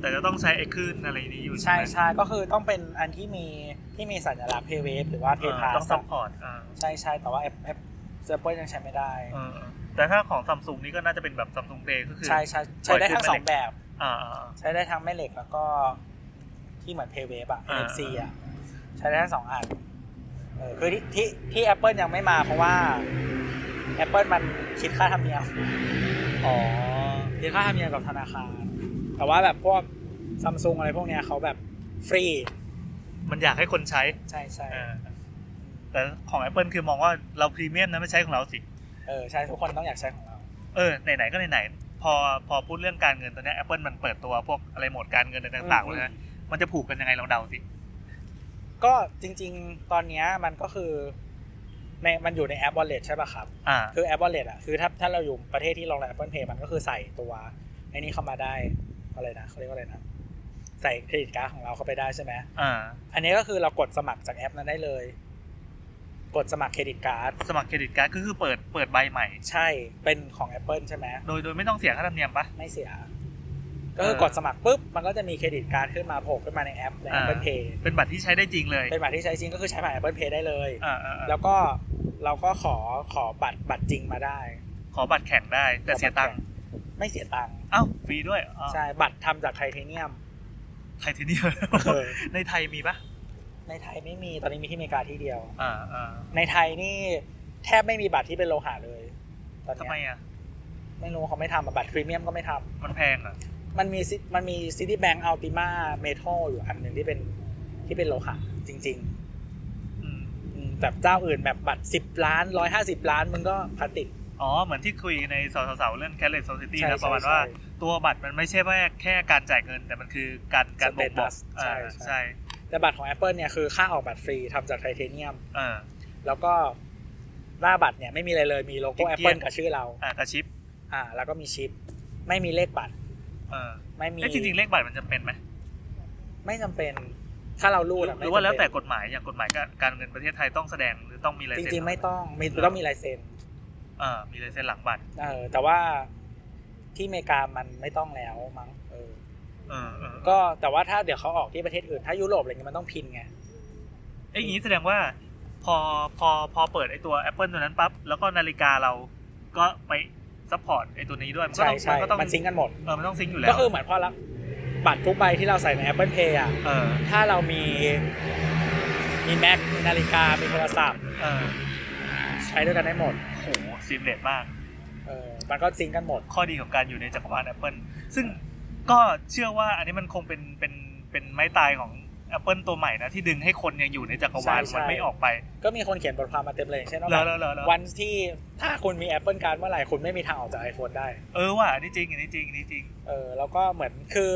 Speaker 2: แต่จะต้องใช้ไอ้คลื่นอะไรนี้อยู่
Speaker 3: ใช่
Speaker 2: ไหม
Speaker 3: ใช่ก็คือต้องเป็นอันที่มีที่มีสัญลักษณ์เพย์เวฟหรือว่าเพ
Speaker 2: เอ
Speaker 3: ย์
Speaker 2: อ
Speaker 3: พา
Speaker 2: ต้อง
Speaker 3: ส
Speaker 2: ซัพพอร์ตอ่า
Speaker 3: ใช่ใช่แต่ว่าแอปแอปเซิร์ฟเวอร์ยังใช้ไม่ได้
Speaker 2: เออแต่ถ้าของซัมซุงนี่ก็น่าจะเป็นแบบซัมซุงเ a y ก็คือ
Speaker 3: ใช่ใช่ใช้ได้ทั้งสองแบบ
Speaker 2: อ่าอ่าอ่า
Speaker 3: ใช้ได้ทั้งแม่เหล็กแล้วก็ที่เหมือนเพย์เวฟอะ
Speaker 2: อ่า
Speaker 3: NFC อะใช้ได้ทั้งสองอันเออคือที่ที่ที่ Apple ยังไม่มาเพราะว่า Apple มันคิดค่าธรรมเนียม
Speaker 2: อ๋อ
Speaker 3: คิดค่าธรรมเนียมกับธนาคาร แต่ว่าแบบพวกซัมซุงอะไรพวกเนี้ยเขาแบบฟรี
Speaker 2: มันอยากให้คนใช้
Speaker 3: ใช่ใช่
Speaker 2: เออแต่ของ Apple คือมองว่าเราพรีเมียมนะไม่ใช้ของเราสิ
Speaker 3: เออใช่ทุกคนต้องอยากใช้ของเรา
Speaker 2: เออ ไหน ๆ ก็ไหน ๆ พอพอพูดเรื่องการเงินตอนเนี้ย Apple มันเปิดตัวพวกอะไรโหมดการเงินอะไรต่างๆไว้นะมันจะผูกกันยังไงลองเดาสิ
Speaker 3: ก็จริงๆ ตอนเนี้ยมันก็คือในมันอยู่ในแอป Wallet ใช่ป่ะครับ
Speaker 2: อ่า
Speaker 3: คือแอป Wallet อ่ะคือถ้าถ้าเราอยู่ประเทศที่รองรับ Apple Pay มันก็คือใส่ตัวไอ้นี่เข้ามาได้อะไรนะเขาเรียกว่าอะไรนะ ใส่เครดิตการ์ดของเราเข้าไปได้ใช่ไหม
Speaker 2: อ่า
Speaker 3: อันนี้ก็คือเรากดสมัครจากแอปนั้นได้เลย กดสมัครเครดิตการ์ด
Speaker 2: สมัครเครดิตการ์ดก็คือเปิดเปิดใบใหม่
Speaker 3: ใช่เป็นของ Apple ใช่ไหม
Speaker 2: โดยโดยไม่ต้องเสียค่าธรรมเนียมปะ
Speaker 3: ไม่เสีย ก็คือกดสมัครปุ๊บมันก็จะมีเครดิตการ์ดขึ้นมาโผล่ขึ้นมาในแอปใน Apple
Speaker 2: อ่า
Speaker 3: Pay
Speaker 2: เป็นบัตรที่ใช้ได้จริงเลย
Speaker 3: เป็นบัตรที่ใช้จริงก็คือใช้ผ่าน Apple Pay ได้เลย
Speaker 2: อ่าอ่าอ่า
Speaker 3: แล้วก็เราก็ขอขอบัตรบัตรจริงมาได้
Speaker 2: ขอบัตรแข่งได้ แต่เสียตังค์
Speaker 3: ไม่เสียตังค์
Speaker 2: เอ้าฟรีด้วยอ๋อ
Speaker 3: ใช่บัตรทำจากไทเทเนียม
Speaker 2: ไทเทเนียม
Speaker 3: เออ
Speaker 2: ในไทยมีปะ
Speaker 3: ในไทยไม่มีตอนนี้มีที่อเมริกาที่เดียว
Speaker 2: อ่าอ่า
Speaker 3: ในไทยนี่แทบไม่มีบัตรที่เป็นโลหะเลย ตอน
Speaker 2: ทำไม
Speaker 3: เนี้ย
Speaker 2: อ่ะ
Speaker 3: ไม่รู้เขาไม่ทำอะบัตรพรีเมียมก็ไม่ทำ
Speaker 2: มันแพงเหรอ่ะ
Speaker 3: มันมี Cit- มันมีซิตี้แบงก์อัลติมาเมทัลอยู่อันหนึ่งที่เป็นที่เป็นโลหะจริง
Speaker 2: อืม
Speaker 3: ๆอืมแบบเจ้าอื่นแบบบัตร 10 ล้าน 150 ล้านมึงก็พลาสติก
Speaker 2: อ๋อ เหมือนที่คุยในสาวๆเรื่อง cashless society
Speaker 3: ใช่
Speaker 2: นะประมาณ
Speaker 3: ใช่
Speaker 2: ว่า
Speaker 3: ใช่
Speaker 2: ตัวบัตรมันไม่ใช่ว่าแค่การจ่ายเงิน แต่มันคือการการบ่งบอก
Speaker 3: Status
Speaker 2: อ่า
Speaker 3: ใช่ใช่
Speaker 2: ใช่
Speaker 3: แต่บัตรของ Apple เนี่ยคือค่าออกบัตรฟรีทำจากไทเทเนียม
Speaker 2: เออ
Speaker 3: แล้วก็หน้าบัตรเนี่ยไม่มีอะไรเลยมีโลโก้
Speaker 2: เกลี้ยง
Speaker 3: Apple กับชื่อเรา
Speaker 2: อ่ากระชิป
Speaker 3: อ่า แล้วก็มีชิป ไม่มีเลขบัตร
Speaker 2: เออ
Speaker 3: ไม่มี
Speaker 2: ไอ้ยจริงๆ เลขบัตรมันจะเป็นไหม
Speaker 3: ไม่จำเป็น ถ้าเรารูดะ
Speaker 2: หรือว่า
Speaker 3: ไม่จำเป็น
Speaker 2: แล้วแต่กฎหมายอย่างกฎหมายการการเงินประเทศไทยต้องแสดงหรือต้องมีลาย
Speaker 3: จ
Speaker 2: เซ็น
Speaker 3: ริงๆ ไม่ต้องมี
Speaker 2: เหร
Speaker 3: ต้องมีลายเซ็น
Speaker 2: เออมีลายเซ็นหลังบัตร
Speaker 3: เออแต่ว่าที่อเมริกามันไม่ต้องแล้วมั้งเออ
Speaker 2: อ่าอ่า
Speaker 3: ก็แต่ว่าถ้าเดี๋ยวเขาออกที่ประเทศอื่น ถ้ายุโรปอะไรเงี้ยมันต้องพินไง
Speaker 2: ไอ้ยอย่างนี้แสดงว่า พอพอพอเปิดไอ้ตัว Apple ตัวนั้นปั๊บแล้วก็นาฬิกาเราก็ไปซัพพอร์ตไอ้ตัวนี้ด้วยมันก็
Speaker 3: ใช่
Speaker 2: ต้อง
Speaker 3: ใช่
Speaker 2: มันก็ต้อง
Speaker 3: มันซิงก์กันหมด
Speaker 2: เออมันต้องซิงค์อยู่แล้ว
Speaker 3: ก็เออเหมือนพอรับบัตรทุกใบที่เราใส่ใน Apple Pay อ่ะ
Speaker 2: เออ
Speaker 3: ถ้าเรามี มีแม็กมีนาฬิกา มีโทรศัพท์
Speaker 2: เออ
Speaker 3: ใช้ด้วยกันได้หมด
Speaker 2: โหซีมเลสมาก
Speaker 3: เออมันก็ซิงก์กันหมด
Speaker 2: ข้อดีของการอยู่ในจักรวาล Apple ซึ่งก็เชื่อว่าอันนี้มันคงเป็นเป็นเป็นไม้ตายของ Apple ตัวใหม่นะ ที่ดึงให้คนยังอยู่ในจักรวาล
Speaker 3: ใช่ใช่
Speaker 2: มันไม่ออกไป
Speaker 3: ก็มีคนเขียนบทความมาเต็มเลยอย่างเช่นว่า
Speaker 2: แล้
Speaker 3: แบ
Speaker 2: ว
Speaker 3: บ
Speaker 2: แล้วแล้วแล้ว
Speaker 3: วันที่ถ้าคุณมี Apple Card เมื่อไหร่คุณไม่มีทางออกจาก iPhone ได้
Speaker 2: เออว่ะอันนี้จริงอันนี้จริงอันนี้จริง
Speaker 3: เออแล้วก็เหมือนคือ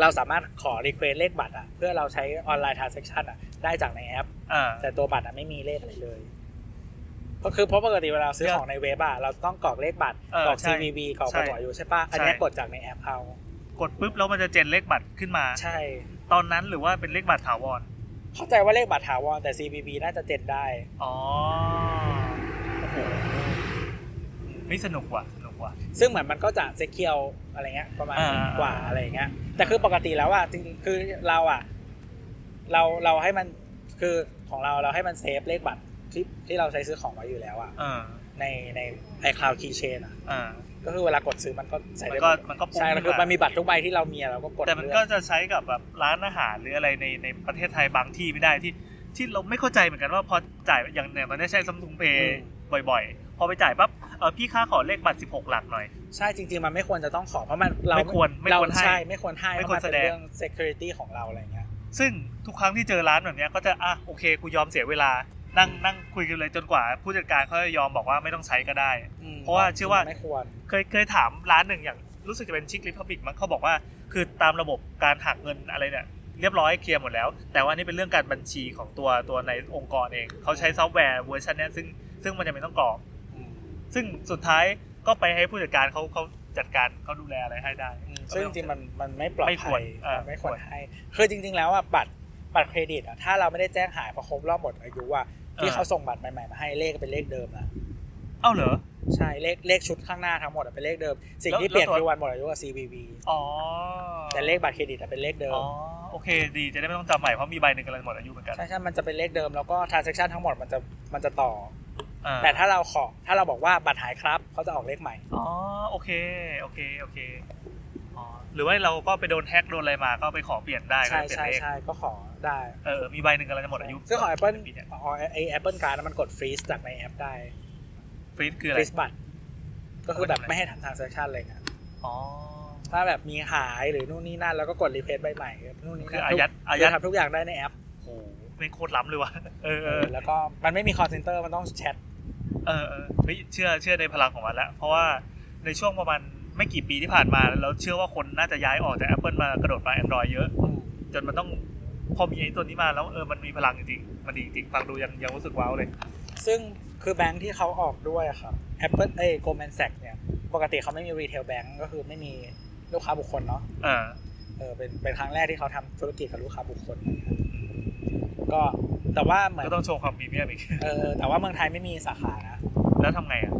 Speaker 3: เราสามารถขอรีเควสเลขบัตรอ่ะ เพื่อเราใช้ออนไลน์ทรานเซ็คชันอ่ะ ได้จากในแอป
Speaker 2: เออ
Speaker 3: แต่ตัวบัตรอ่ะไม่มีเลขอะไรเลย ก็คือเพราะปกติเวลาซื้อของในเว็บอ่ะเราต้องกรอกเลขบัตร
Speaker 2: เออก
Speaker 3: รอก
Speaker 2: ใช่
Speaker 3: CVV กรอก
Speaker 2: ใช่
Speaker 3: ไปหมดอยู่ใช่ปะอันเนี้ย
Speaker 2: ใช่
Speaker 3: กดจากในแอปเอา
Speaker 2: กดปุ๊บแล้วมันจะเจนเลขบัตรขึ้นมา
Speaker 3: ใช่
Speaker 2: ตอนนั้นหรือว่าเป็นเลขบัตรถาวร
Speaker 3: เข้าใจว่าเลขบัตรถาวรแต่ CVV น่าจะเจนได้
Speaker 2: อ๋อโอ้โหไม่สนุกว่ะสนุกว่ะ
Speaker 3: ซึ่งเหมือนมันก็จะเซเคียวอะไรเงี้ยประมาณ
Speaker 2: อ่า
Speaker 3: กว่าอะไรเงี้ย แต่คือปกติแล้วอ่ะจริงคือเราอ่ะ เราเราให้มันคือของเราเราให้มันเซฟเลขบัตรที่ที่เราใช้ซื้อของไว้อยู่แล้วอ่ะ
Speaker 2: เออ
Speaker 3: ในในไอคลาวคีย์เชนอ่ะ
Speaker 2: เออ
Speaker 3: ก็คือเวลากดซื้อมันก็ใส่
Speaker 2: มั
Speaker 3: ได้
Speaker 2: นก็
Speaker 3: หด
Speaker 2: มันก็ปุ๊บ
Speaker 3: ใช่แล้วคือ
Speaker 2: ขึ้นมามั
Speaker 3: มันมีบัตรทุกใบที่เรามีอะเราก็กด
Speaker 2: แต่มัน
Speaker 3: เลือ
Speaker 2: ก็จะใช้กับแบบร้านอาหารหรืออะไรในในประเทศไทยบางที่ไม่ได้ที่ที่เราไม่เข้าใจเหมือนกันว่าพอจ่ายอย่างอย่างตอนนี้ใช้ซัมซุงเพย์บ่อยๆ พอไปจ่ายปั๊บเออพี่ค่าขอเลขบัตร 16 หลักหน่อย
Speaker 3: ใช่จริงๆ มันไม่ควรจะต้องขอเพราะมันเรา
Speaker 2: ไม่ควรไม่ควร
Speaker 3: เา
Speaker 2: ให้
Speaker 3: ใช่ไม่ควรให้
Speaker 2: ไม่
Speaker 3: เพราะ
Speaker 2: ควร
Speaker 3: มัน
Speaker 2: แส
Speaker 3: เป็น
Speaker 2: ดง
Speaker 3: เรื่อง security ของเราอะไรเงี้ย
Speaker 2: ซึ่งทุกครั้งที่เจอร้านแบบเนี้ยก็จะอ่ะโอเคกูยอมเสียเวลานั่งนั่งคุยกันเลยจนกว่า ผู้จัดการเขาจะยอมบอกว่าไม่ต้องใช้ก็ได้
Speaker 3: อืม
Speaker 2: เพราะว่าเชื่อว่า
Speaker 3: ไม่ควร
Speaker 2: เคยเคยถามร้านหนึ่งอย่างรู้สึกจะเป็นชิคลิพับบิกมั้งเขาบอกว่า คือตามระบบการหักเงินอะไรเนี่ยเรียบร้อยเคลียร์หมดแล้ว แต่ว่านี่เป็นเรื่องการบัญชีของตัวตัวในองค์กรเอง เขาใช้ซอฟต์แวร์เวอร์ชันเนี้ยซึ่งซึ่งมันจะไม่ต้องกรอก
Speaker 3: อืม
Speaker 2: ซึ่งสุดท้ายก็ไปให้ผู้จัดการเขาเขาจัดการเขาดูแลอะไรให้ได้
Speaker 3: อืมซึ่งจริงๆมันมันไม่ปลอด
Speaker 2: ไม่ค
Speaker 3: ภั
Speaker 2: วร
Speaker 3: ย
Speaker 2: เออ
Speaker 3: มันไม่คว
Speaker 2: ไม่
Speaker 3: ร
Speaker 2: ควร
Speaker 3: ให้คือจริง ๆ แล้วอ่ะบัตรบัตรเครดิตอ่ะถ้าเราไม่ได้แจ้งหายเพราะครบรอบหมดอายุอ่ะที่
Speaker 2: เออ
Speaker 3: เขาส่งบัตรใหม่ๆมาให้เลขเป็นเลขเดิมนะ
Speaker 2: เอ้าเหรอ
Speaker 3: ใช่เลขเลขชุดข้างหน้าทั้งหมดอะเป็นเลขเดิม สิ่ง
Speaker 2: แล้ว
Speaker 3: ที่เปลี่ยน
Speaker 2: แล้วตัว
Speaker 3: คือวันหมดอายุกับ CVV
Speaker 2: อ๋อ
Speaker 3: แต่เลขบัตรเครดิตอะเป็นเลขเดิม
Speaker 2: อ๋อโอเคดีจะได้ไม่ต้องจำใหม่เพราะมีใบหนึ่งกำลังหมดอายุเหมือนกัน
Speaker 3: ใช่ใช่ๆมันจะเป็นเลขเดิมแล้วก็ transaction ทั้งหมดมันจะมันจะต่อ
Speaker 2: อ่
Speaker 3: แต่ถ้าเราขอถ้าเราบอกว่าบัตรหายครับเขาจะออกเลขใหม่
Speaker 2: อ๋อโอเคโอเคโอเคอ๋อหรือว่าเราก็ไปโดนแฮ็กโดนอะไรมาก็ไปขอเปลี่ยนได้ก็
Speaker 3: ใช่
Speaker 2: เลยเปลี่ย
Speaker 3: ใช่
Speaker 2: นเลข
Speaker 3: ใช่ก็ขอได้
Speaker 2: เออ มีใบหนึ่งกำลังจะหมดอายุ
Speaker 3: ซึ่งของ Apple
Speaker 2: ปีเนี่ย
Speaker 3: อ๋อไอแอปเปิลการ์ดมันกดฟรีซจากในแอปได้
Speaker 2: ฟรีดคืออะ
Speaker 3: ฟ
Speaker 2: ไร
Speaker 3: รีซบัตรก็คือแบบ
Speaker 2: เอาไว้ทำอะไร
Speaker 3: ไม่ให้ทำทรานเซชันเลยนะ
Speaker 2: อ๋อ
Speaker 3: ถ้าแบบมีหายหรือนู่นนี่นั่นแล้วก็กดรีเพ s ใบใหม่นู่นนี่
Speaker 2: คื
Speaker 3: นั่
Speaker 2: อน อายัดอา
Speaker 3: อา
Speaker 2: ยั
Speaker 3: ยั
Speaker 2: ด
Speaker 3: ดทำทุกอย่างได้ในแอป
Speaker 2: โอ้โหเป็นโคตรล้ำเลยว่ะ เออเออ
Speaker 3: แล้วก็มันไม่มีคอร์เซนเตอร์มันต้องแชท
Speaker 2: เออเออเฮ้ยเชื่อเชื่อในพลังของมันละเพราะว่าในช่วงประมาณไม่กี่ปีที่ผ่านมาเราเชื่อว่าคนน่าจะย้ายออกจาก Apple มากระโดดมา Android เยอะ จนมันต้องพอมีไอ้ตัวนี้มาแล้วเออมันมีพลังจริงๆ มันดีจริงฟังดูยังยังรู้สึกว้าวเลย
Speaker 3: ซึ่งคือแบงค์ที่เขาออกด้วยอะครับ Apple เอ้ย Goldman Sachs เนี่ย ปกติเขาไม่มีรีเทลแบงก์ก็คือไม่มีลูกค้าบุคคลเนาะ
Speaker 2: เออ
Speaker 3: เออเป็นเป็นครั้งแรกที่เขาทำธุรกิจกับลูกค้าบุคคลนะครับก็แต่ว่าเหมือน
Speaker 2: ก็ต้องโชว์ความพรีเมียมอีก
Speaker 3: เออแต่ว่าเมืองไทยไม่มีสาขานะ
Speaker 2: แล้วทำไงอ่ะ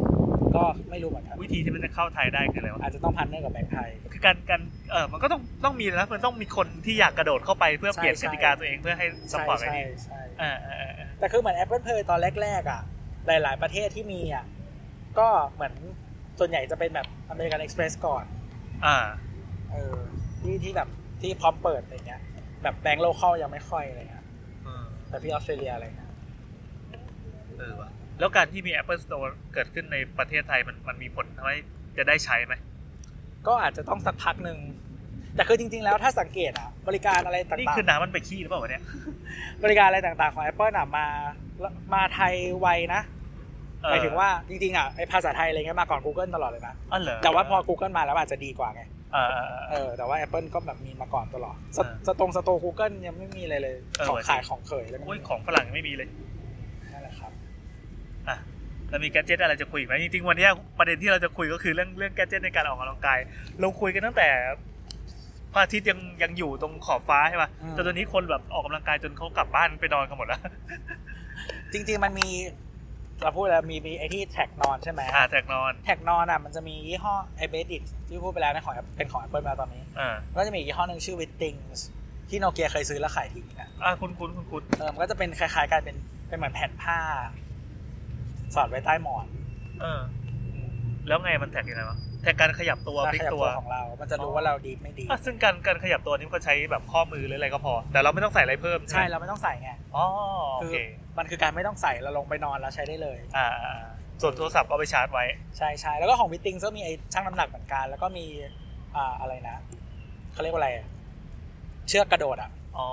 Speaker 3: ก็ไม่รู้เหมือนกัน
Speaker 2: วิธีที่มันจะเข้าไทยได้คืออะไรวะ
Speaker 3: อาจจะต้องพันเนอร์กับแบงก์ไทย
Speaker 2: คือการการเออมันก็ต้องต้องมีนะมันต้องมีคนที่อยากกระโดดเข้าไปเพื่อ
Speaker 3: ใช่
Speaker 2: เปลี่ยน
Speaker 3: ใช่
Speaker 2: กติกาตัวเองเพื่อให้ส
Speaker 3: ใช่
Speaker 2: ปอร์ตไอ้
Speaker 3: ใช่
Speaker 2: นี่
Speaker 3: ใช่
Speaker 2: เออเออเออ
Speaker 3: แต่คือเหมือน Apple Pay ตอนแรกๆอ่ะหลาย ๆ ประเทศที่มีอ่ะก็เหมือนส่วนใหญ่จะเป็นแบบอเมริกันเอ็กซ์เพรสก่อน
Speaker 2: อ่า
Speaker 3: เออที่ที่แบบที่พร้อมเปิดอะไรเงี้ยแบบแบงก์โลเคอลยังไม่ค่อยอะไรเงี้ย
Speaker 2: เออ
Speaker 3: แต่ที่ออสเตรเลียอะไรเงี้ย
Speaker 2: เออว่ะแล้วการที่มี Apple Store เกิดขึ้นในประเทศไทยมันมันมีผลทำให้จะได้ใช้ไหม
Speaker 3: ก็อาจจะต้องสักพักหนึ่งแต่คือจริง ๆ แล้วถ้าสังเกตอ่ะบริการอะไรต่างๆ
Speaker 2: นี่คือน้ำมันไปขี้หรือเปล่าวะเนี่ย
Speaker 3: บริการอะไรต่างๆของ Apple อ่ะมา มาไทยไวนะ
Speaker 2: เออ
Speaker 3: หมายถึงว่าจริงๆอ่ะไอภาษาไทยอะไรเงี้ยมาก่อน Google ตลอดเลยนะ
Speaker 2: อ๋อเหรอ
Speaker 3: แต่ว่าพอ Google มาแล้วอาจจะดีกว่าไง
Speaker 2: เออเออเอ
Speaker 3: เอ
Speaker 2: อ
Speaker 3: อแต่ว่า Apple ก็แบบมีมาก่อนตลอดส
Speaker 2: เออ
Speaker 3: สตรงสโตร์ Google ยังไม่มีอะไรเลย
Speaker 2: เออ
Speaker 3: ของขายของเขยเลยนะ
Speaker 2: โอ้ยของฝรั่งยังไม่มีเลย
Speaker 3: นั่นแหละครับ
Speaker 2: อ่ะแล้วมีแกดเจิตอะไรจะคุยอีกไหมจริงๆวันเนี้ยประเด็นที่เราจะคุยก็คือเรื่องเรื่องแกดเจิตในการออกกำลังกายเราคุยกันตั้งแต่พระอาทิตย์ยังยังอยู่ตรงขอบฟ้าใช่ป่ะ
Speaker 3: อืม
Speaker 2: แต่ต อนนี้คนแบบออกกำลังกายจนเขากลับบ้านไปนอนกันหมดแล้ว
Speaker 3: จริงๆมันมี เราพูดแล้วมีมีไอที่แท็กนอนใช่ไหม
Speaker 2: อ่าแจกนอน
Speaker 3: แท็กนอนอ่ะมันจะมียี่ห้อไอเบดิตที่พูดไปแล้วนะของ Apple- เป็นของ Apple มาตอนนี้
Speaker 2: อ่า
Speaker 3: มันก็จะมีอีกยี่ห้อหนึ่งชื่อวิตติงที่โนเกียเคยซื้อแล้วขายทิ้งอ่ะ
Speaker 2: อ่าคุณคุณคุณคุณ
Speaker 3: เออมันก็จะเป็นคล้ายๆกันเป็นเป็นเหมือนแผ่นผ้า สอดไว้ใต้หมอน
Speaker 2: เออ แล้วไงมันแท็กยังไงวะแท็กการขยับตัว
Speaker 3: แล้ว
Speaker 2: พลิ
Speaker 3: ข
Speaker 2: ก
Speaker 3: ยั
Speaker 2: ตั
Speaker 3: บตัววของเรา มันจะรู้ว่าเราดีไม่ดี
Speaker 2: อ่ะซึ่งการการขยับตัวนี่มันก็ใช้แบบข้อมือหรืออะไรก็พอ แต่เราไม่ต้องใส่อะไรเพิ่ม
Speaker 3: ใช่
Speaker 2: ใช่ไหม
Speaker 3: เราไม่ต้องใส่ไง
Speaker 2: อ๋อโอ
Speaker 3: คือ
Speaker 2: เค
Speaker 3: มันคือการไม่ต้องใส่เราลงไปนอนแล้วใช้ได้เลย
Speaker 2: อ่าอ่าส่วนโทรศัพท์ก็เอาไปชาร์จไว้
Speaker 3: ใช่ใช่แล้วก็ของวิตติงก็มีไอ้ช่างน้ำหนักเหมือนกัน แล้วก็มีอ่าอะไรนะเขาเรียกว่าอะไรอะเชือกกระโดดอ่ะ
Speaker 2: อ๋อ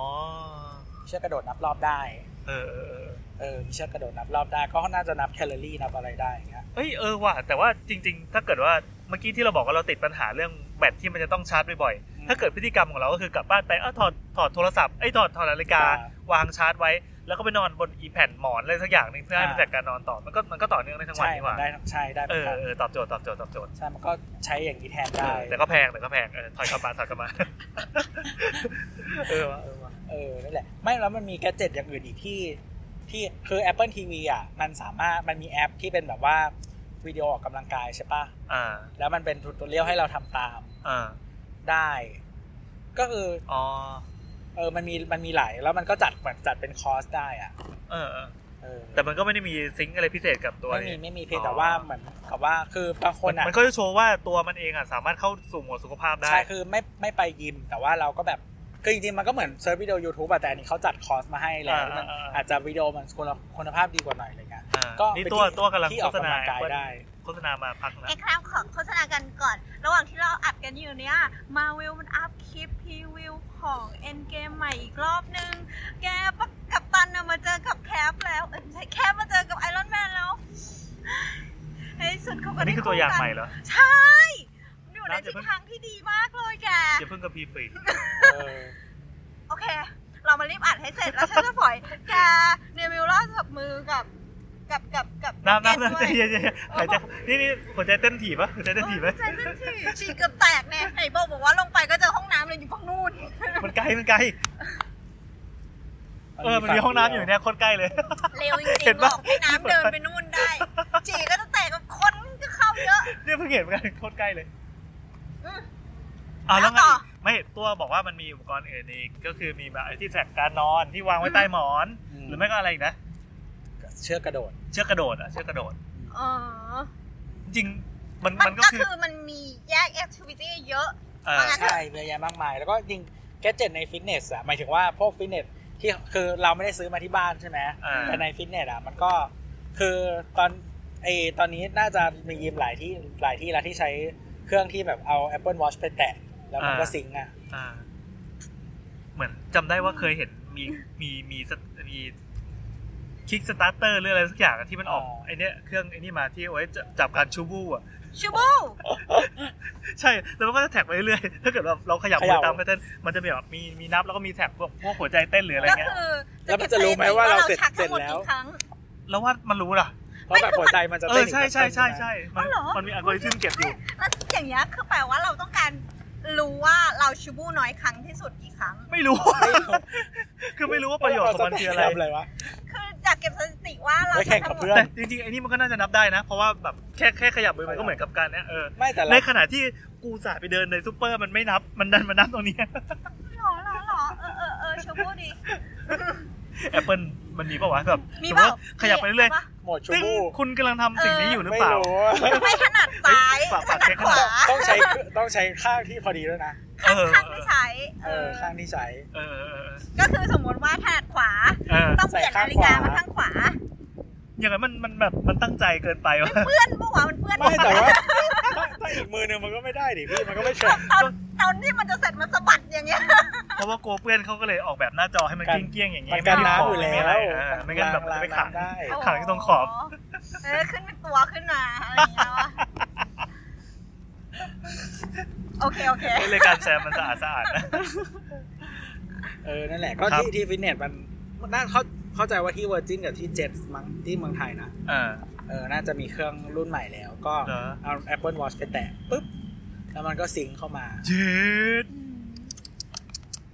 Speaker 3: เชือกกระโดดนับรอบได้
Speaker 2: เออเออเออ
Speaker 3: เออมีเชือกกระโดดนับรอบได้ ก็น่าจะนับแคลอรี่นับอะไรได้อย่างเงี้ย
Speaker 2: เฮ้ยเออว่ะแต่ว่าจริง ๆ ถ้าเกิดว่าเมื่อกี้ที่เราบอกว่าเราติดปัญหาเรื่องแบตที่มันจะต้องชาร์จบ่อยๆถ้าเกิดพฤติกรรมของเราก็คือกลับบ้านไปเอ้าถอดถอดโทรศัพท์ไอ้ยถอดถอดนาฬิกา วางชาร์จไว้ แล้วก็ไปนอนบนอีแผ่นหมอนอะไรสักอย่างหนึ่งเพื่อให้มันจัดการนอนต่อมันก็มันก็ต่อเนื่องได้ทั้งวัน
Speaker 3: ใช่
Speaker 2: นี่ห
Speaker 3: มั
Speaker 2: ว่าน
Speaker 3: ได้ใช่ได้เห
Speaker 2: เออ
Speaker 3: มือนกัน
Speaker 2: เออตอบโจทย์ตอบโจทย์ตอบโจทย์
Speaker 3: ใช่มันก็ใช้อย่างนี้แทน
Speaker 2: เอ
Speaker 3: ได้
Speaker 2: อแต่ก็แพงแต่ก็แพงเออถอยกลับมาถอยกลับมา เออว่ะเออว่ะ
Speaker 3: เออนั่นแหละไม่แล้วมันมีแกดเจิตอย่างอื่นอีกที่ที่คือ Apple TV อ่ะมันสามารถมันมีแอปที่เป็นแบบว่าวิดีโอออกกำลังกายใช่ปะ
Speaker 2: อ่า
Speaker 3: แล้วมันเป็นทูตเรียลให้เราทำตาม
Speaker 2: อ่า
Speaker 3: ได้ ก็คือ
Speaker 2: อ๋อ
Speaker 3: เออมันมีมันมีหลายแล้วมันก็จัดเหมือนจัดเป็นคอร์สได้อ่ะ
Speaker 2: เออเออ
Speaker 3: เออ
Speaker 2: แต่มันก็ไม่ได้มีซิงค์อะไรพิเศษกับตัว
Speaker 3: ไม่มี
Speaker 2: นี้
Speaker 3: ไม่มีเพียงแต่ว่าเหมือนกับว่าคือบางคนอ่ะ
Speaker 2: มันก็จะโชว์ว่าตัวมันเองอ่ะสามารถเข้าสู่โหมวดสุขภาพได้
Speaker 3: ใช่ คือไม่ไม่ไปยิม แต่ว่าเราก็แบบ คือจริงๆ มันก็เหมือนเซิร์ชวิดีโอ YouTube อะแต่อันนี้เขาจัดคอร์สมาให้แล้ว
Speaker 2: อ่า
Speaker 3: มัน
Speaker 2: อ่าอ่า
Speaker 3: อาจจะวิดีโอมันคุณคุณภาพดีกว่าหน่อยอะไรเงี้ย
Speaker 2: อ่า
Speaker 3: ก็
Speaker 2: นี่
Speaker 3: เป็
Speaker 2: ตัวตัวกำลัง
Speaker 3: ที่อ
Speaker 2: โฆ
Speaker 3: อก
Speaker 2: ษ
Speaker 3: กำ
Speaker 2: ณา
Speaker 3: ลังกายได้
Speaker 2: โฆษณามาพักนะ
Speaker 4: ไอ้คราวของโฆษณากันก่อน ระหว่างที่เราอัดกันอยู่เนี่ยมาวิลมันอัพคลิปพรีวิวของเอ็นเกมใหม่อีกรอบนึง แกปะกับตันน่ะมาเจอกับแคปแล้วเอ้ยไม่ใช่แคปมาเจอกับไอรอนแมนแล้วในที่สุดเขาก็
Speaker 2: อัน
Speaker 4: ได้
Speaker 2: นี้คือตัวอย่างใหม่เหรอ
Speaker 4: ใช่มันอยู่ใน
Speaker 2: น่าจะ
Speaker 4: ทิศทางที่ดีมากเลยแก
Speaker 2: อย่าเพิ่งกระพริบไป
Speaker 3: เออ
Speaker 4: โอเค เรามารีบอัดให้เสร็จแล้วฉันจะปล่อยแกเนวิลล่าจับมือกับ กับกับกับ
Speaker 2: น้ำ
Speaker 4: แก
Speaker 2: น้ำน้ำ
Speaker 4: ด้
Speaker 2: ใจ
Speaker 4: วย
Speaker 2: เย็นใจเย็นหายใจนี่นี่หัวใจเต้นถี่ปะหัวใจเต้นถี่ไหม
Speaker 4: โอ้ยใจเต้นถี่ฉี่เกือบแตกแน่ไหนบอกบอกว่าลงไปก็เจอห้องน้ำเลยอยู่ฝั่งนู่น
Speaker 2: มันไกลมันไกลเออมันมีห้องน้ำอยู่เนี่ยโคตรใกล้เลย
Speaker 4: เร็วจริ
Speaker 2: เห็น
Speaker 4: ง
Speaker 2: ปะ
Speaker 4: ๆบอกให้น้ำเดินไปนู่นได้ฉี่ก็จะแตกกับคนก็เข้าเยอะ
Speaker 2: เนี่ยเพิ่งเห็นเหมือนกันโคตรใกล้เลย
Speaker 4: อืม
Speaker 2: อ่าแล้วไง
Speaker 4: แล้วต่อ
Speaker 2: ไม่ตัวบอกว่ามันมีอุปกรณ์อื่นอีกก็คือมีแบบไอ้ที่แทร็กการนอนที่วางไว้ใต้หมอน
Speaker 3: อืม
Speaker 2: หรือไม่ก็อะไรอีกนะ
Speaker 3: เชือกกระโดด
Speaker 2: เชือกกระโดดอ่ะเชือกกระโดด
Speaker 4: อ๋อ
Speaker 2: จริงๆมัน
Speaker 4: มั
Speaker 2: มัน
Speaker 4: น
Speaker 2: ก็
Speaker 4: ก็
Speaker 2: คือ
Speaker 4: คือมันมีแยกแอคทิวิตี้เยอะ
Speaker 2: เออ
Speaker 4: ว่างั้น
Speaker 3: ใช่เยอะแยะมากมาย แล้วก็จริงแกดเจิตในฟิตเนสอะหมายถึงว่าพวกฟิตเนสที่คือเราไม่ได้ซื้อมาที่บ้านใช่ไหม
Speaker 2: อ่า
Speaker 3: แต่ในฟิตเนสอะมันก็คือตอนไอตอนนี้น่าจะมียิมหลายที่หลายที่แล้วที่ใช้เครื่องที่แบบเอา Apple Watch ไปแตะแล้วมันก็ซิงค์อะ
Speaker 2: อ่าเหมือนจำได้ว่าเคยเห็นมีมีมีสมีคิกสตาร์เตอร์หรืออะไรสักอย่างอะที่มันออก
Speaker 3: อ๋อ
Speaker 2: ไอเนี้ยเครื่องไอนี่มาที่เอาไว้จับจับการชูบูอ่ะ
Speaker 4: ชิบู
Speaker 2: ใช่แล้วมันก็จะแท็กไปเรื่อยๆถ้า เกิดเราเราขยับ
Speaker 3: ขยั
Speaker 2: มื
Speaker 3: บ
Speaker 2: อตามไปเต้นมันจะมีแบบมีมีนับแล้วก็มีแท็กพวกพวกหัวใจเต้นหรืออะไร
Speaker 4: ก็
Speaker 2: เงี้ย
Speaker 4: คือ
Speaker 3: แล้วมันจะรู้ไหมว่าเราเสร็จ
Speaker 4: ชักทั้งหมด
Speaker 3: เสร็จแล้ว
Speaker 4: กี่ครั้ง
Speaker 2: แล้วว่ามันรู้ล่ะ
Speaker 3: เพราะแบบหัวใจมันจะ
Speaker 2: เอ
Speaker 3: เต้
Speaker 2: อน
Speaker 3: ยู่
Speaker 2: ใช่
Speaker 3: กับ
Speaker 2: ใช่ใช่ใช่มั
Speaker 4: อ๋อเหรอ
Speaker 2: มันมีอัลกอริทึมเก็บอยู่
Speaker 4: แล้วอย่างเงี้ยคือแปลว่าเราต้องการรู้ว่าเราชิบูน้อยครั้งที่สุดกี่ครั้ง
Speaker 2: ไม่รู้
Speaker 3: ไม่รู้
Speaker 2: คือไม่รู้ว่าประโยชน์ของมันคืออะไร
Speaker 3: เลยวะ
Speaker 4: คืออยากเก็บสถิติว่าเรา
Speaker 3: ไว้แข่งกับเพื่อน
Speaker 2: แต่จริงๆไอ้นี่มันก็น่าจะนับได้นะ เพราะว่าแบบแค่แค่ขยับมือมันก็เหมือนกับการเนี้ยเออ
Speaker 3: ไม่แต่
Speaker 2: ใน
Speaker 3: เรา
Speaker 2: ขณะที่กูสาดไปเดินในซูเปอร์มันไม่นับ มันดันมานับตรงเนี้
Speaker 4: หรอหรอหรอเออเออเออชิบูดี
Speaker 2: แอปเปิลมันมีเปล่าวะแบบ
Speaker 4: มี
Speaker 2: สมม
Speaker 4: เปล่า
Speaker 2: ติว่าขยับไปเรื่อย
Speaker 4: มีปะ
Speaker 3: หมดชู
Speaker 2: ตึ้ง
Speaker 3: บู
Speaker 2: คุณกำลังทำสิ่งนี้อยู่หรือเปล่า
Speaker 3: ไม่รู้
Speaker 4: ไม่ถนัดซ้าย
Speaker 2: เฮ้ยฝาก
Speaker 4: ถ
Speaker 2: ฝาก
Speaker 4: นัด
Speaker 2: เช็ค
Speaker 4: ขวา
Speaker 2: ให้หน่อย
Speaker 3: ต้องใช้ต้องใช้ข้างที่พอดีด้วยนะ
Speaker 2: เออ
Speaker 4: ข้างที่ใช้
Speaker 3: เอ
Speaker 4: เอ
Speaker 3: อ
Speaker 4: อ
Speaker 3: ข้างที่ใช้
Speaker 2: เออเออ
Speaker 4: ก็คือสมมติว่าถนัดขวา
Speaker 2: เออ
Speaker 4: ต้องเปลี่ยนนาฬิกามาข้างขวา
Speaker 2: อย่างนั้นมันมันแบบมันตั้งใจเกินไปวะ
Speaker 4: เพื่อนปะวะมันเพื่อน
Speaker 3: ไม่แต่ว่าถ้าถ้าอีกมือหนึงมันก็ไม่ได้ดิพี่มันก็ไม่เฉย
Speaker 4: ตอนตอนที่มันจะเสร็จมันสะบัดอย่างเงี้ย
Speaker 2: เพราะว่ากลัวเพื่อนเขาก็เลยออกแบบหน้าจอให้มัน
Speaker 3: กั
Speaker 2: เก
Speaker 3: น
Speaker 2: ลี้ยงๆอย่างนี้
Speaker 3: มันกัน
Speaker 2: ไม่มี
Speaker 3: น้ำ
Speaker 2: ข
Speaker 3: อยู่
Speaker 2: งไม่
Speaker 3: แล้ว
Speaker 2: มีอะไรเออไม่งั้นแบบมัน
Speaker 3: ล้าง
Speaker 2: ไปขัง
Speaker 3: น้ำได้
Speaker 2: ขางที่ตรงขอบ
Speaker 4: เออขึ้นเป็นตัวขึ้นมาอะไรอย่างเงี้ยวะโอเคโอเค
Speaker 2: เลยการแซมมันสะอาดสะอาดนะ
Speaker 3: เออนั่นแหละก็
Speaker 2: ครับ
Speaker 3: ที่ที่ฟิตเนสมันน่าเขาเข้าใจว่าที่เวอร์จินกับที่เจ็ดมั้งที่เมืองไทยนะ
Speaker 2: อ่า
Speaker 3: เออน่าจะมีเครื่องรุ่นใหม่แล้ว ก็
Speaker 2: เหรอ
Speaker 3: เอา Apple Watch ไปแตะปุ๊บแล้วมันก็ซิงค์เข้ามา
Speaker 2: ยืด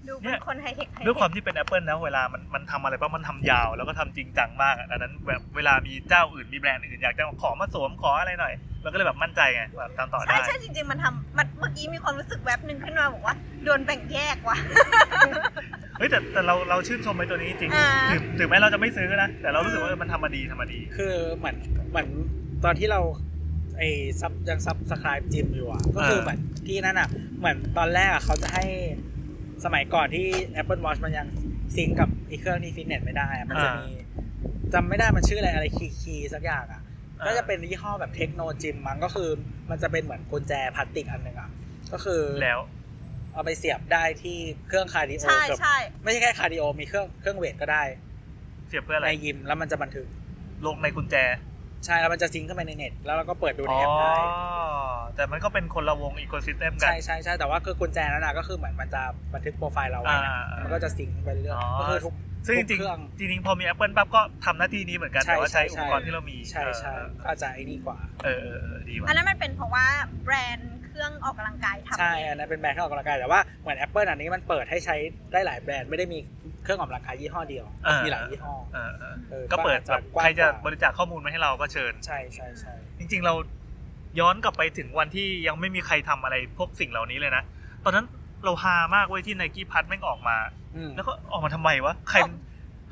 Speaker 4: ดู
Speaker 5: เป็นคนไฮเทคไฮเท
Speaker 2: ด้วยความ
Speaker 5: ค
Speaker 2: ที่เป็น Apple นะเวลามันมันทำอะไรป้ามันทำยาว แล้วก็ทำจริงจังมากอะดังนั้นแบบเวลามีเจ้าอื่นมีแบรนด์อื่นอยากจะขอมาสวมขออะไรหน่อย มันก็เลยแบบมั่นใจไงแบบตามต่อ
Speaker 5: ใช่
Speaker 2: ได้
Speaker 5: ใช่จริง ๆ มันทำมันเมื่อกี้มีความรู้สึกแวบหนึ่งขึ้นมาบอกว่าโดนแบ่งแยกว่ะ
Speaker 2: เฮ้ยแต่แต่เราเราชื่นชมไอ้ตัวนี้จริง
Speaker 5: อ่า
Speaker 2: ถึงถึงแม้เราจะไม่ซื้อนะ แต่เรารู้สึกว่าเออมันทำมาดีทำมาดี
Speaker 3: คือเหมือนเหมือนตอนที่เราไอ้ซับยังซับสไครป์จิมอยู่อ่ะก็คือ
Speaker 2: เออ
Speaker 3: เหมือนที่นั่นอ่ะ เหมือนตอนแรกอะเขาจะให้สมัยก่อนที่ Apple Watch มันยังซิงก์กับไอ้เครื่องที่ฟิตเนสไม่ได้อะมันจะมีจำไม่ได้มันชื่ออะไรอะไรคีคีสักอย่างอ่ะ ก็จะเป็นยี่ห้อแบบเทคโนจิมมั้งก็คือ มันจะเป็นเหมือนกุญแจพลาสติกอันหนึ่งอ่ะก็คือ
Speaker 2: แล้ว
Speaker 3: เอาไปเสียบได้ที่เครื่องคาร์ดิโอ
Speaker 5: ใช่
Speaker 3: เกือบ
Speaker 5: ใช่
Speaker 3: ไม่ใช่แค่คาร์ดิโอมีเครื่องเครื่องเวทก็ได้
Speaker 2: เสียบเพื่ออะไร
Speaker 3: ในยิมแล้วมันจะบันทึก
Speaker 2: ลงในกุญแจ
Speaker 3: ใช่ แล้วมันจะซิงค์เข้าไปในเน็ต แล้วเราก็เปิดดูใน
Speaker 2: อ๋อ
Speaker 3: แอปได้
Speaker 2: แต่มันก็เป็นคนละวงอีโคซิสเต็มกัน
Speaker 3: ใช่ใช่ใช่แต่ว่าคือกุญแจนั้นนะก็คือเหมือนมันจะบันทึกโปรไฟล์เราไว้นะ
Speaker 2: อ่าอ่ามั
Speaker 3: มันก็จะซิงค์ไปเรื่อย
Speaker 2: อ๋อ
Speaker 3: ๆก็คือทุก
Speaker 2: ซึ่งจริง
Speaker 3: เครื่อง
Speaker 2: ๆจริงๆพอมี Apple ปั๊บก็ทำหน้าที่นี้เหมือนกัน
Speaker 3: ใช่
Speaker 2: แต่ว่าใช้
Speaker 3: ใช่
Speaker 2: อุปกรณ์ที่เรามี
Speaker 3: ใช่ใช่
Speaker 2: เออ
Speaker 3: ก็จะไอ้นี่กว่า
Speaker 2: เออเออเออดีว่ะ
Speaker 5: อันนั้นมันเป็นเพราะว่าแบรนด์เครื่องออกกำลังกายทำ
Speaker 3: ใช่อันนั้นเป็นแบรนด์เครื่องออกกำลังกายแต่ว่าเหมือน Apple อันนี้มันเปิดให้ใช้ได้หลายแบรนด์ไม่ได้มีเครื่องออกกำลังกายยี่ห้อเดียว
Speaker 2: อ่ามี
Speaker 3: มีหลายยี่ห้อ
Speaker 2: เออเออ
Speaker 3: ออ
Speaker 2: ก็เปิด
Speaker 3: อา
Speaker 2: แบบ
Speaker 3: กว้าง
Speaker 2: ใครจะ
Speaker 3: ก
Speaker 2: บ
Speaker 3: ว่า
Speaker 2: ริจาคข้อมูลมาให้เราก็เชิญ
Speaker 3: ใช่ใช่ใช่
Speaker 2: จริงๆเราย้อนกลับไปถึงวันที่ยังไม่มีใครทำอะไรพวกสิ่งเหล่านี้เลยนะ ตอนนั้นเราฮามากเว้ยที่ไนกี้พัดแม่งออกมา
Speaker 3: อืม
Speaker 2: แล้วก็ออกมาทำไมวะ ใคร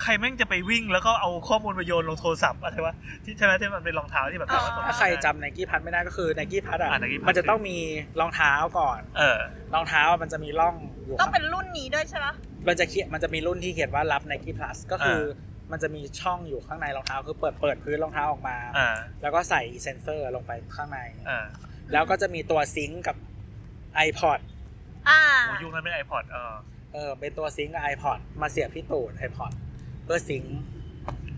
Speaker 2: ใครแม่งจะไปวิ่งแล้วก็เอาข้อมูลมาโยนลงโทรศัพท์อะไรวะที่ใช่ไหมที่มันเป็นรองเท้าที่แบบสมารถส่ง
Speaker 3: ถ้าใครจำไนกี้พัดไม่ได้ก็คือไนกี้พัดอ่ะ
Speaker 2: อ่า Nike Pad
Speaker 3: มันจะต้องมีรองเท้าก่อน
Speaker 2: เออ
Speaker 3: รองเท้าอ่ะมันจะมีร่องอยู่
Speaker 5: ต้อง
Speaker 3: ข้าง
Speaker 5: เป็นรุ่นนี้ด้วยใช่ไหม
Speaker 3: มันจะเขียนมันจะมีรุ่นที่เขียนว่ารับ Nike Plus ก็คือมันจะมีช่องอยู่ข้างในรองเท้าคือเปิดเปิดพื้นรองเท้าออกมา
Speaker 2: อ่า
Speaker 3: แล้วก็ใส่เซนเซอร์ลงไปข้างใน
Speaker 2: อ่า
Speaker 3: แล้วก็จะมีตัวซิงก์กับ iPod
Speaker 5: อ่า
Speaker 2: โอ้ยุคนั้นเป็นไอพอดเออ
Speaker 3: เออเป็นตัวซิงก์กับ iPod มาเสียบที่ตูด iPod เพื่อซิงก์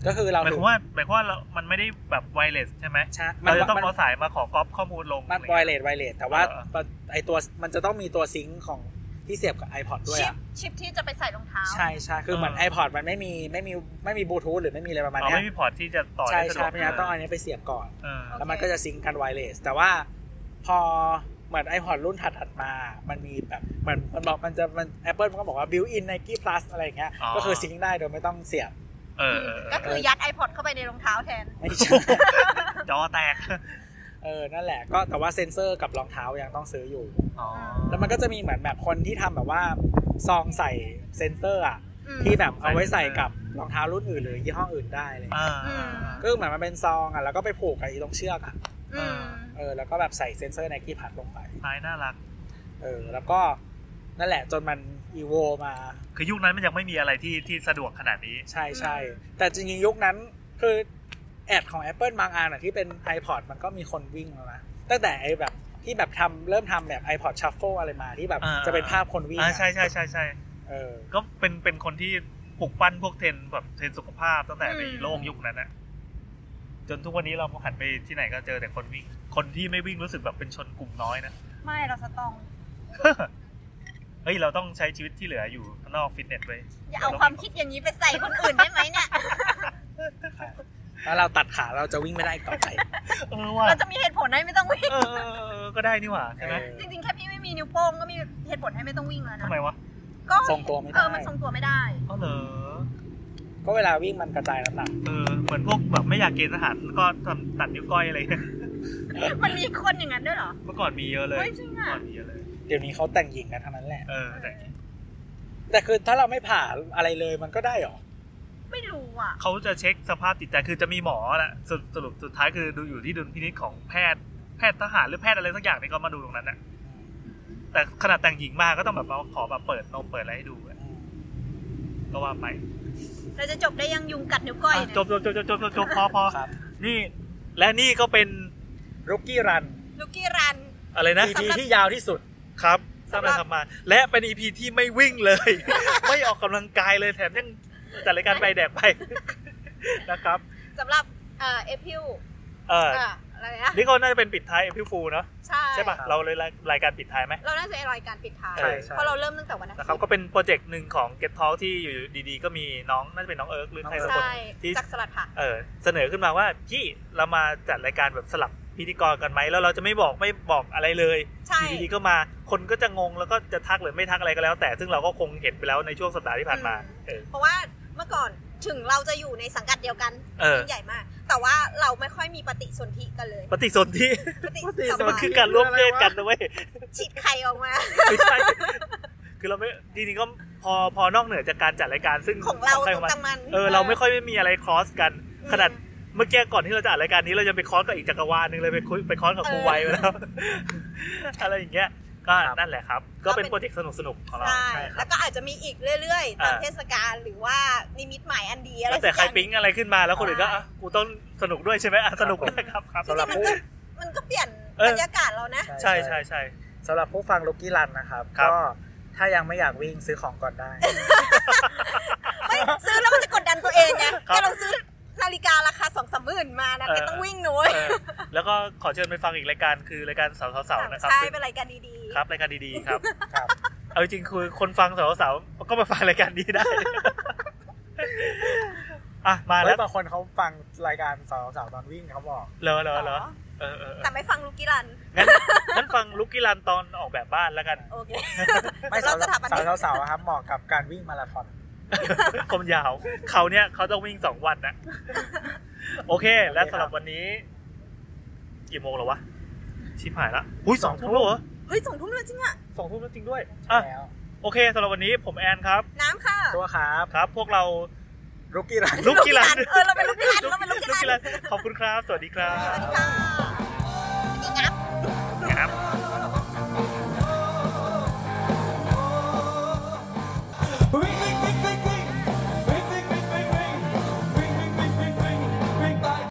Speaker 3: ก็คือเรา
Speaker 2: หมายความว่าหมายความว่าเรามันไม่ได้แบบไวเลสใช่ไหม
Speaker 3: ใช่มัน
Speaker 2: เราจะต้อง
Speaker 3: มัน
Speaker 2: เอาสายมาขอก๊อปข้อมูลลง
Speaker 3: มัน
Speaker 2: อะ
Speaker 3: ไว
Speaker 2: ไร
Speaker 3: เล
Speaker 2: เงี้ย
Speaker 3: สไวเลสแต่ว่า
Speaker 2: เออ
Speaker 3: มันไอตัวมันจะต้องมีตัวซิงก์ของที่เสียบกับ iPod ด้วย
Speaker 5: ชิป
Speaker 3: อะ
Speaker 5: ชิปที่จะไปใส่รองเท้า
Speaker 3: ใช่ใช่คือเหมือน iPod มันไม่มีไม่มีไม่มีบลูทูธหรือไม่มีอะไรประมาณ
Speaker 2: เรา
Speaker 3: เนี้ย
Speaker 2: ไม่มีพอร์ตที่จะต่อ
Speaker 3: ใช่
Speaker 2: ได้สะดว
Speaker 3: ใช่
Speaker 2: ก
Speaker 3: เพราะงั้นต้องเอาอันนี้ไปเสียบก่อน
Speaker 2: เออ
Speaker 3: แล้วมันก็จะซิงค์กันไวเลสแต่ว่าพอเหมือนไอพอดรุ่นถัดถัดๆมา มันมีแบบเหมือนมันบอกมันจะมัน Apple มันก็บอกว่า built in Nike Plus อะไรอย่างเงี้ย
Speaker 2: อ๋อ
Speaker 3: ก็คือซิงค์ได้โดยไม่ต้องเสียบ
Speaker 2: เออเออเอ
Speaker 5: ก็
Speaker 2: อ
Speaker 5: คือยัด iPod เข้าไปในรองเท้าแทน
Speaker 3: ไม่ใช่
Speaker 2: จอแตก
Speaker 3: เออ นั่นแหละก็แต่ว่าเซ็นเซอร์กับรองเท้ายังต้องซื้ออยู่
Speaker 2: อ๋อ
Speaker 3: แล้วมันก็จะมีเหมือนแบบคนที่ทำแบบว่า ซองใส่เซ็นเซอร์อะ
Speaker 5: อืม
Speaker 3: ที่แบบเอาไว้ใส่กับรองเท้ารุ่นอื่นหรือยี่ห้ออื่นได้อะไรอย่างเลย
Speaker 2: อ่า
Speaker 5: อืม
Speaker 3: ก็คือเหมือนมันเป็นซองอะแล้วก็ไปผูกกับอีตรงเชือกอะ
Speaker 5: อืม
Speaker 3: เออแล้วก็แบบใส่เซ็นเซอร์ไนกี้พัดลงไป
Speaker 2: ท้ายน่ารัก
Speaker 3: เออแล้วก็นั่นแหละจนมันอีโวมา
Speaker 2: คือยุคนั้นมันยังไม่มีอะไรที่ที่สะดวกขนาดนี้
Speaker 3: ใช่ใช่แต่จริงๆยุคนั้นคือแอดของ Apple บางอันอะที่เป็น iPod มันก็มีคนวิ่งแล้วนะตั้งแต่ไอ้แบบที่แบบทำเริ่มทำแบบ iPod Shuffle อะไรมาที่แบบ
Speaker 2: อ่า
Speaker 3: จะเป็นภาพคนวิ่ง
Speaker 2: อ่า
Speaker 3: อะ
Speaker 2: ใช่ใช่ใช่ใช่
Speaker 3: เออ
Speaker 2: ก็เป็นเป็นคนที่ปลุกปั้นพวกเทรนด์แบบเทรนด์สุขภาพตั้งแต่ใน
Speaker 5: อืม
Speaker 2: โลกยุคนั้นนะจนทุกวันนี้เราหันไปที่ไหนก็เจอแต่คนวิ่ง คนที่ไม่วิ่งรู้สึกแบบเป็นชนกลุ่มน้อยนะ
Speaker 5: ไม่เราสตรอง
Speaker 2: เฮ้ย เราต้องใช้ชีวิตที่เหลืออยู่ข้างนอกฟิตเนสไว้
Speaker 5: อย่าเอาความคิดอย่างนี้ไปใส่คนอื่นได้ไหมเนี่ย
Speaker 3: แล้วเราตัดขาเราจะวิ่งไม่ได้อีกต่อไป
Speaker 2: เออว่ะ
Speaker 5: เราจะมีเหตุผลให้ไม่ต้องวิ่ง
Speaker 2: เออเออเออก็ได้นี่หว่าใช่ไหม
Speaker 3: เออ
Speaker 5: จริงๆ แค่พี่ไม่มีนิ้วโป้งก็มีเหตุผลให้ไม่ต้องวิ่งแล้วนะ
Speaker 2: ทำไมวะ
Speaker 5: ก็
Speaker 3: ทรงตัวไม่ได้
Speaker 5: เออมันทรงตัวไม่ได้
Speaker 2: อ๋อเหรอ
Speaker 3: ก็เวลาวิ่งมันกระจายน้ำหนัก
Speaker 2: เออเหมือนพวกแบบไม่อยากเกณฑ์ทหารก็ทำตัดนิ้วก้อยอะไรเงี้ย
Speaker 5: มันมีคนอย่างนั้นด้วยเหรอ
Speaker 2: เมื่อก่อนมีเยอะเลย
Speaker 5: เฮ้ยจริงอะ
Speaker 2: เมื่อก่อนมีเยอะเลย
Speaker 3: เดี๋ยวนี้เขาแต่งหญิงกันทั้งนั้นแหละ
Speaker 2: เออแต่
Speaker 3: แต่คือถ้าเราไม่ผ่าอะไรเลยมันก็ได้หรอ
Speaker 5: ไม่รู้อ่ะ
Speaker 2: เขาจะเช็คสภาพจิตใจคือจะมีหมอแหละสรุปสรุปสุดท้ายคือดูอยู่ที่ดุลพินิจของแพทย์แพทย์ทหารหรือแพทย์อะไรสักอย่างนี่ก็มาดูตรงนั้นนะแต่ขนาดแต่งหญิงมาก็ต้องแบบเอาขอแบบเปิดนมเปิดอะไรให้ดูอะ
Speaker 3: อืม
Speaker 2: ก็ว่าไป
Speaker 5: เราจะจบได้ยังยุงกัดนิ้วก้อย
Speaker 2: อ่ะ
Speaker 5: เนี่ย
Speaker 2: จบจบจบจบจบจบจบพอพอ
Speaker 3: ครับ
Speaker 2: นี่และนี่ก็เป็น
Speaker 3: รุกกี้รัน
Speaker 4: ลูกกี้รัน
Speaker 2: อะไรนะ
Speaker 3: อีพีที่ยาวที่สุด
Speaker 2: ครับสร้างไปทำมา และเป็นอีพีที่ไม่วิ่งเลย ไม่ออกกำลังกายเลยแถมยังจัดรายการไปแดกไปนะครับ
Speaker 4: สำหรับเอ่อเอพิว
Speaker 2: เออ
Speaker 4: เอ่ออะไรนะ
Speaker 2: นี่ก็น่าจะเป็นปิดท้ายพิฟูเนาะ
Speaker 4: ใช่
Speaker 2: ใช่ป่ะเราเลยรายการปิดท้ายไหม
Speaker 4: เราน่าจะเอรายการปิดท้าย
Speaker 2: ใช่ใช่
Speaker 4: เพราะเราเริ่มตั้งแต่วันนั้น
Speaker 2: นะครับก็เป็นโปรเจกต์หนึ่งของ Get Talk ที่อยู่ดีๆ ก็มีน้องน่าจะเป็นน้องเอิร์กหรือใครสักคน
Speaker 4: ใช่
Speaker 2: ที่
Speaker 4: จากสลัดผัก
Speaker 2: เออเสนอขึ้นมาว่าพี่เรามาจัดรายการแบบสลับ พิธีกรกันไหมแล้วเราจะไม่บอกไม่บอกอะไรเลย
Speaker 4: ใช่
Speaker 2: อยู่ดีๆก็มาคนก็จะงงแล้วก็จะทักหรือไม่ทักอะไรก็แล้ว แต่ซึ่งเราก็คงเห็นไปแล้วในช่วงสัปดาห์ที่ผ่านมาเออ
Speaker 4: เพราะว่าเมื่อก่อนถึงเราจะอยู่ในสังกัดเดียวกัน
Speaker 2: เออ
Speaker 4: ยิ่งใหญ่มาก แต่ว่าเราไม่ค่อยมีปฏิสนธิกันเลย
Speaker 2: ปฏิสน ธิ
Speaker 4: ปฏิ
Speaker 3: ปฏิสนธิ
Speaker 2: มันคือการร่วมเพศกันนะเว้ย
Speaker 4: ฉีดไข่ออกมา
Speaker 2: ไม่ ใช่คือเราไม่จริงๆก็พอพอนอกเหนือจากการจัดรายการซึ่ง
Speaker 4: ของเรา
Speaker 2: ใค
Speaker 4: ตรง
Speaker 2: มัน
Speaker 4: ตะมัน
Speaker 2: เออเราไม่ค่อยไม่มีอะไรครอสกัน ขนาดเมื่อกี้ก่อนที่เราจะอัดรายการนี้เรายังไปครอสกับอีกจักรวาลหนึ่งเลยไปคุยไปครอสกับครูไวไปแล้ว อะไรอย่างเงี้ยก็
Speaker 3: ครับ
Speaker 2: นั่นแหละครับ ก็เป็นโปรเจกต์สนุกๆของเรา
Speaker 4: ใช่
Speaker 2: ใช่ครั
Speaker 4: แล้
Speaker 2: บ
Speaker 4: วก็อาจจะมีอีกเรื่อยๆ ตาม
Speaker 2: อ่า
Speaker 4: เทศกาลหรือว่านิมิตหมายอันดีอะไร
Speaker 2: แล้วแต่
Speaker 4: สัก
Speaker 2: ใคร
Speaker 4: อย่าง
Speaker 2: ปิ๊งอะไรขึ้นมาแล้วคนอื่นก็อ่ะกูต้องสนุกด้วยใช่ไหมอ่ะสนุกด้วยครับครับ
Speaker 4: จริงๆมันก็มันก็เปลี่ยน
Speaker 2: เออ
Speaker 4: บรรยากาศเรานะ
Speaker 2: ใช่ใช่ใช่
Speaker 3: สำหรับผู้ฟังลูกี้รันนะครับ
Speaker 2: ครับ
Speaker 3: ก็ถ้ายังไม่อยากวิ่งซื้อของก่อนได้
Speaker 4: ไม่ซื้อแล้วมันจะกดดันตัวเองไง
Speaker 2: ครับ
Speaker 4: แกลองซื้อนาฬิการาคาสองสามหมื่นมานะ
Speaker 2: เออ
Speaker 4: แกต้องวิ่งหนุ้ย
Speaker 2: เออแล้วก็ขอเชิญไปฟังอีกรายการคือรายการสาวๆๆนะครับ
Speaker 4: ใช่
Speaker 2: ซึ่ง
Speaker 4: เป็นรายการดีๆ
Speaker 2: ครับรายการดีๆ ครับ
Speaker 3: ครับ
Speaker 2: เอาจริงๆคือคนฟังสาวๆก็มาฟังรายการนี้ ได้ อ่ะ มา
Speaker 3: แล้
Speaker 2: แล้ว
Speaker 3: วบางคนเขาฟังรายการสาวสาวๆตอนวิ่งเขาบอก
Speaker 2: เหรอเหรอเหรอ
Speaker 4: อ๋อ
Speaker 2: เออเออเอ
Speaker 4: แต่
Speaker 2: อ
Speaker 4: ไม่ฟังลูกกิรัน
Speaker 2: งั้นงั้นฟังลุกกี้รันตอนออกแบบบ้านแล้วกัน
Speaker 4: โอเค
Speaker 3: ไม่
Speaker 4: เราส
Speaker 3: สาว
Speaker 4: ถาปนิก
Speaker 3: สาวสาวๆอะครับเหมาะกับการวิ่งมาราธอน
Speaker 2: ผมยาวเขาเนี่ยเขาต้องวิ่งสองวันนะโอเค และสำหรับวันนี้ กี่โมงแล้ววะ ชิบหายละหุ้ยสองทุ่มแล้วเหรอ
Speaker 4: เฮ้ยสองทุ่มแล้วจริงอะ
Speaker 2: สองทุ่มแล้วจริงด้วย อ่ะ
Speaker 3: แล้ว
Speaker 2: โอเคสำหรับวันนี้ผมแอนครับ
Speaker 4: น้ำค่ะ
Speaker 3: ตัวครับ
Speaker 2: ครับ พวกเรา
Speaker 3: ลูกี้รัน
Speaker 2: ลุกกี้รัน
Speaker 4: เออเราเป็นลูกกิรันเราเป็นลูกกิรันสวัส
Speaker 2: นขอบคุณครับ สวัสดีครับ
Speaker 4: ดีค่ะสวัสดีครับ
Speaker 6: We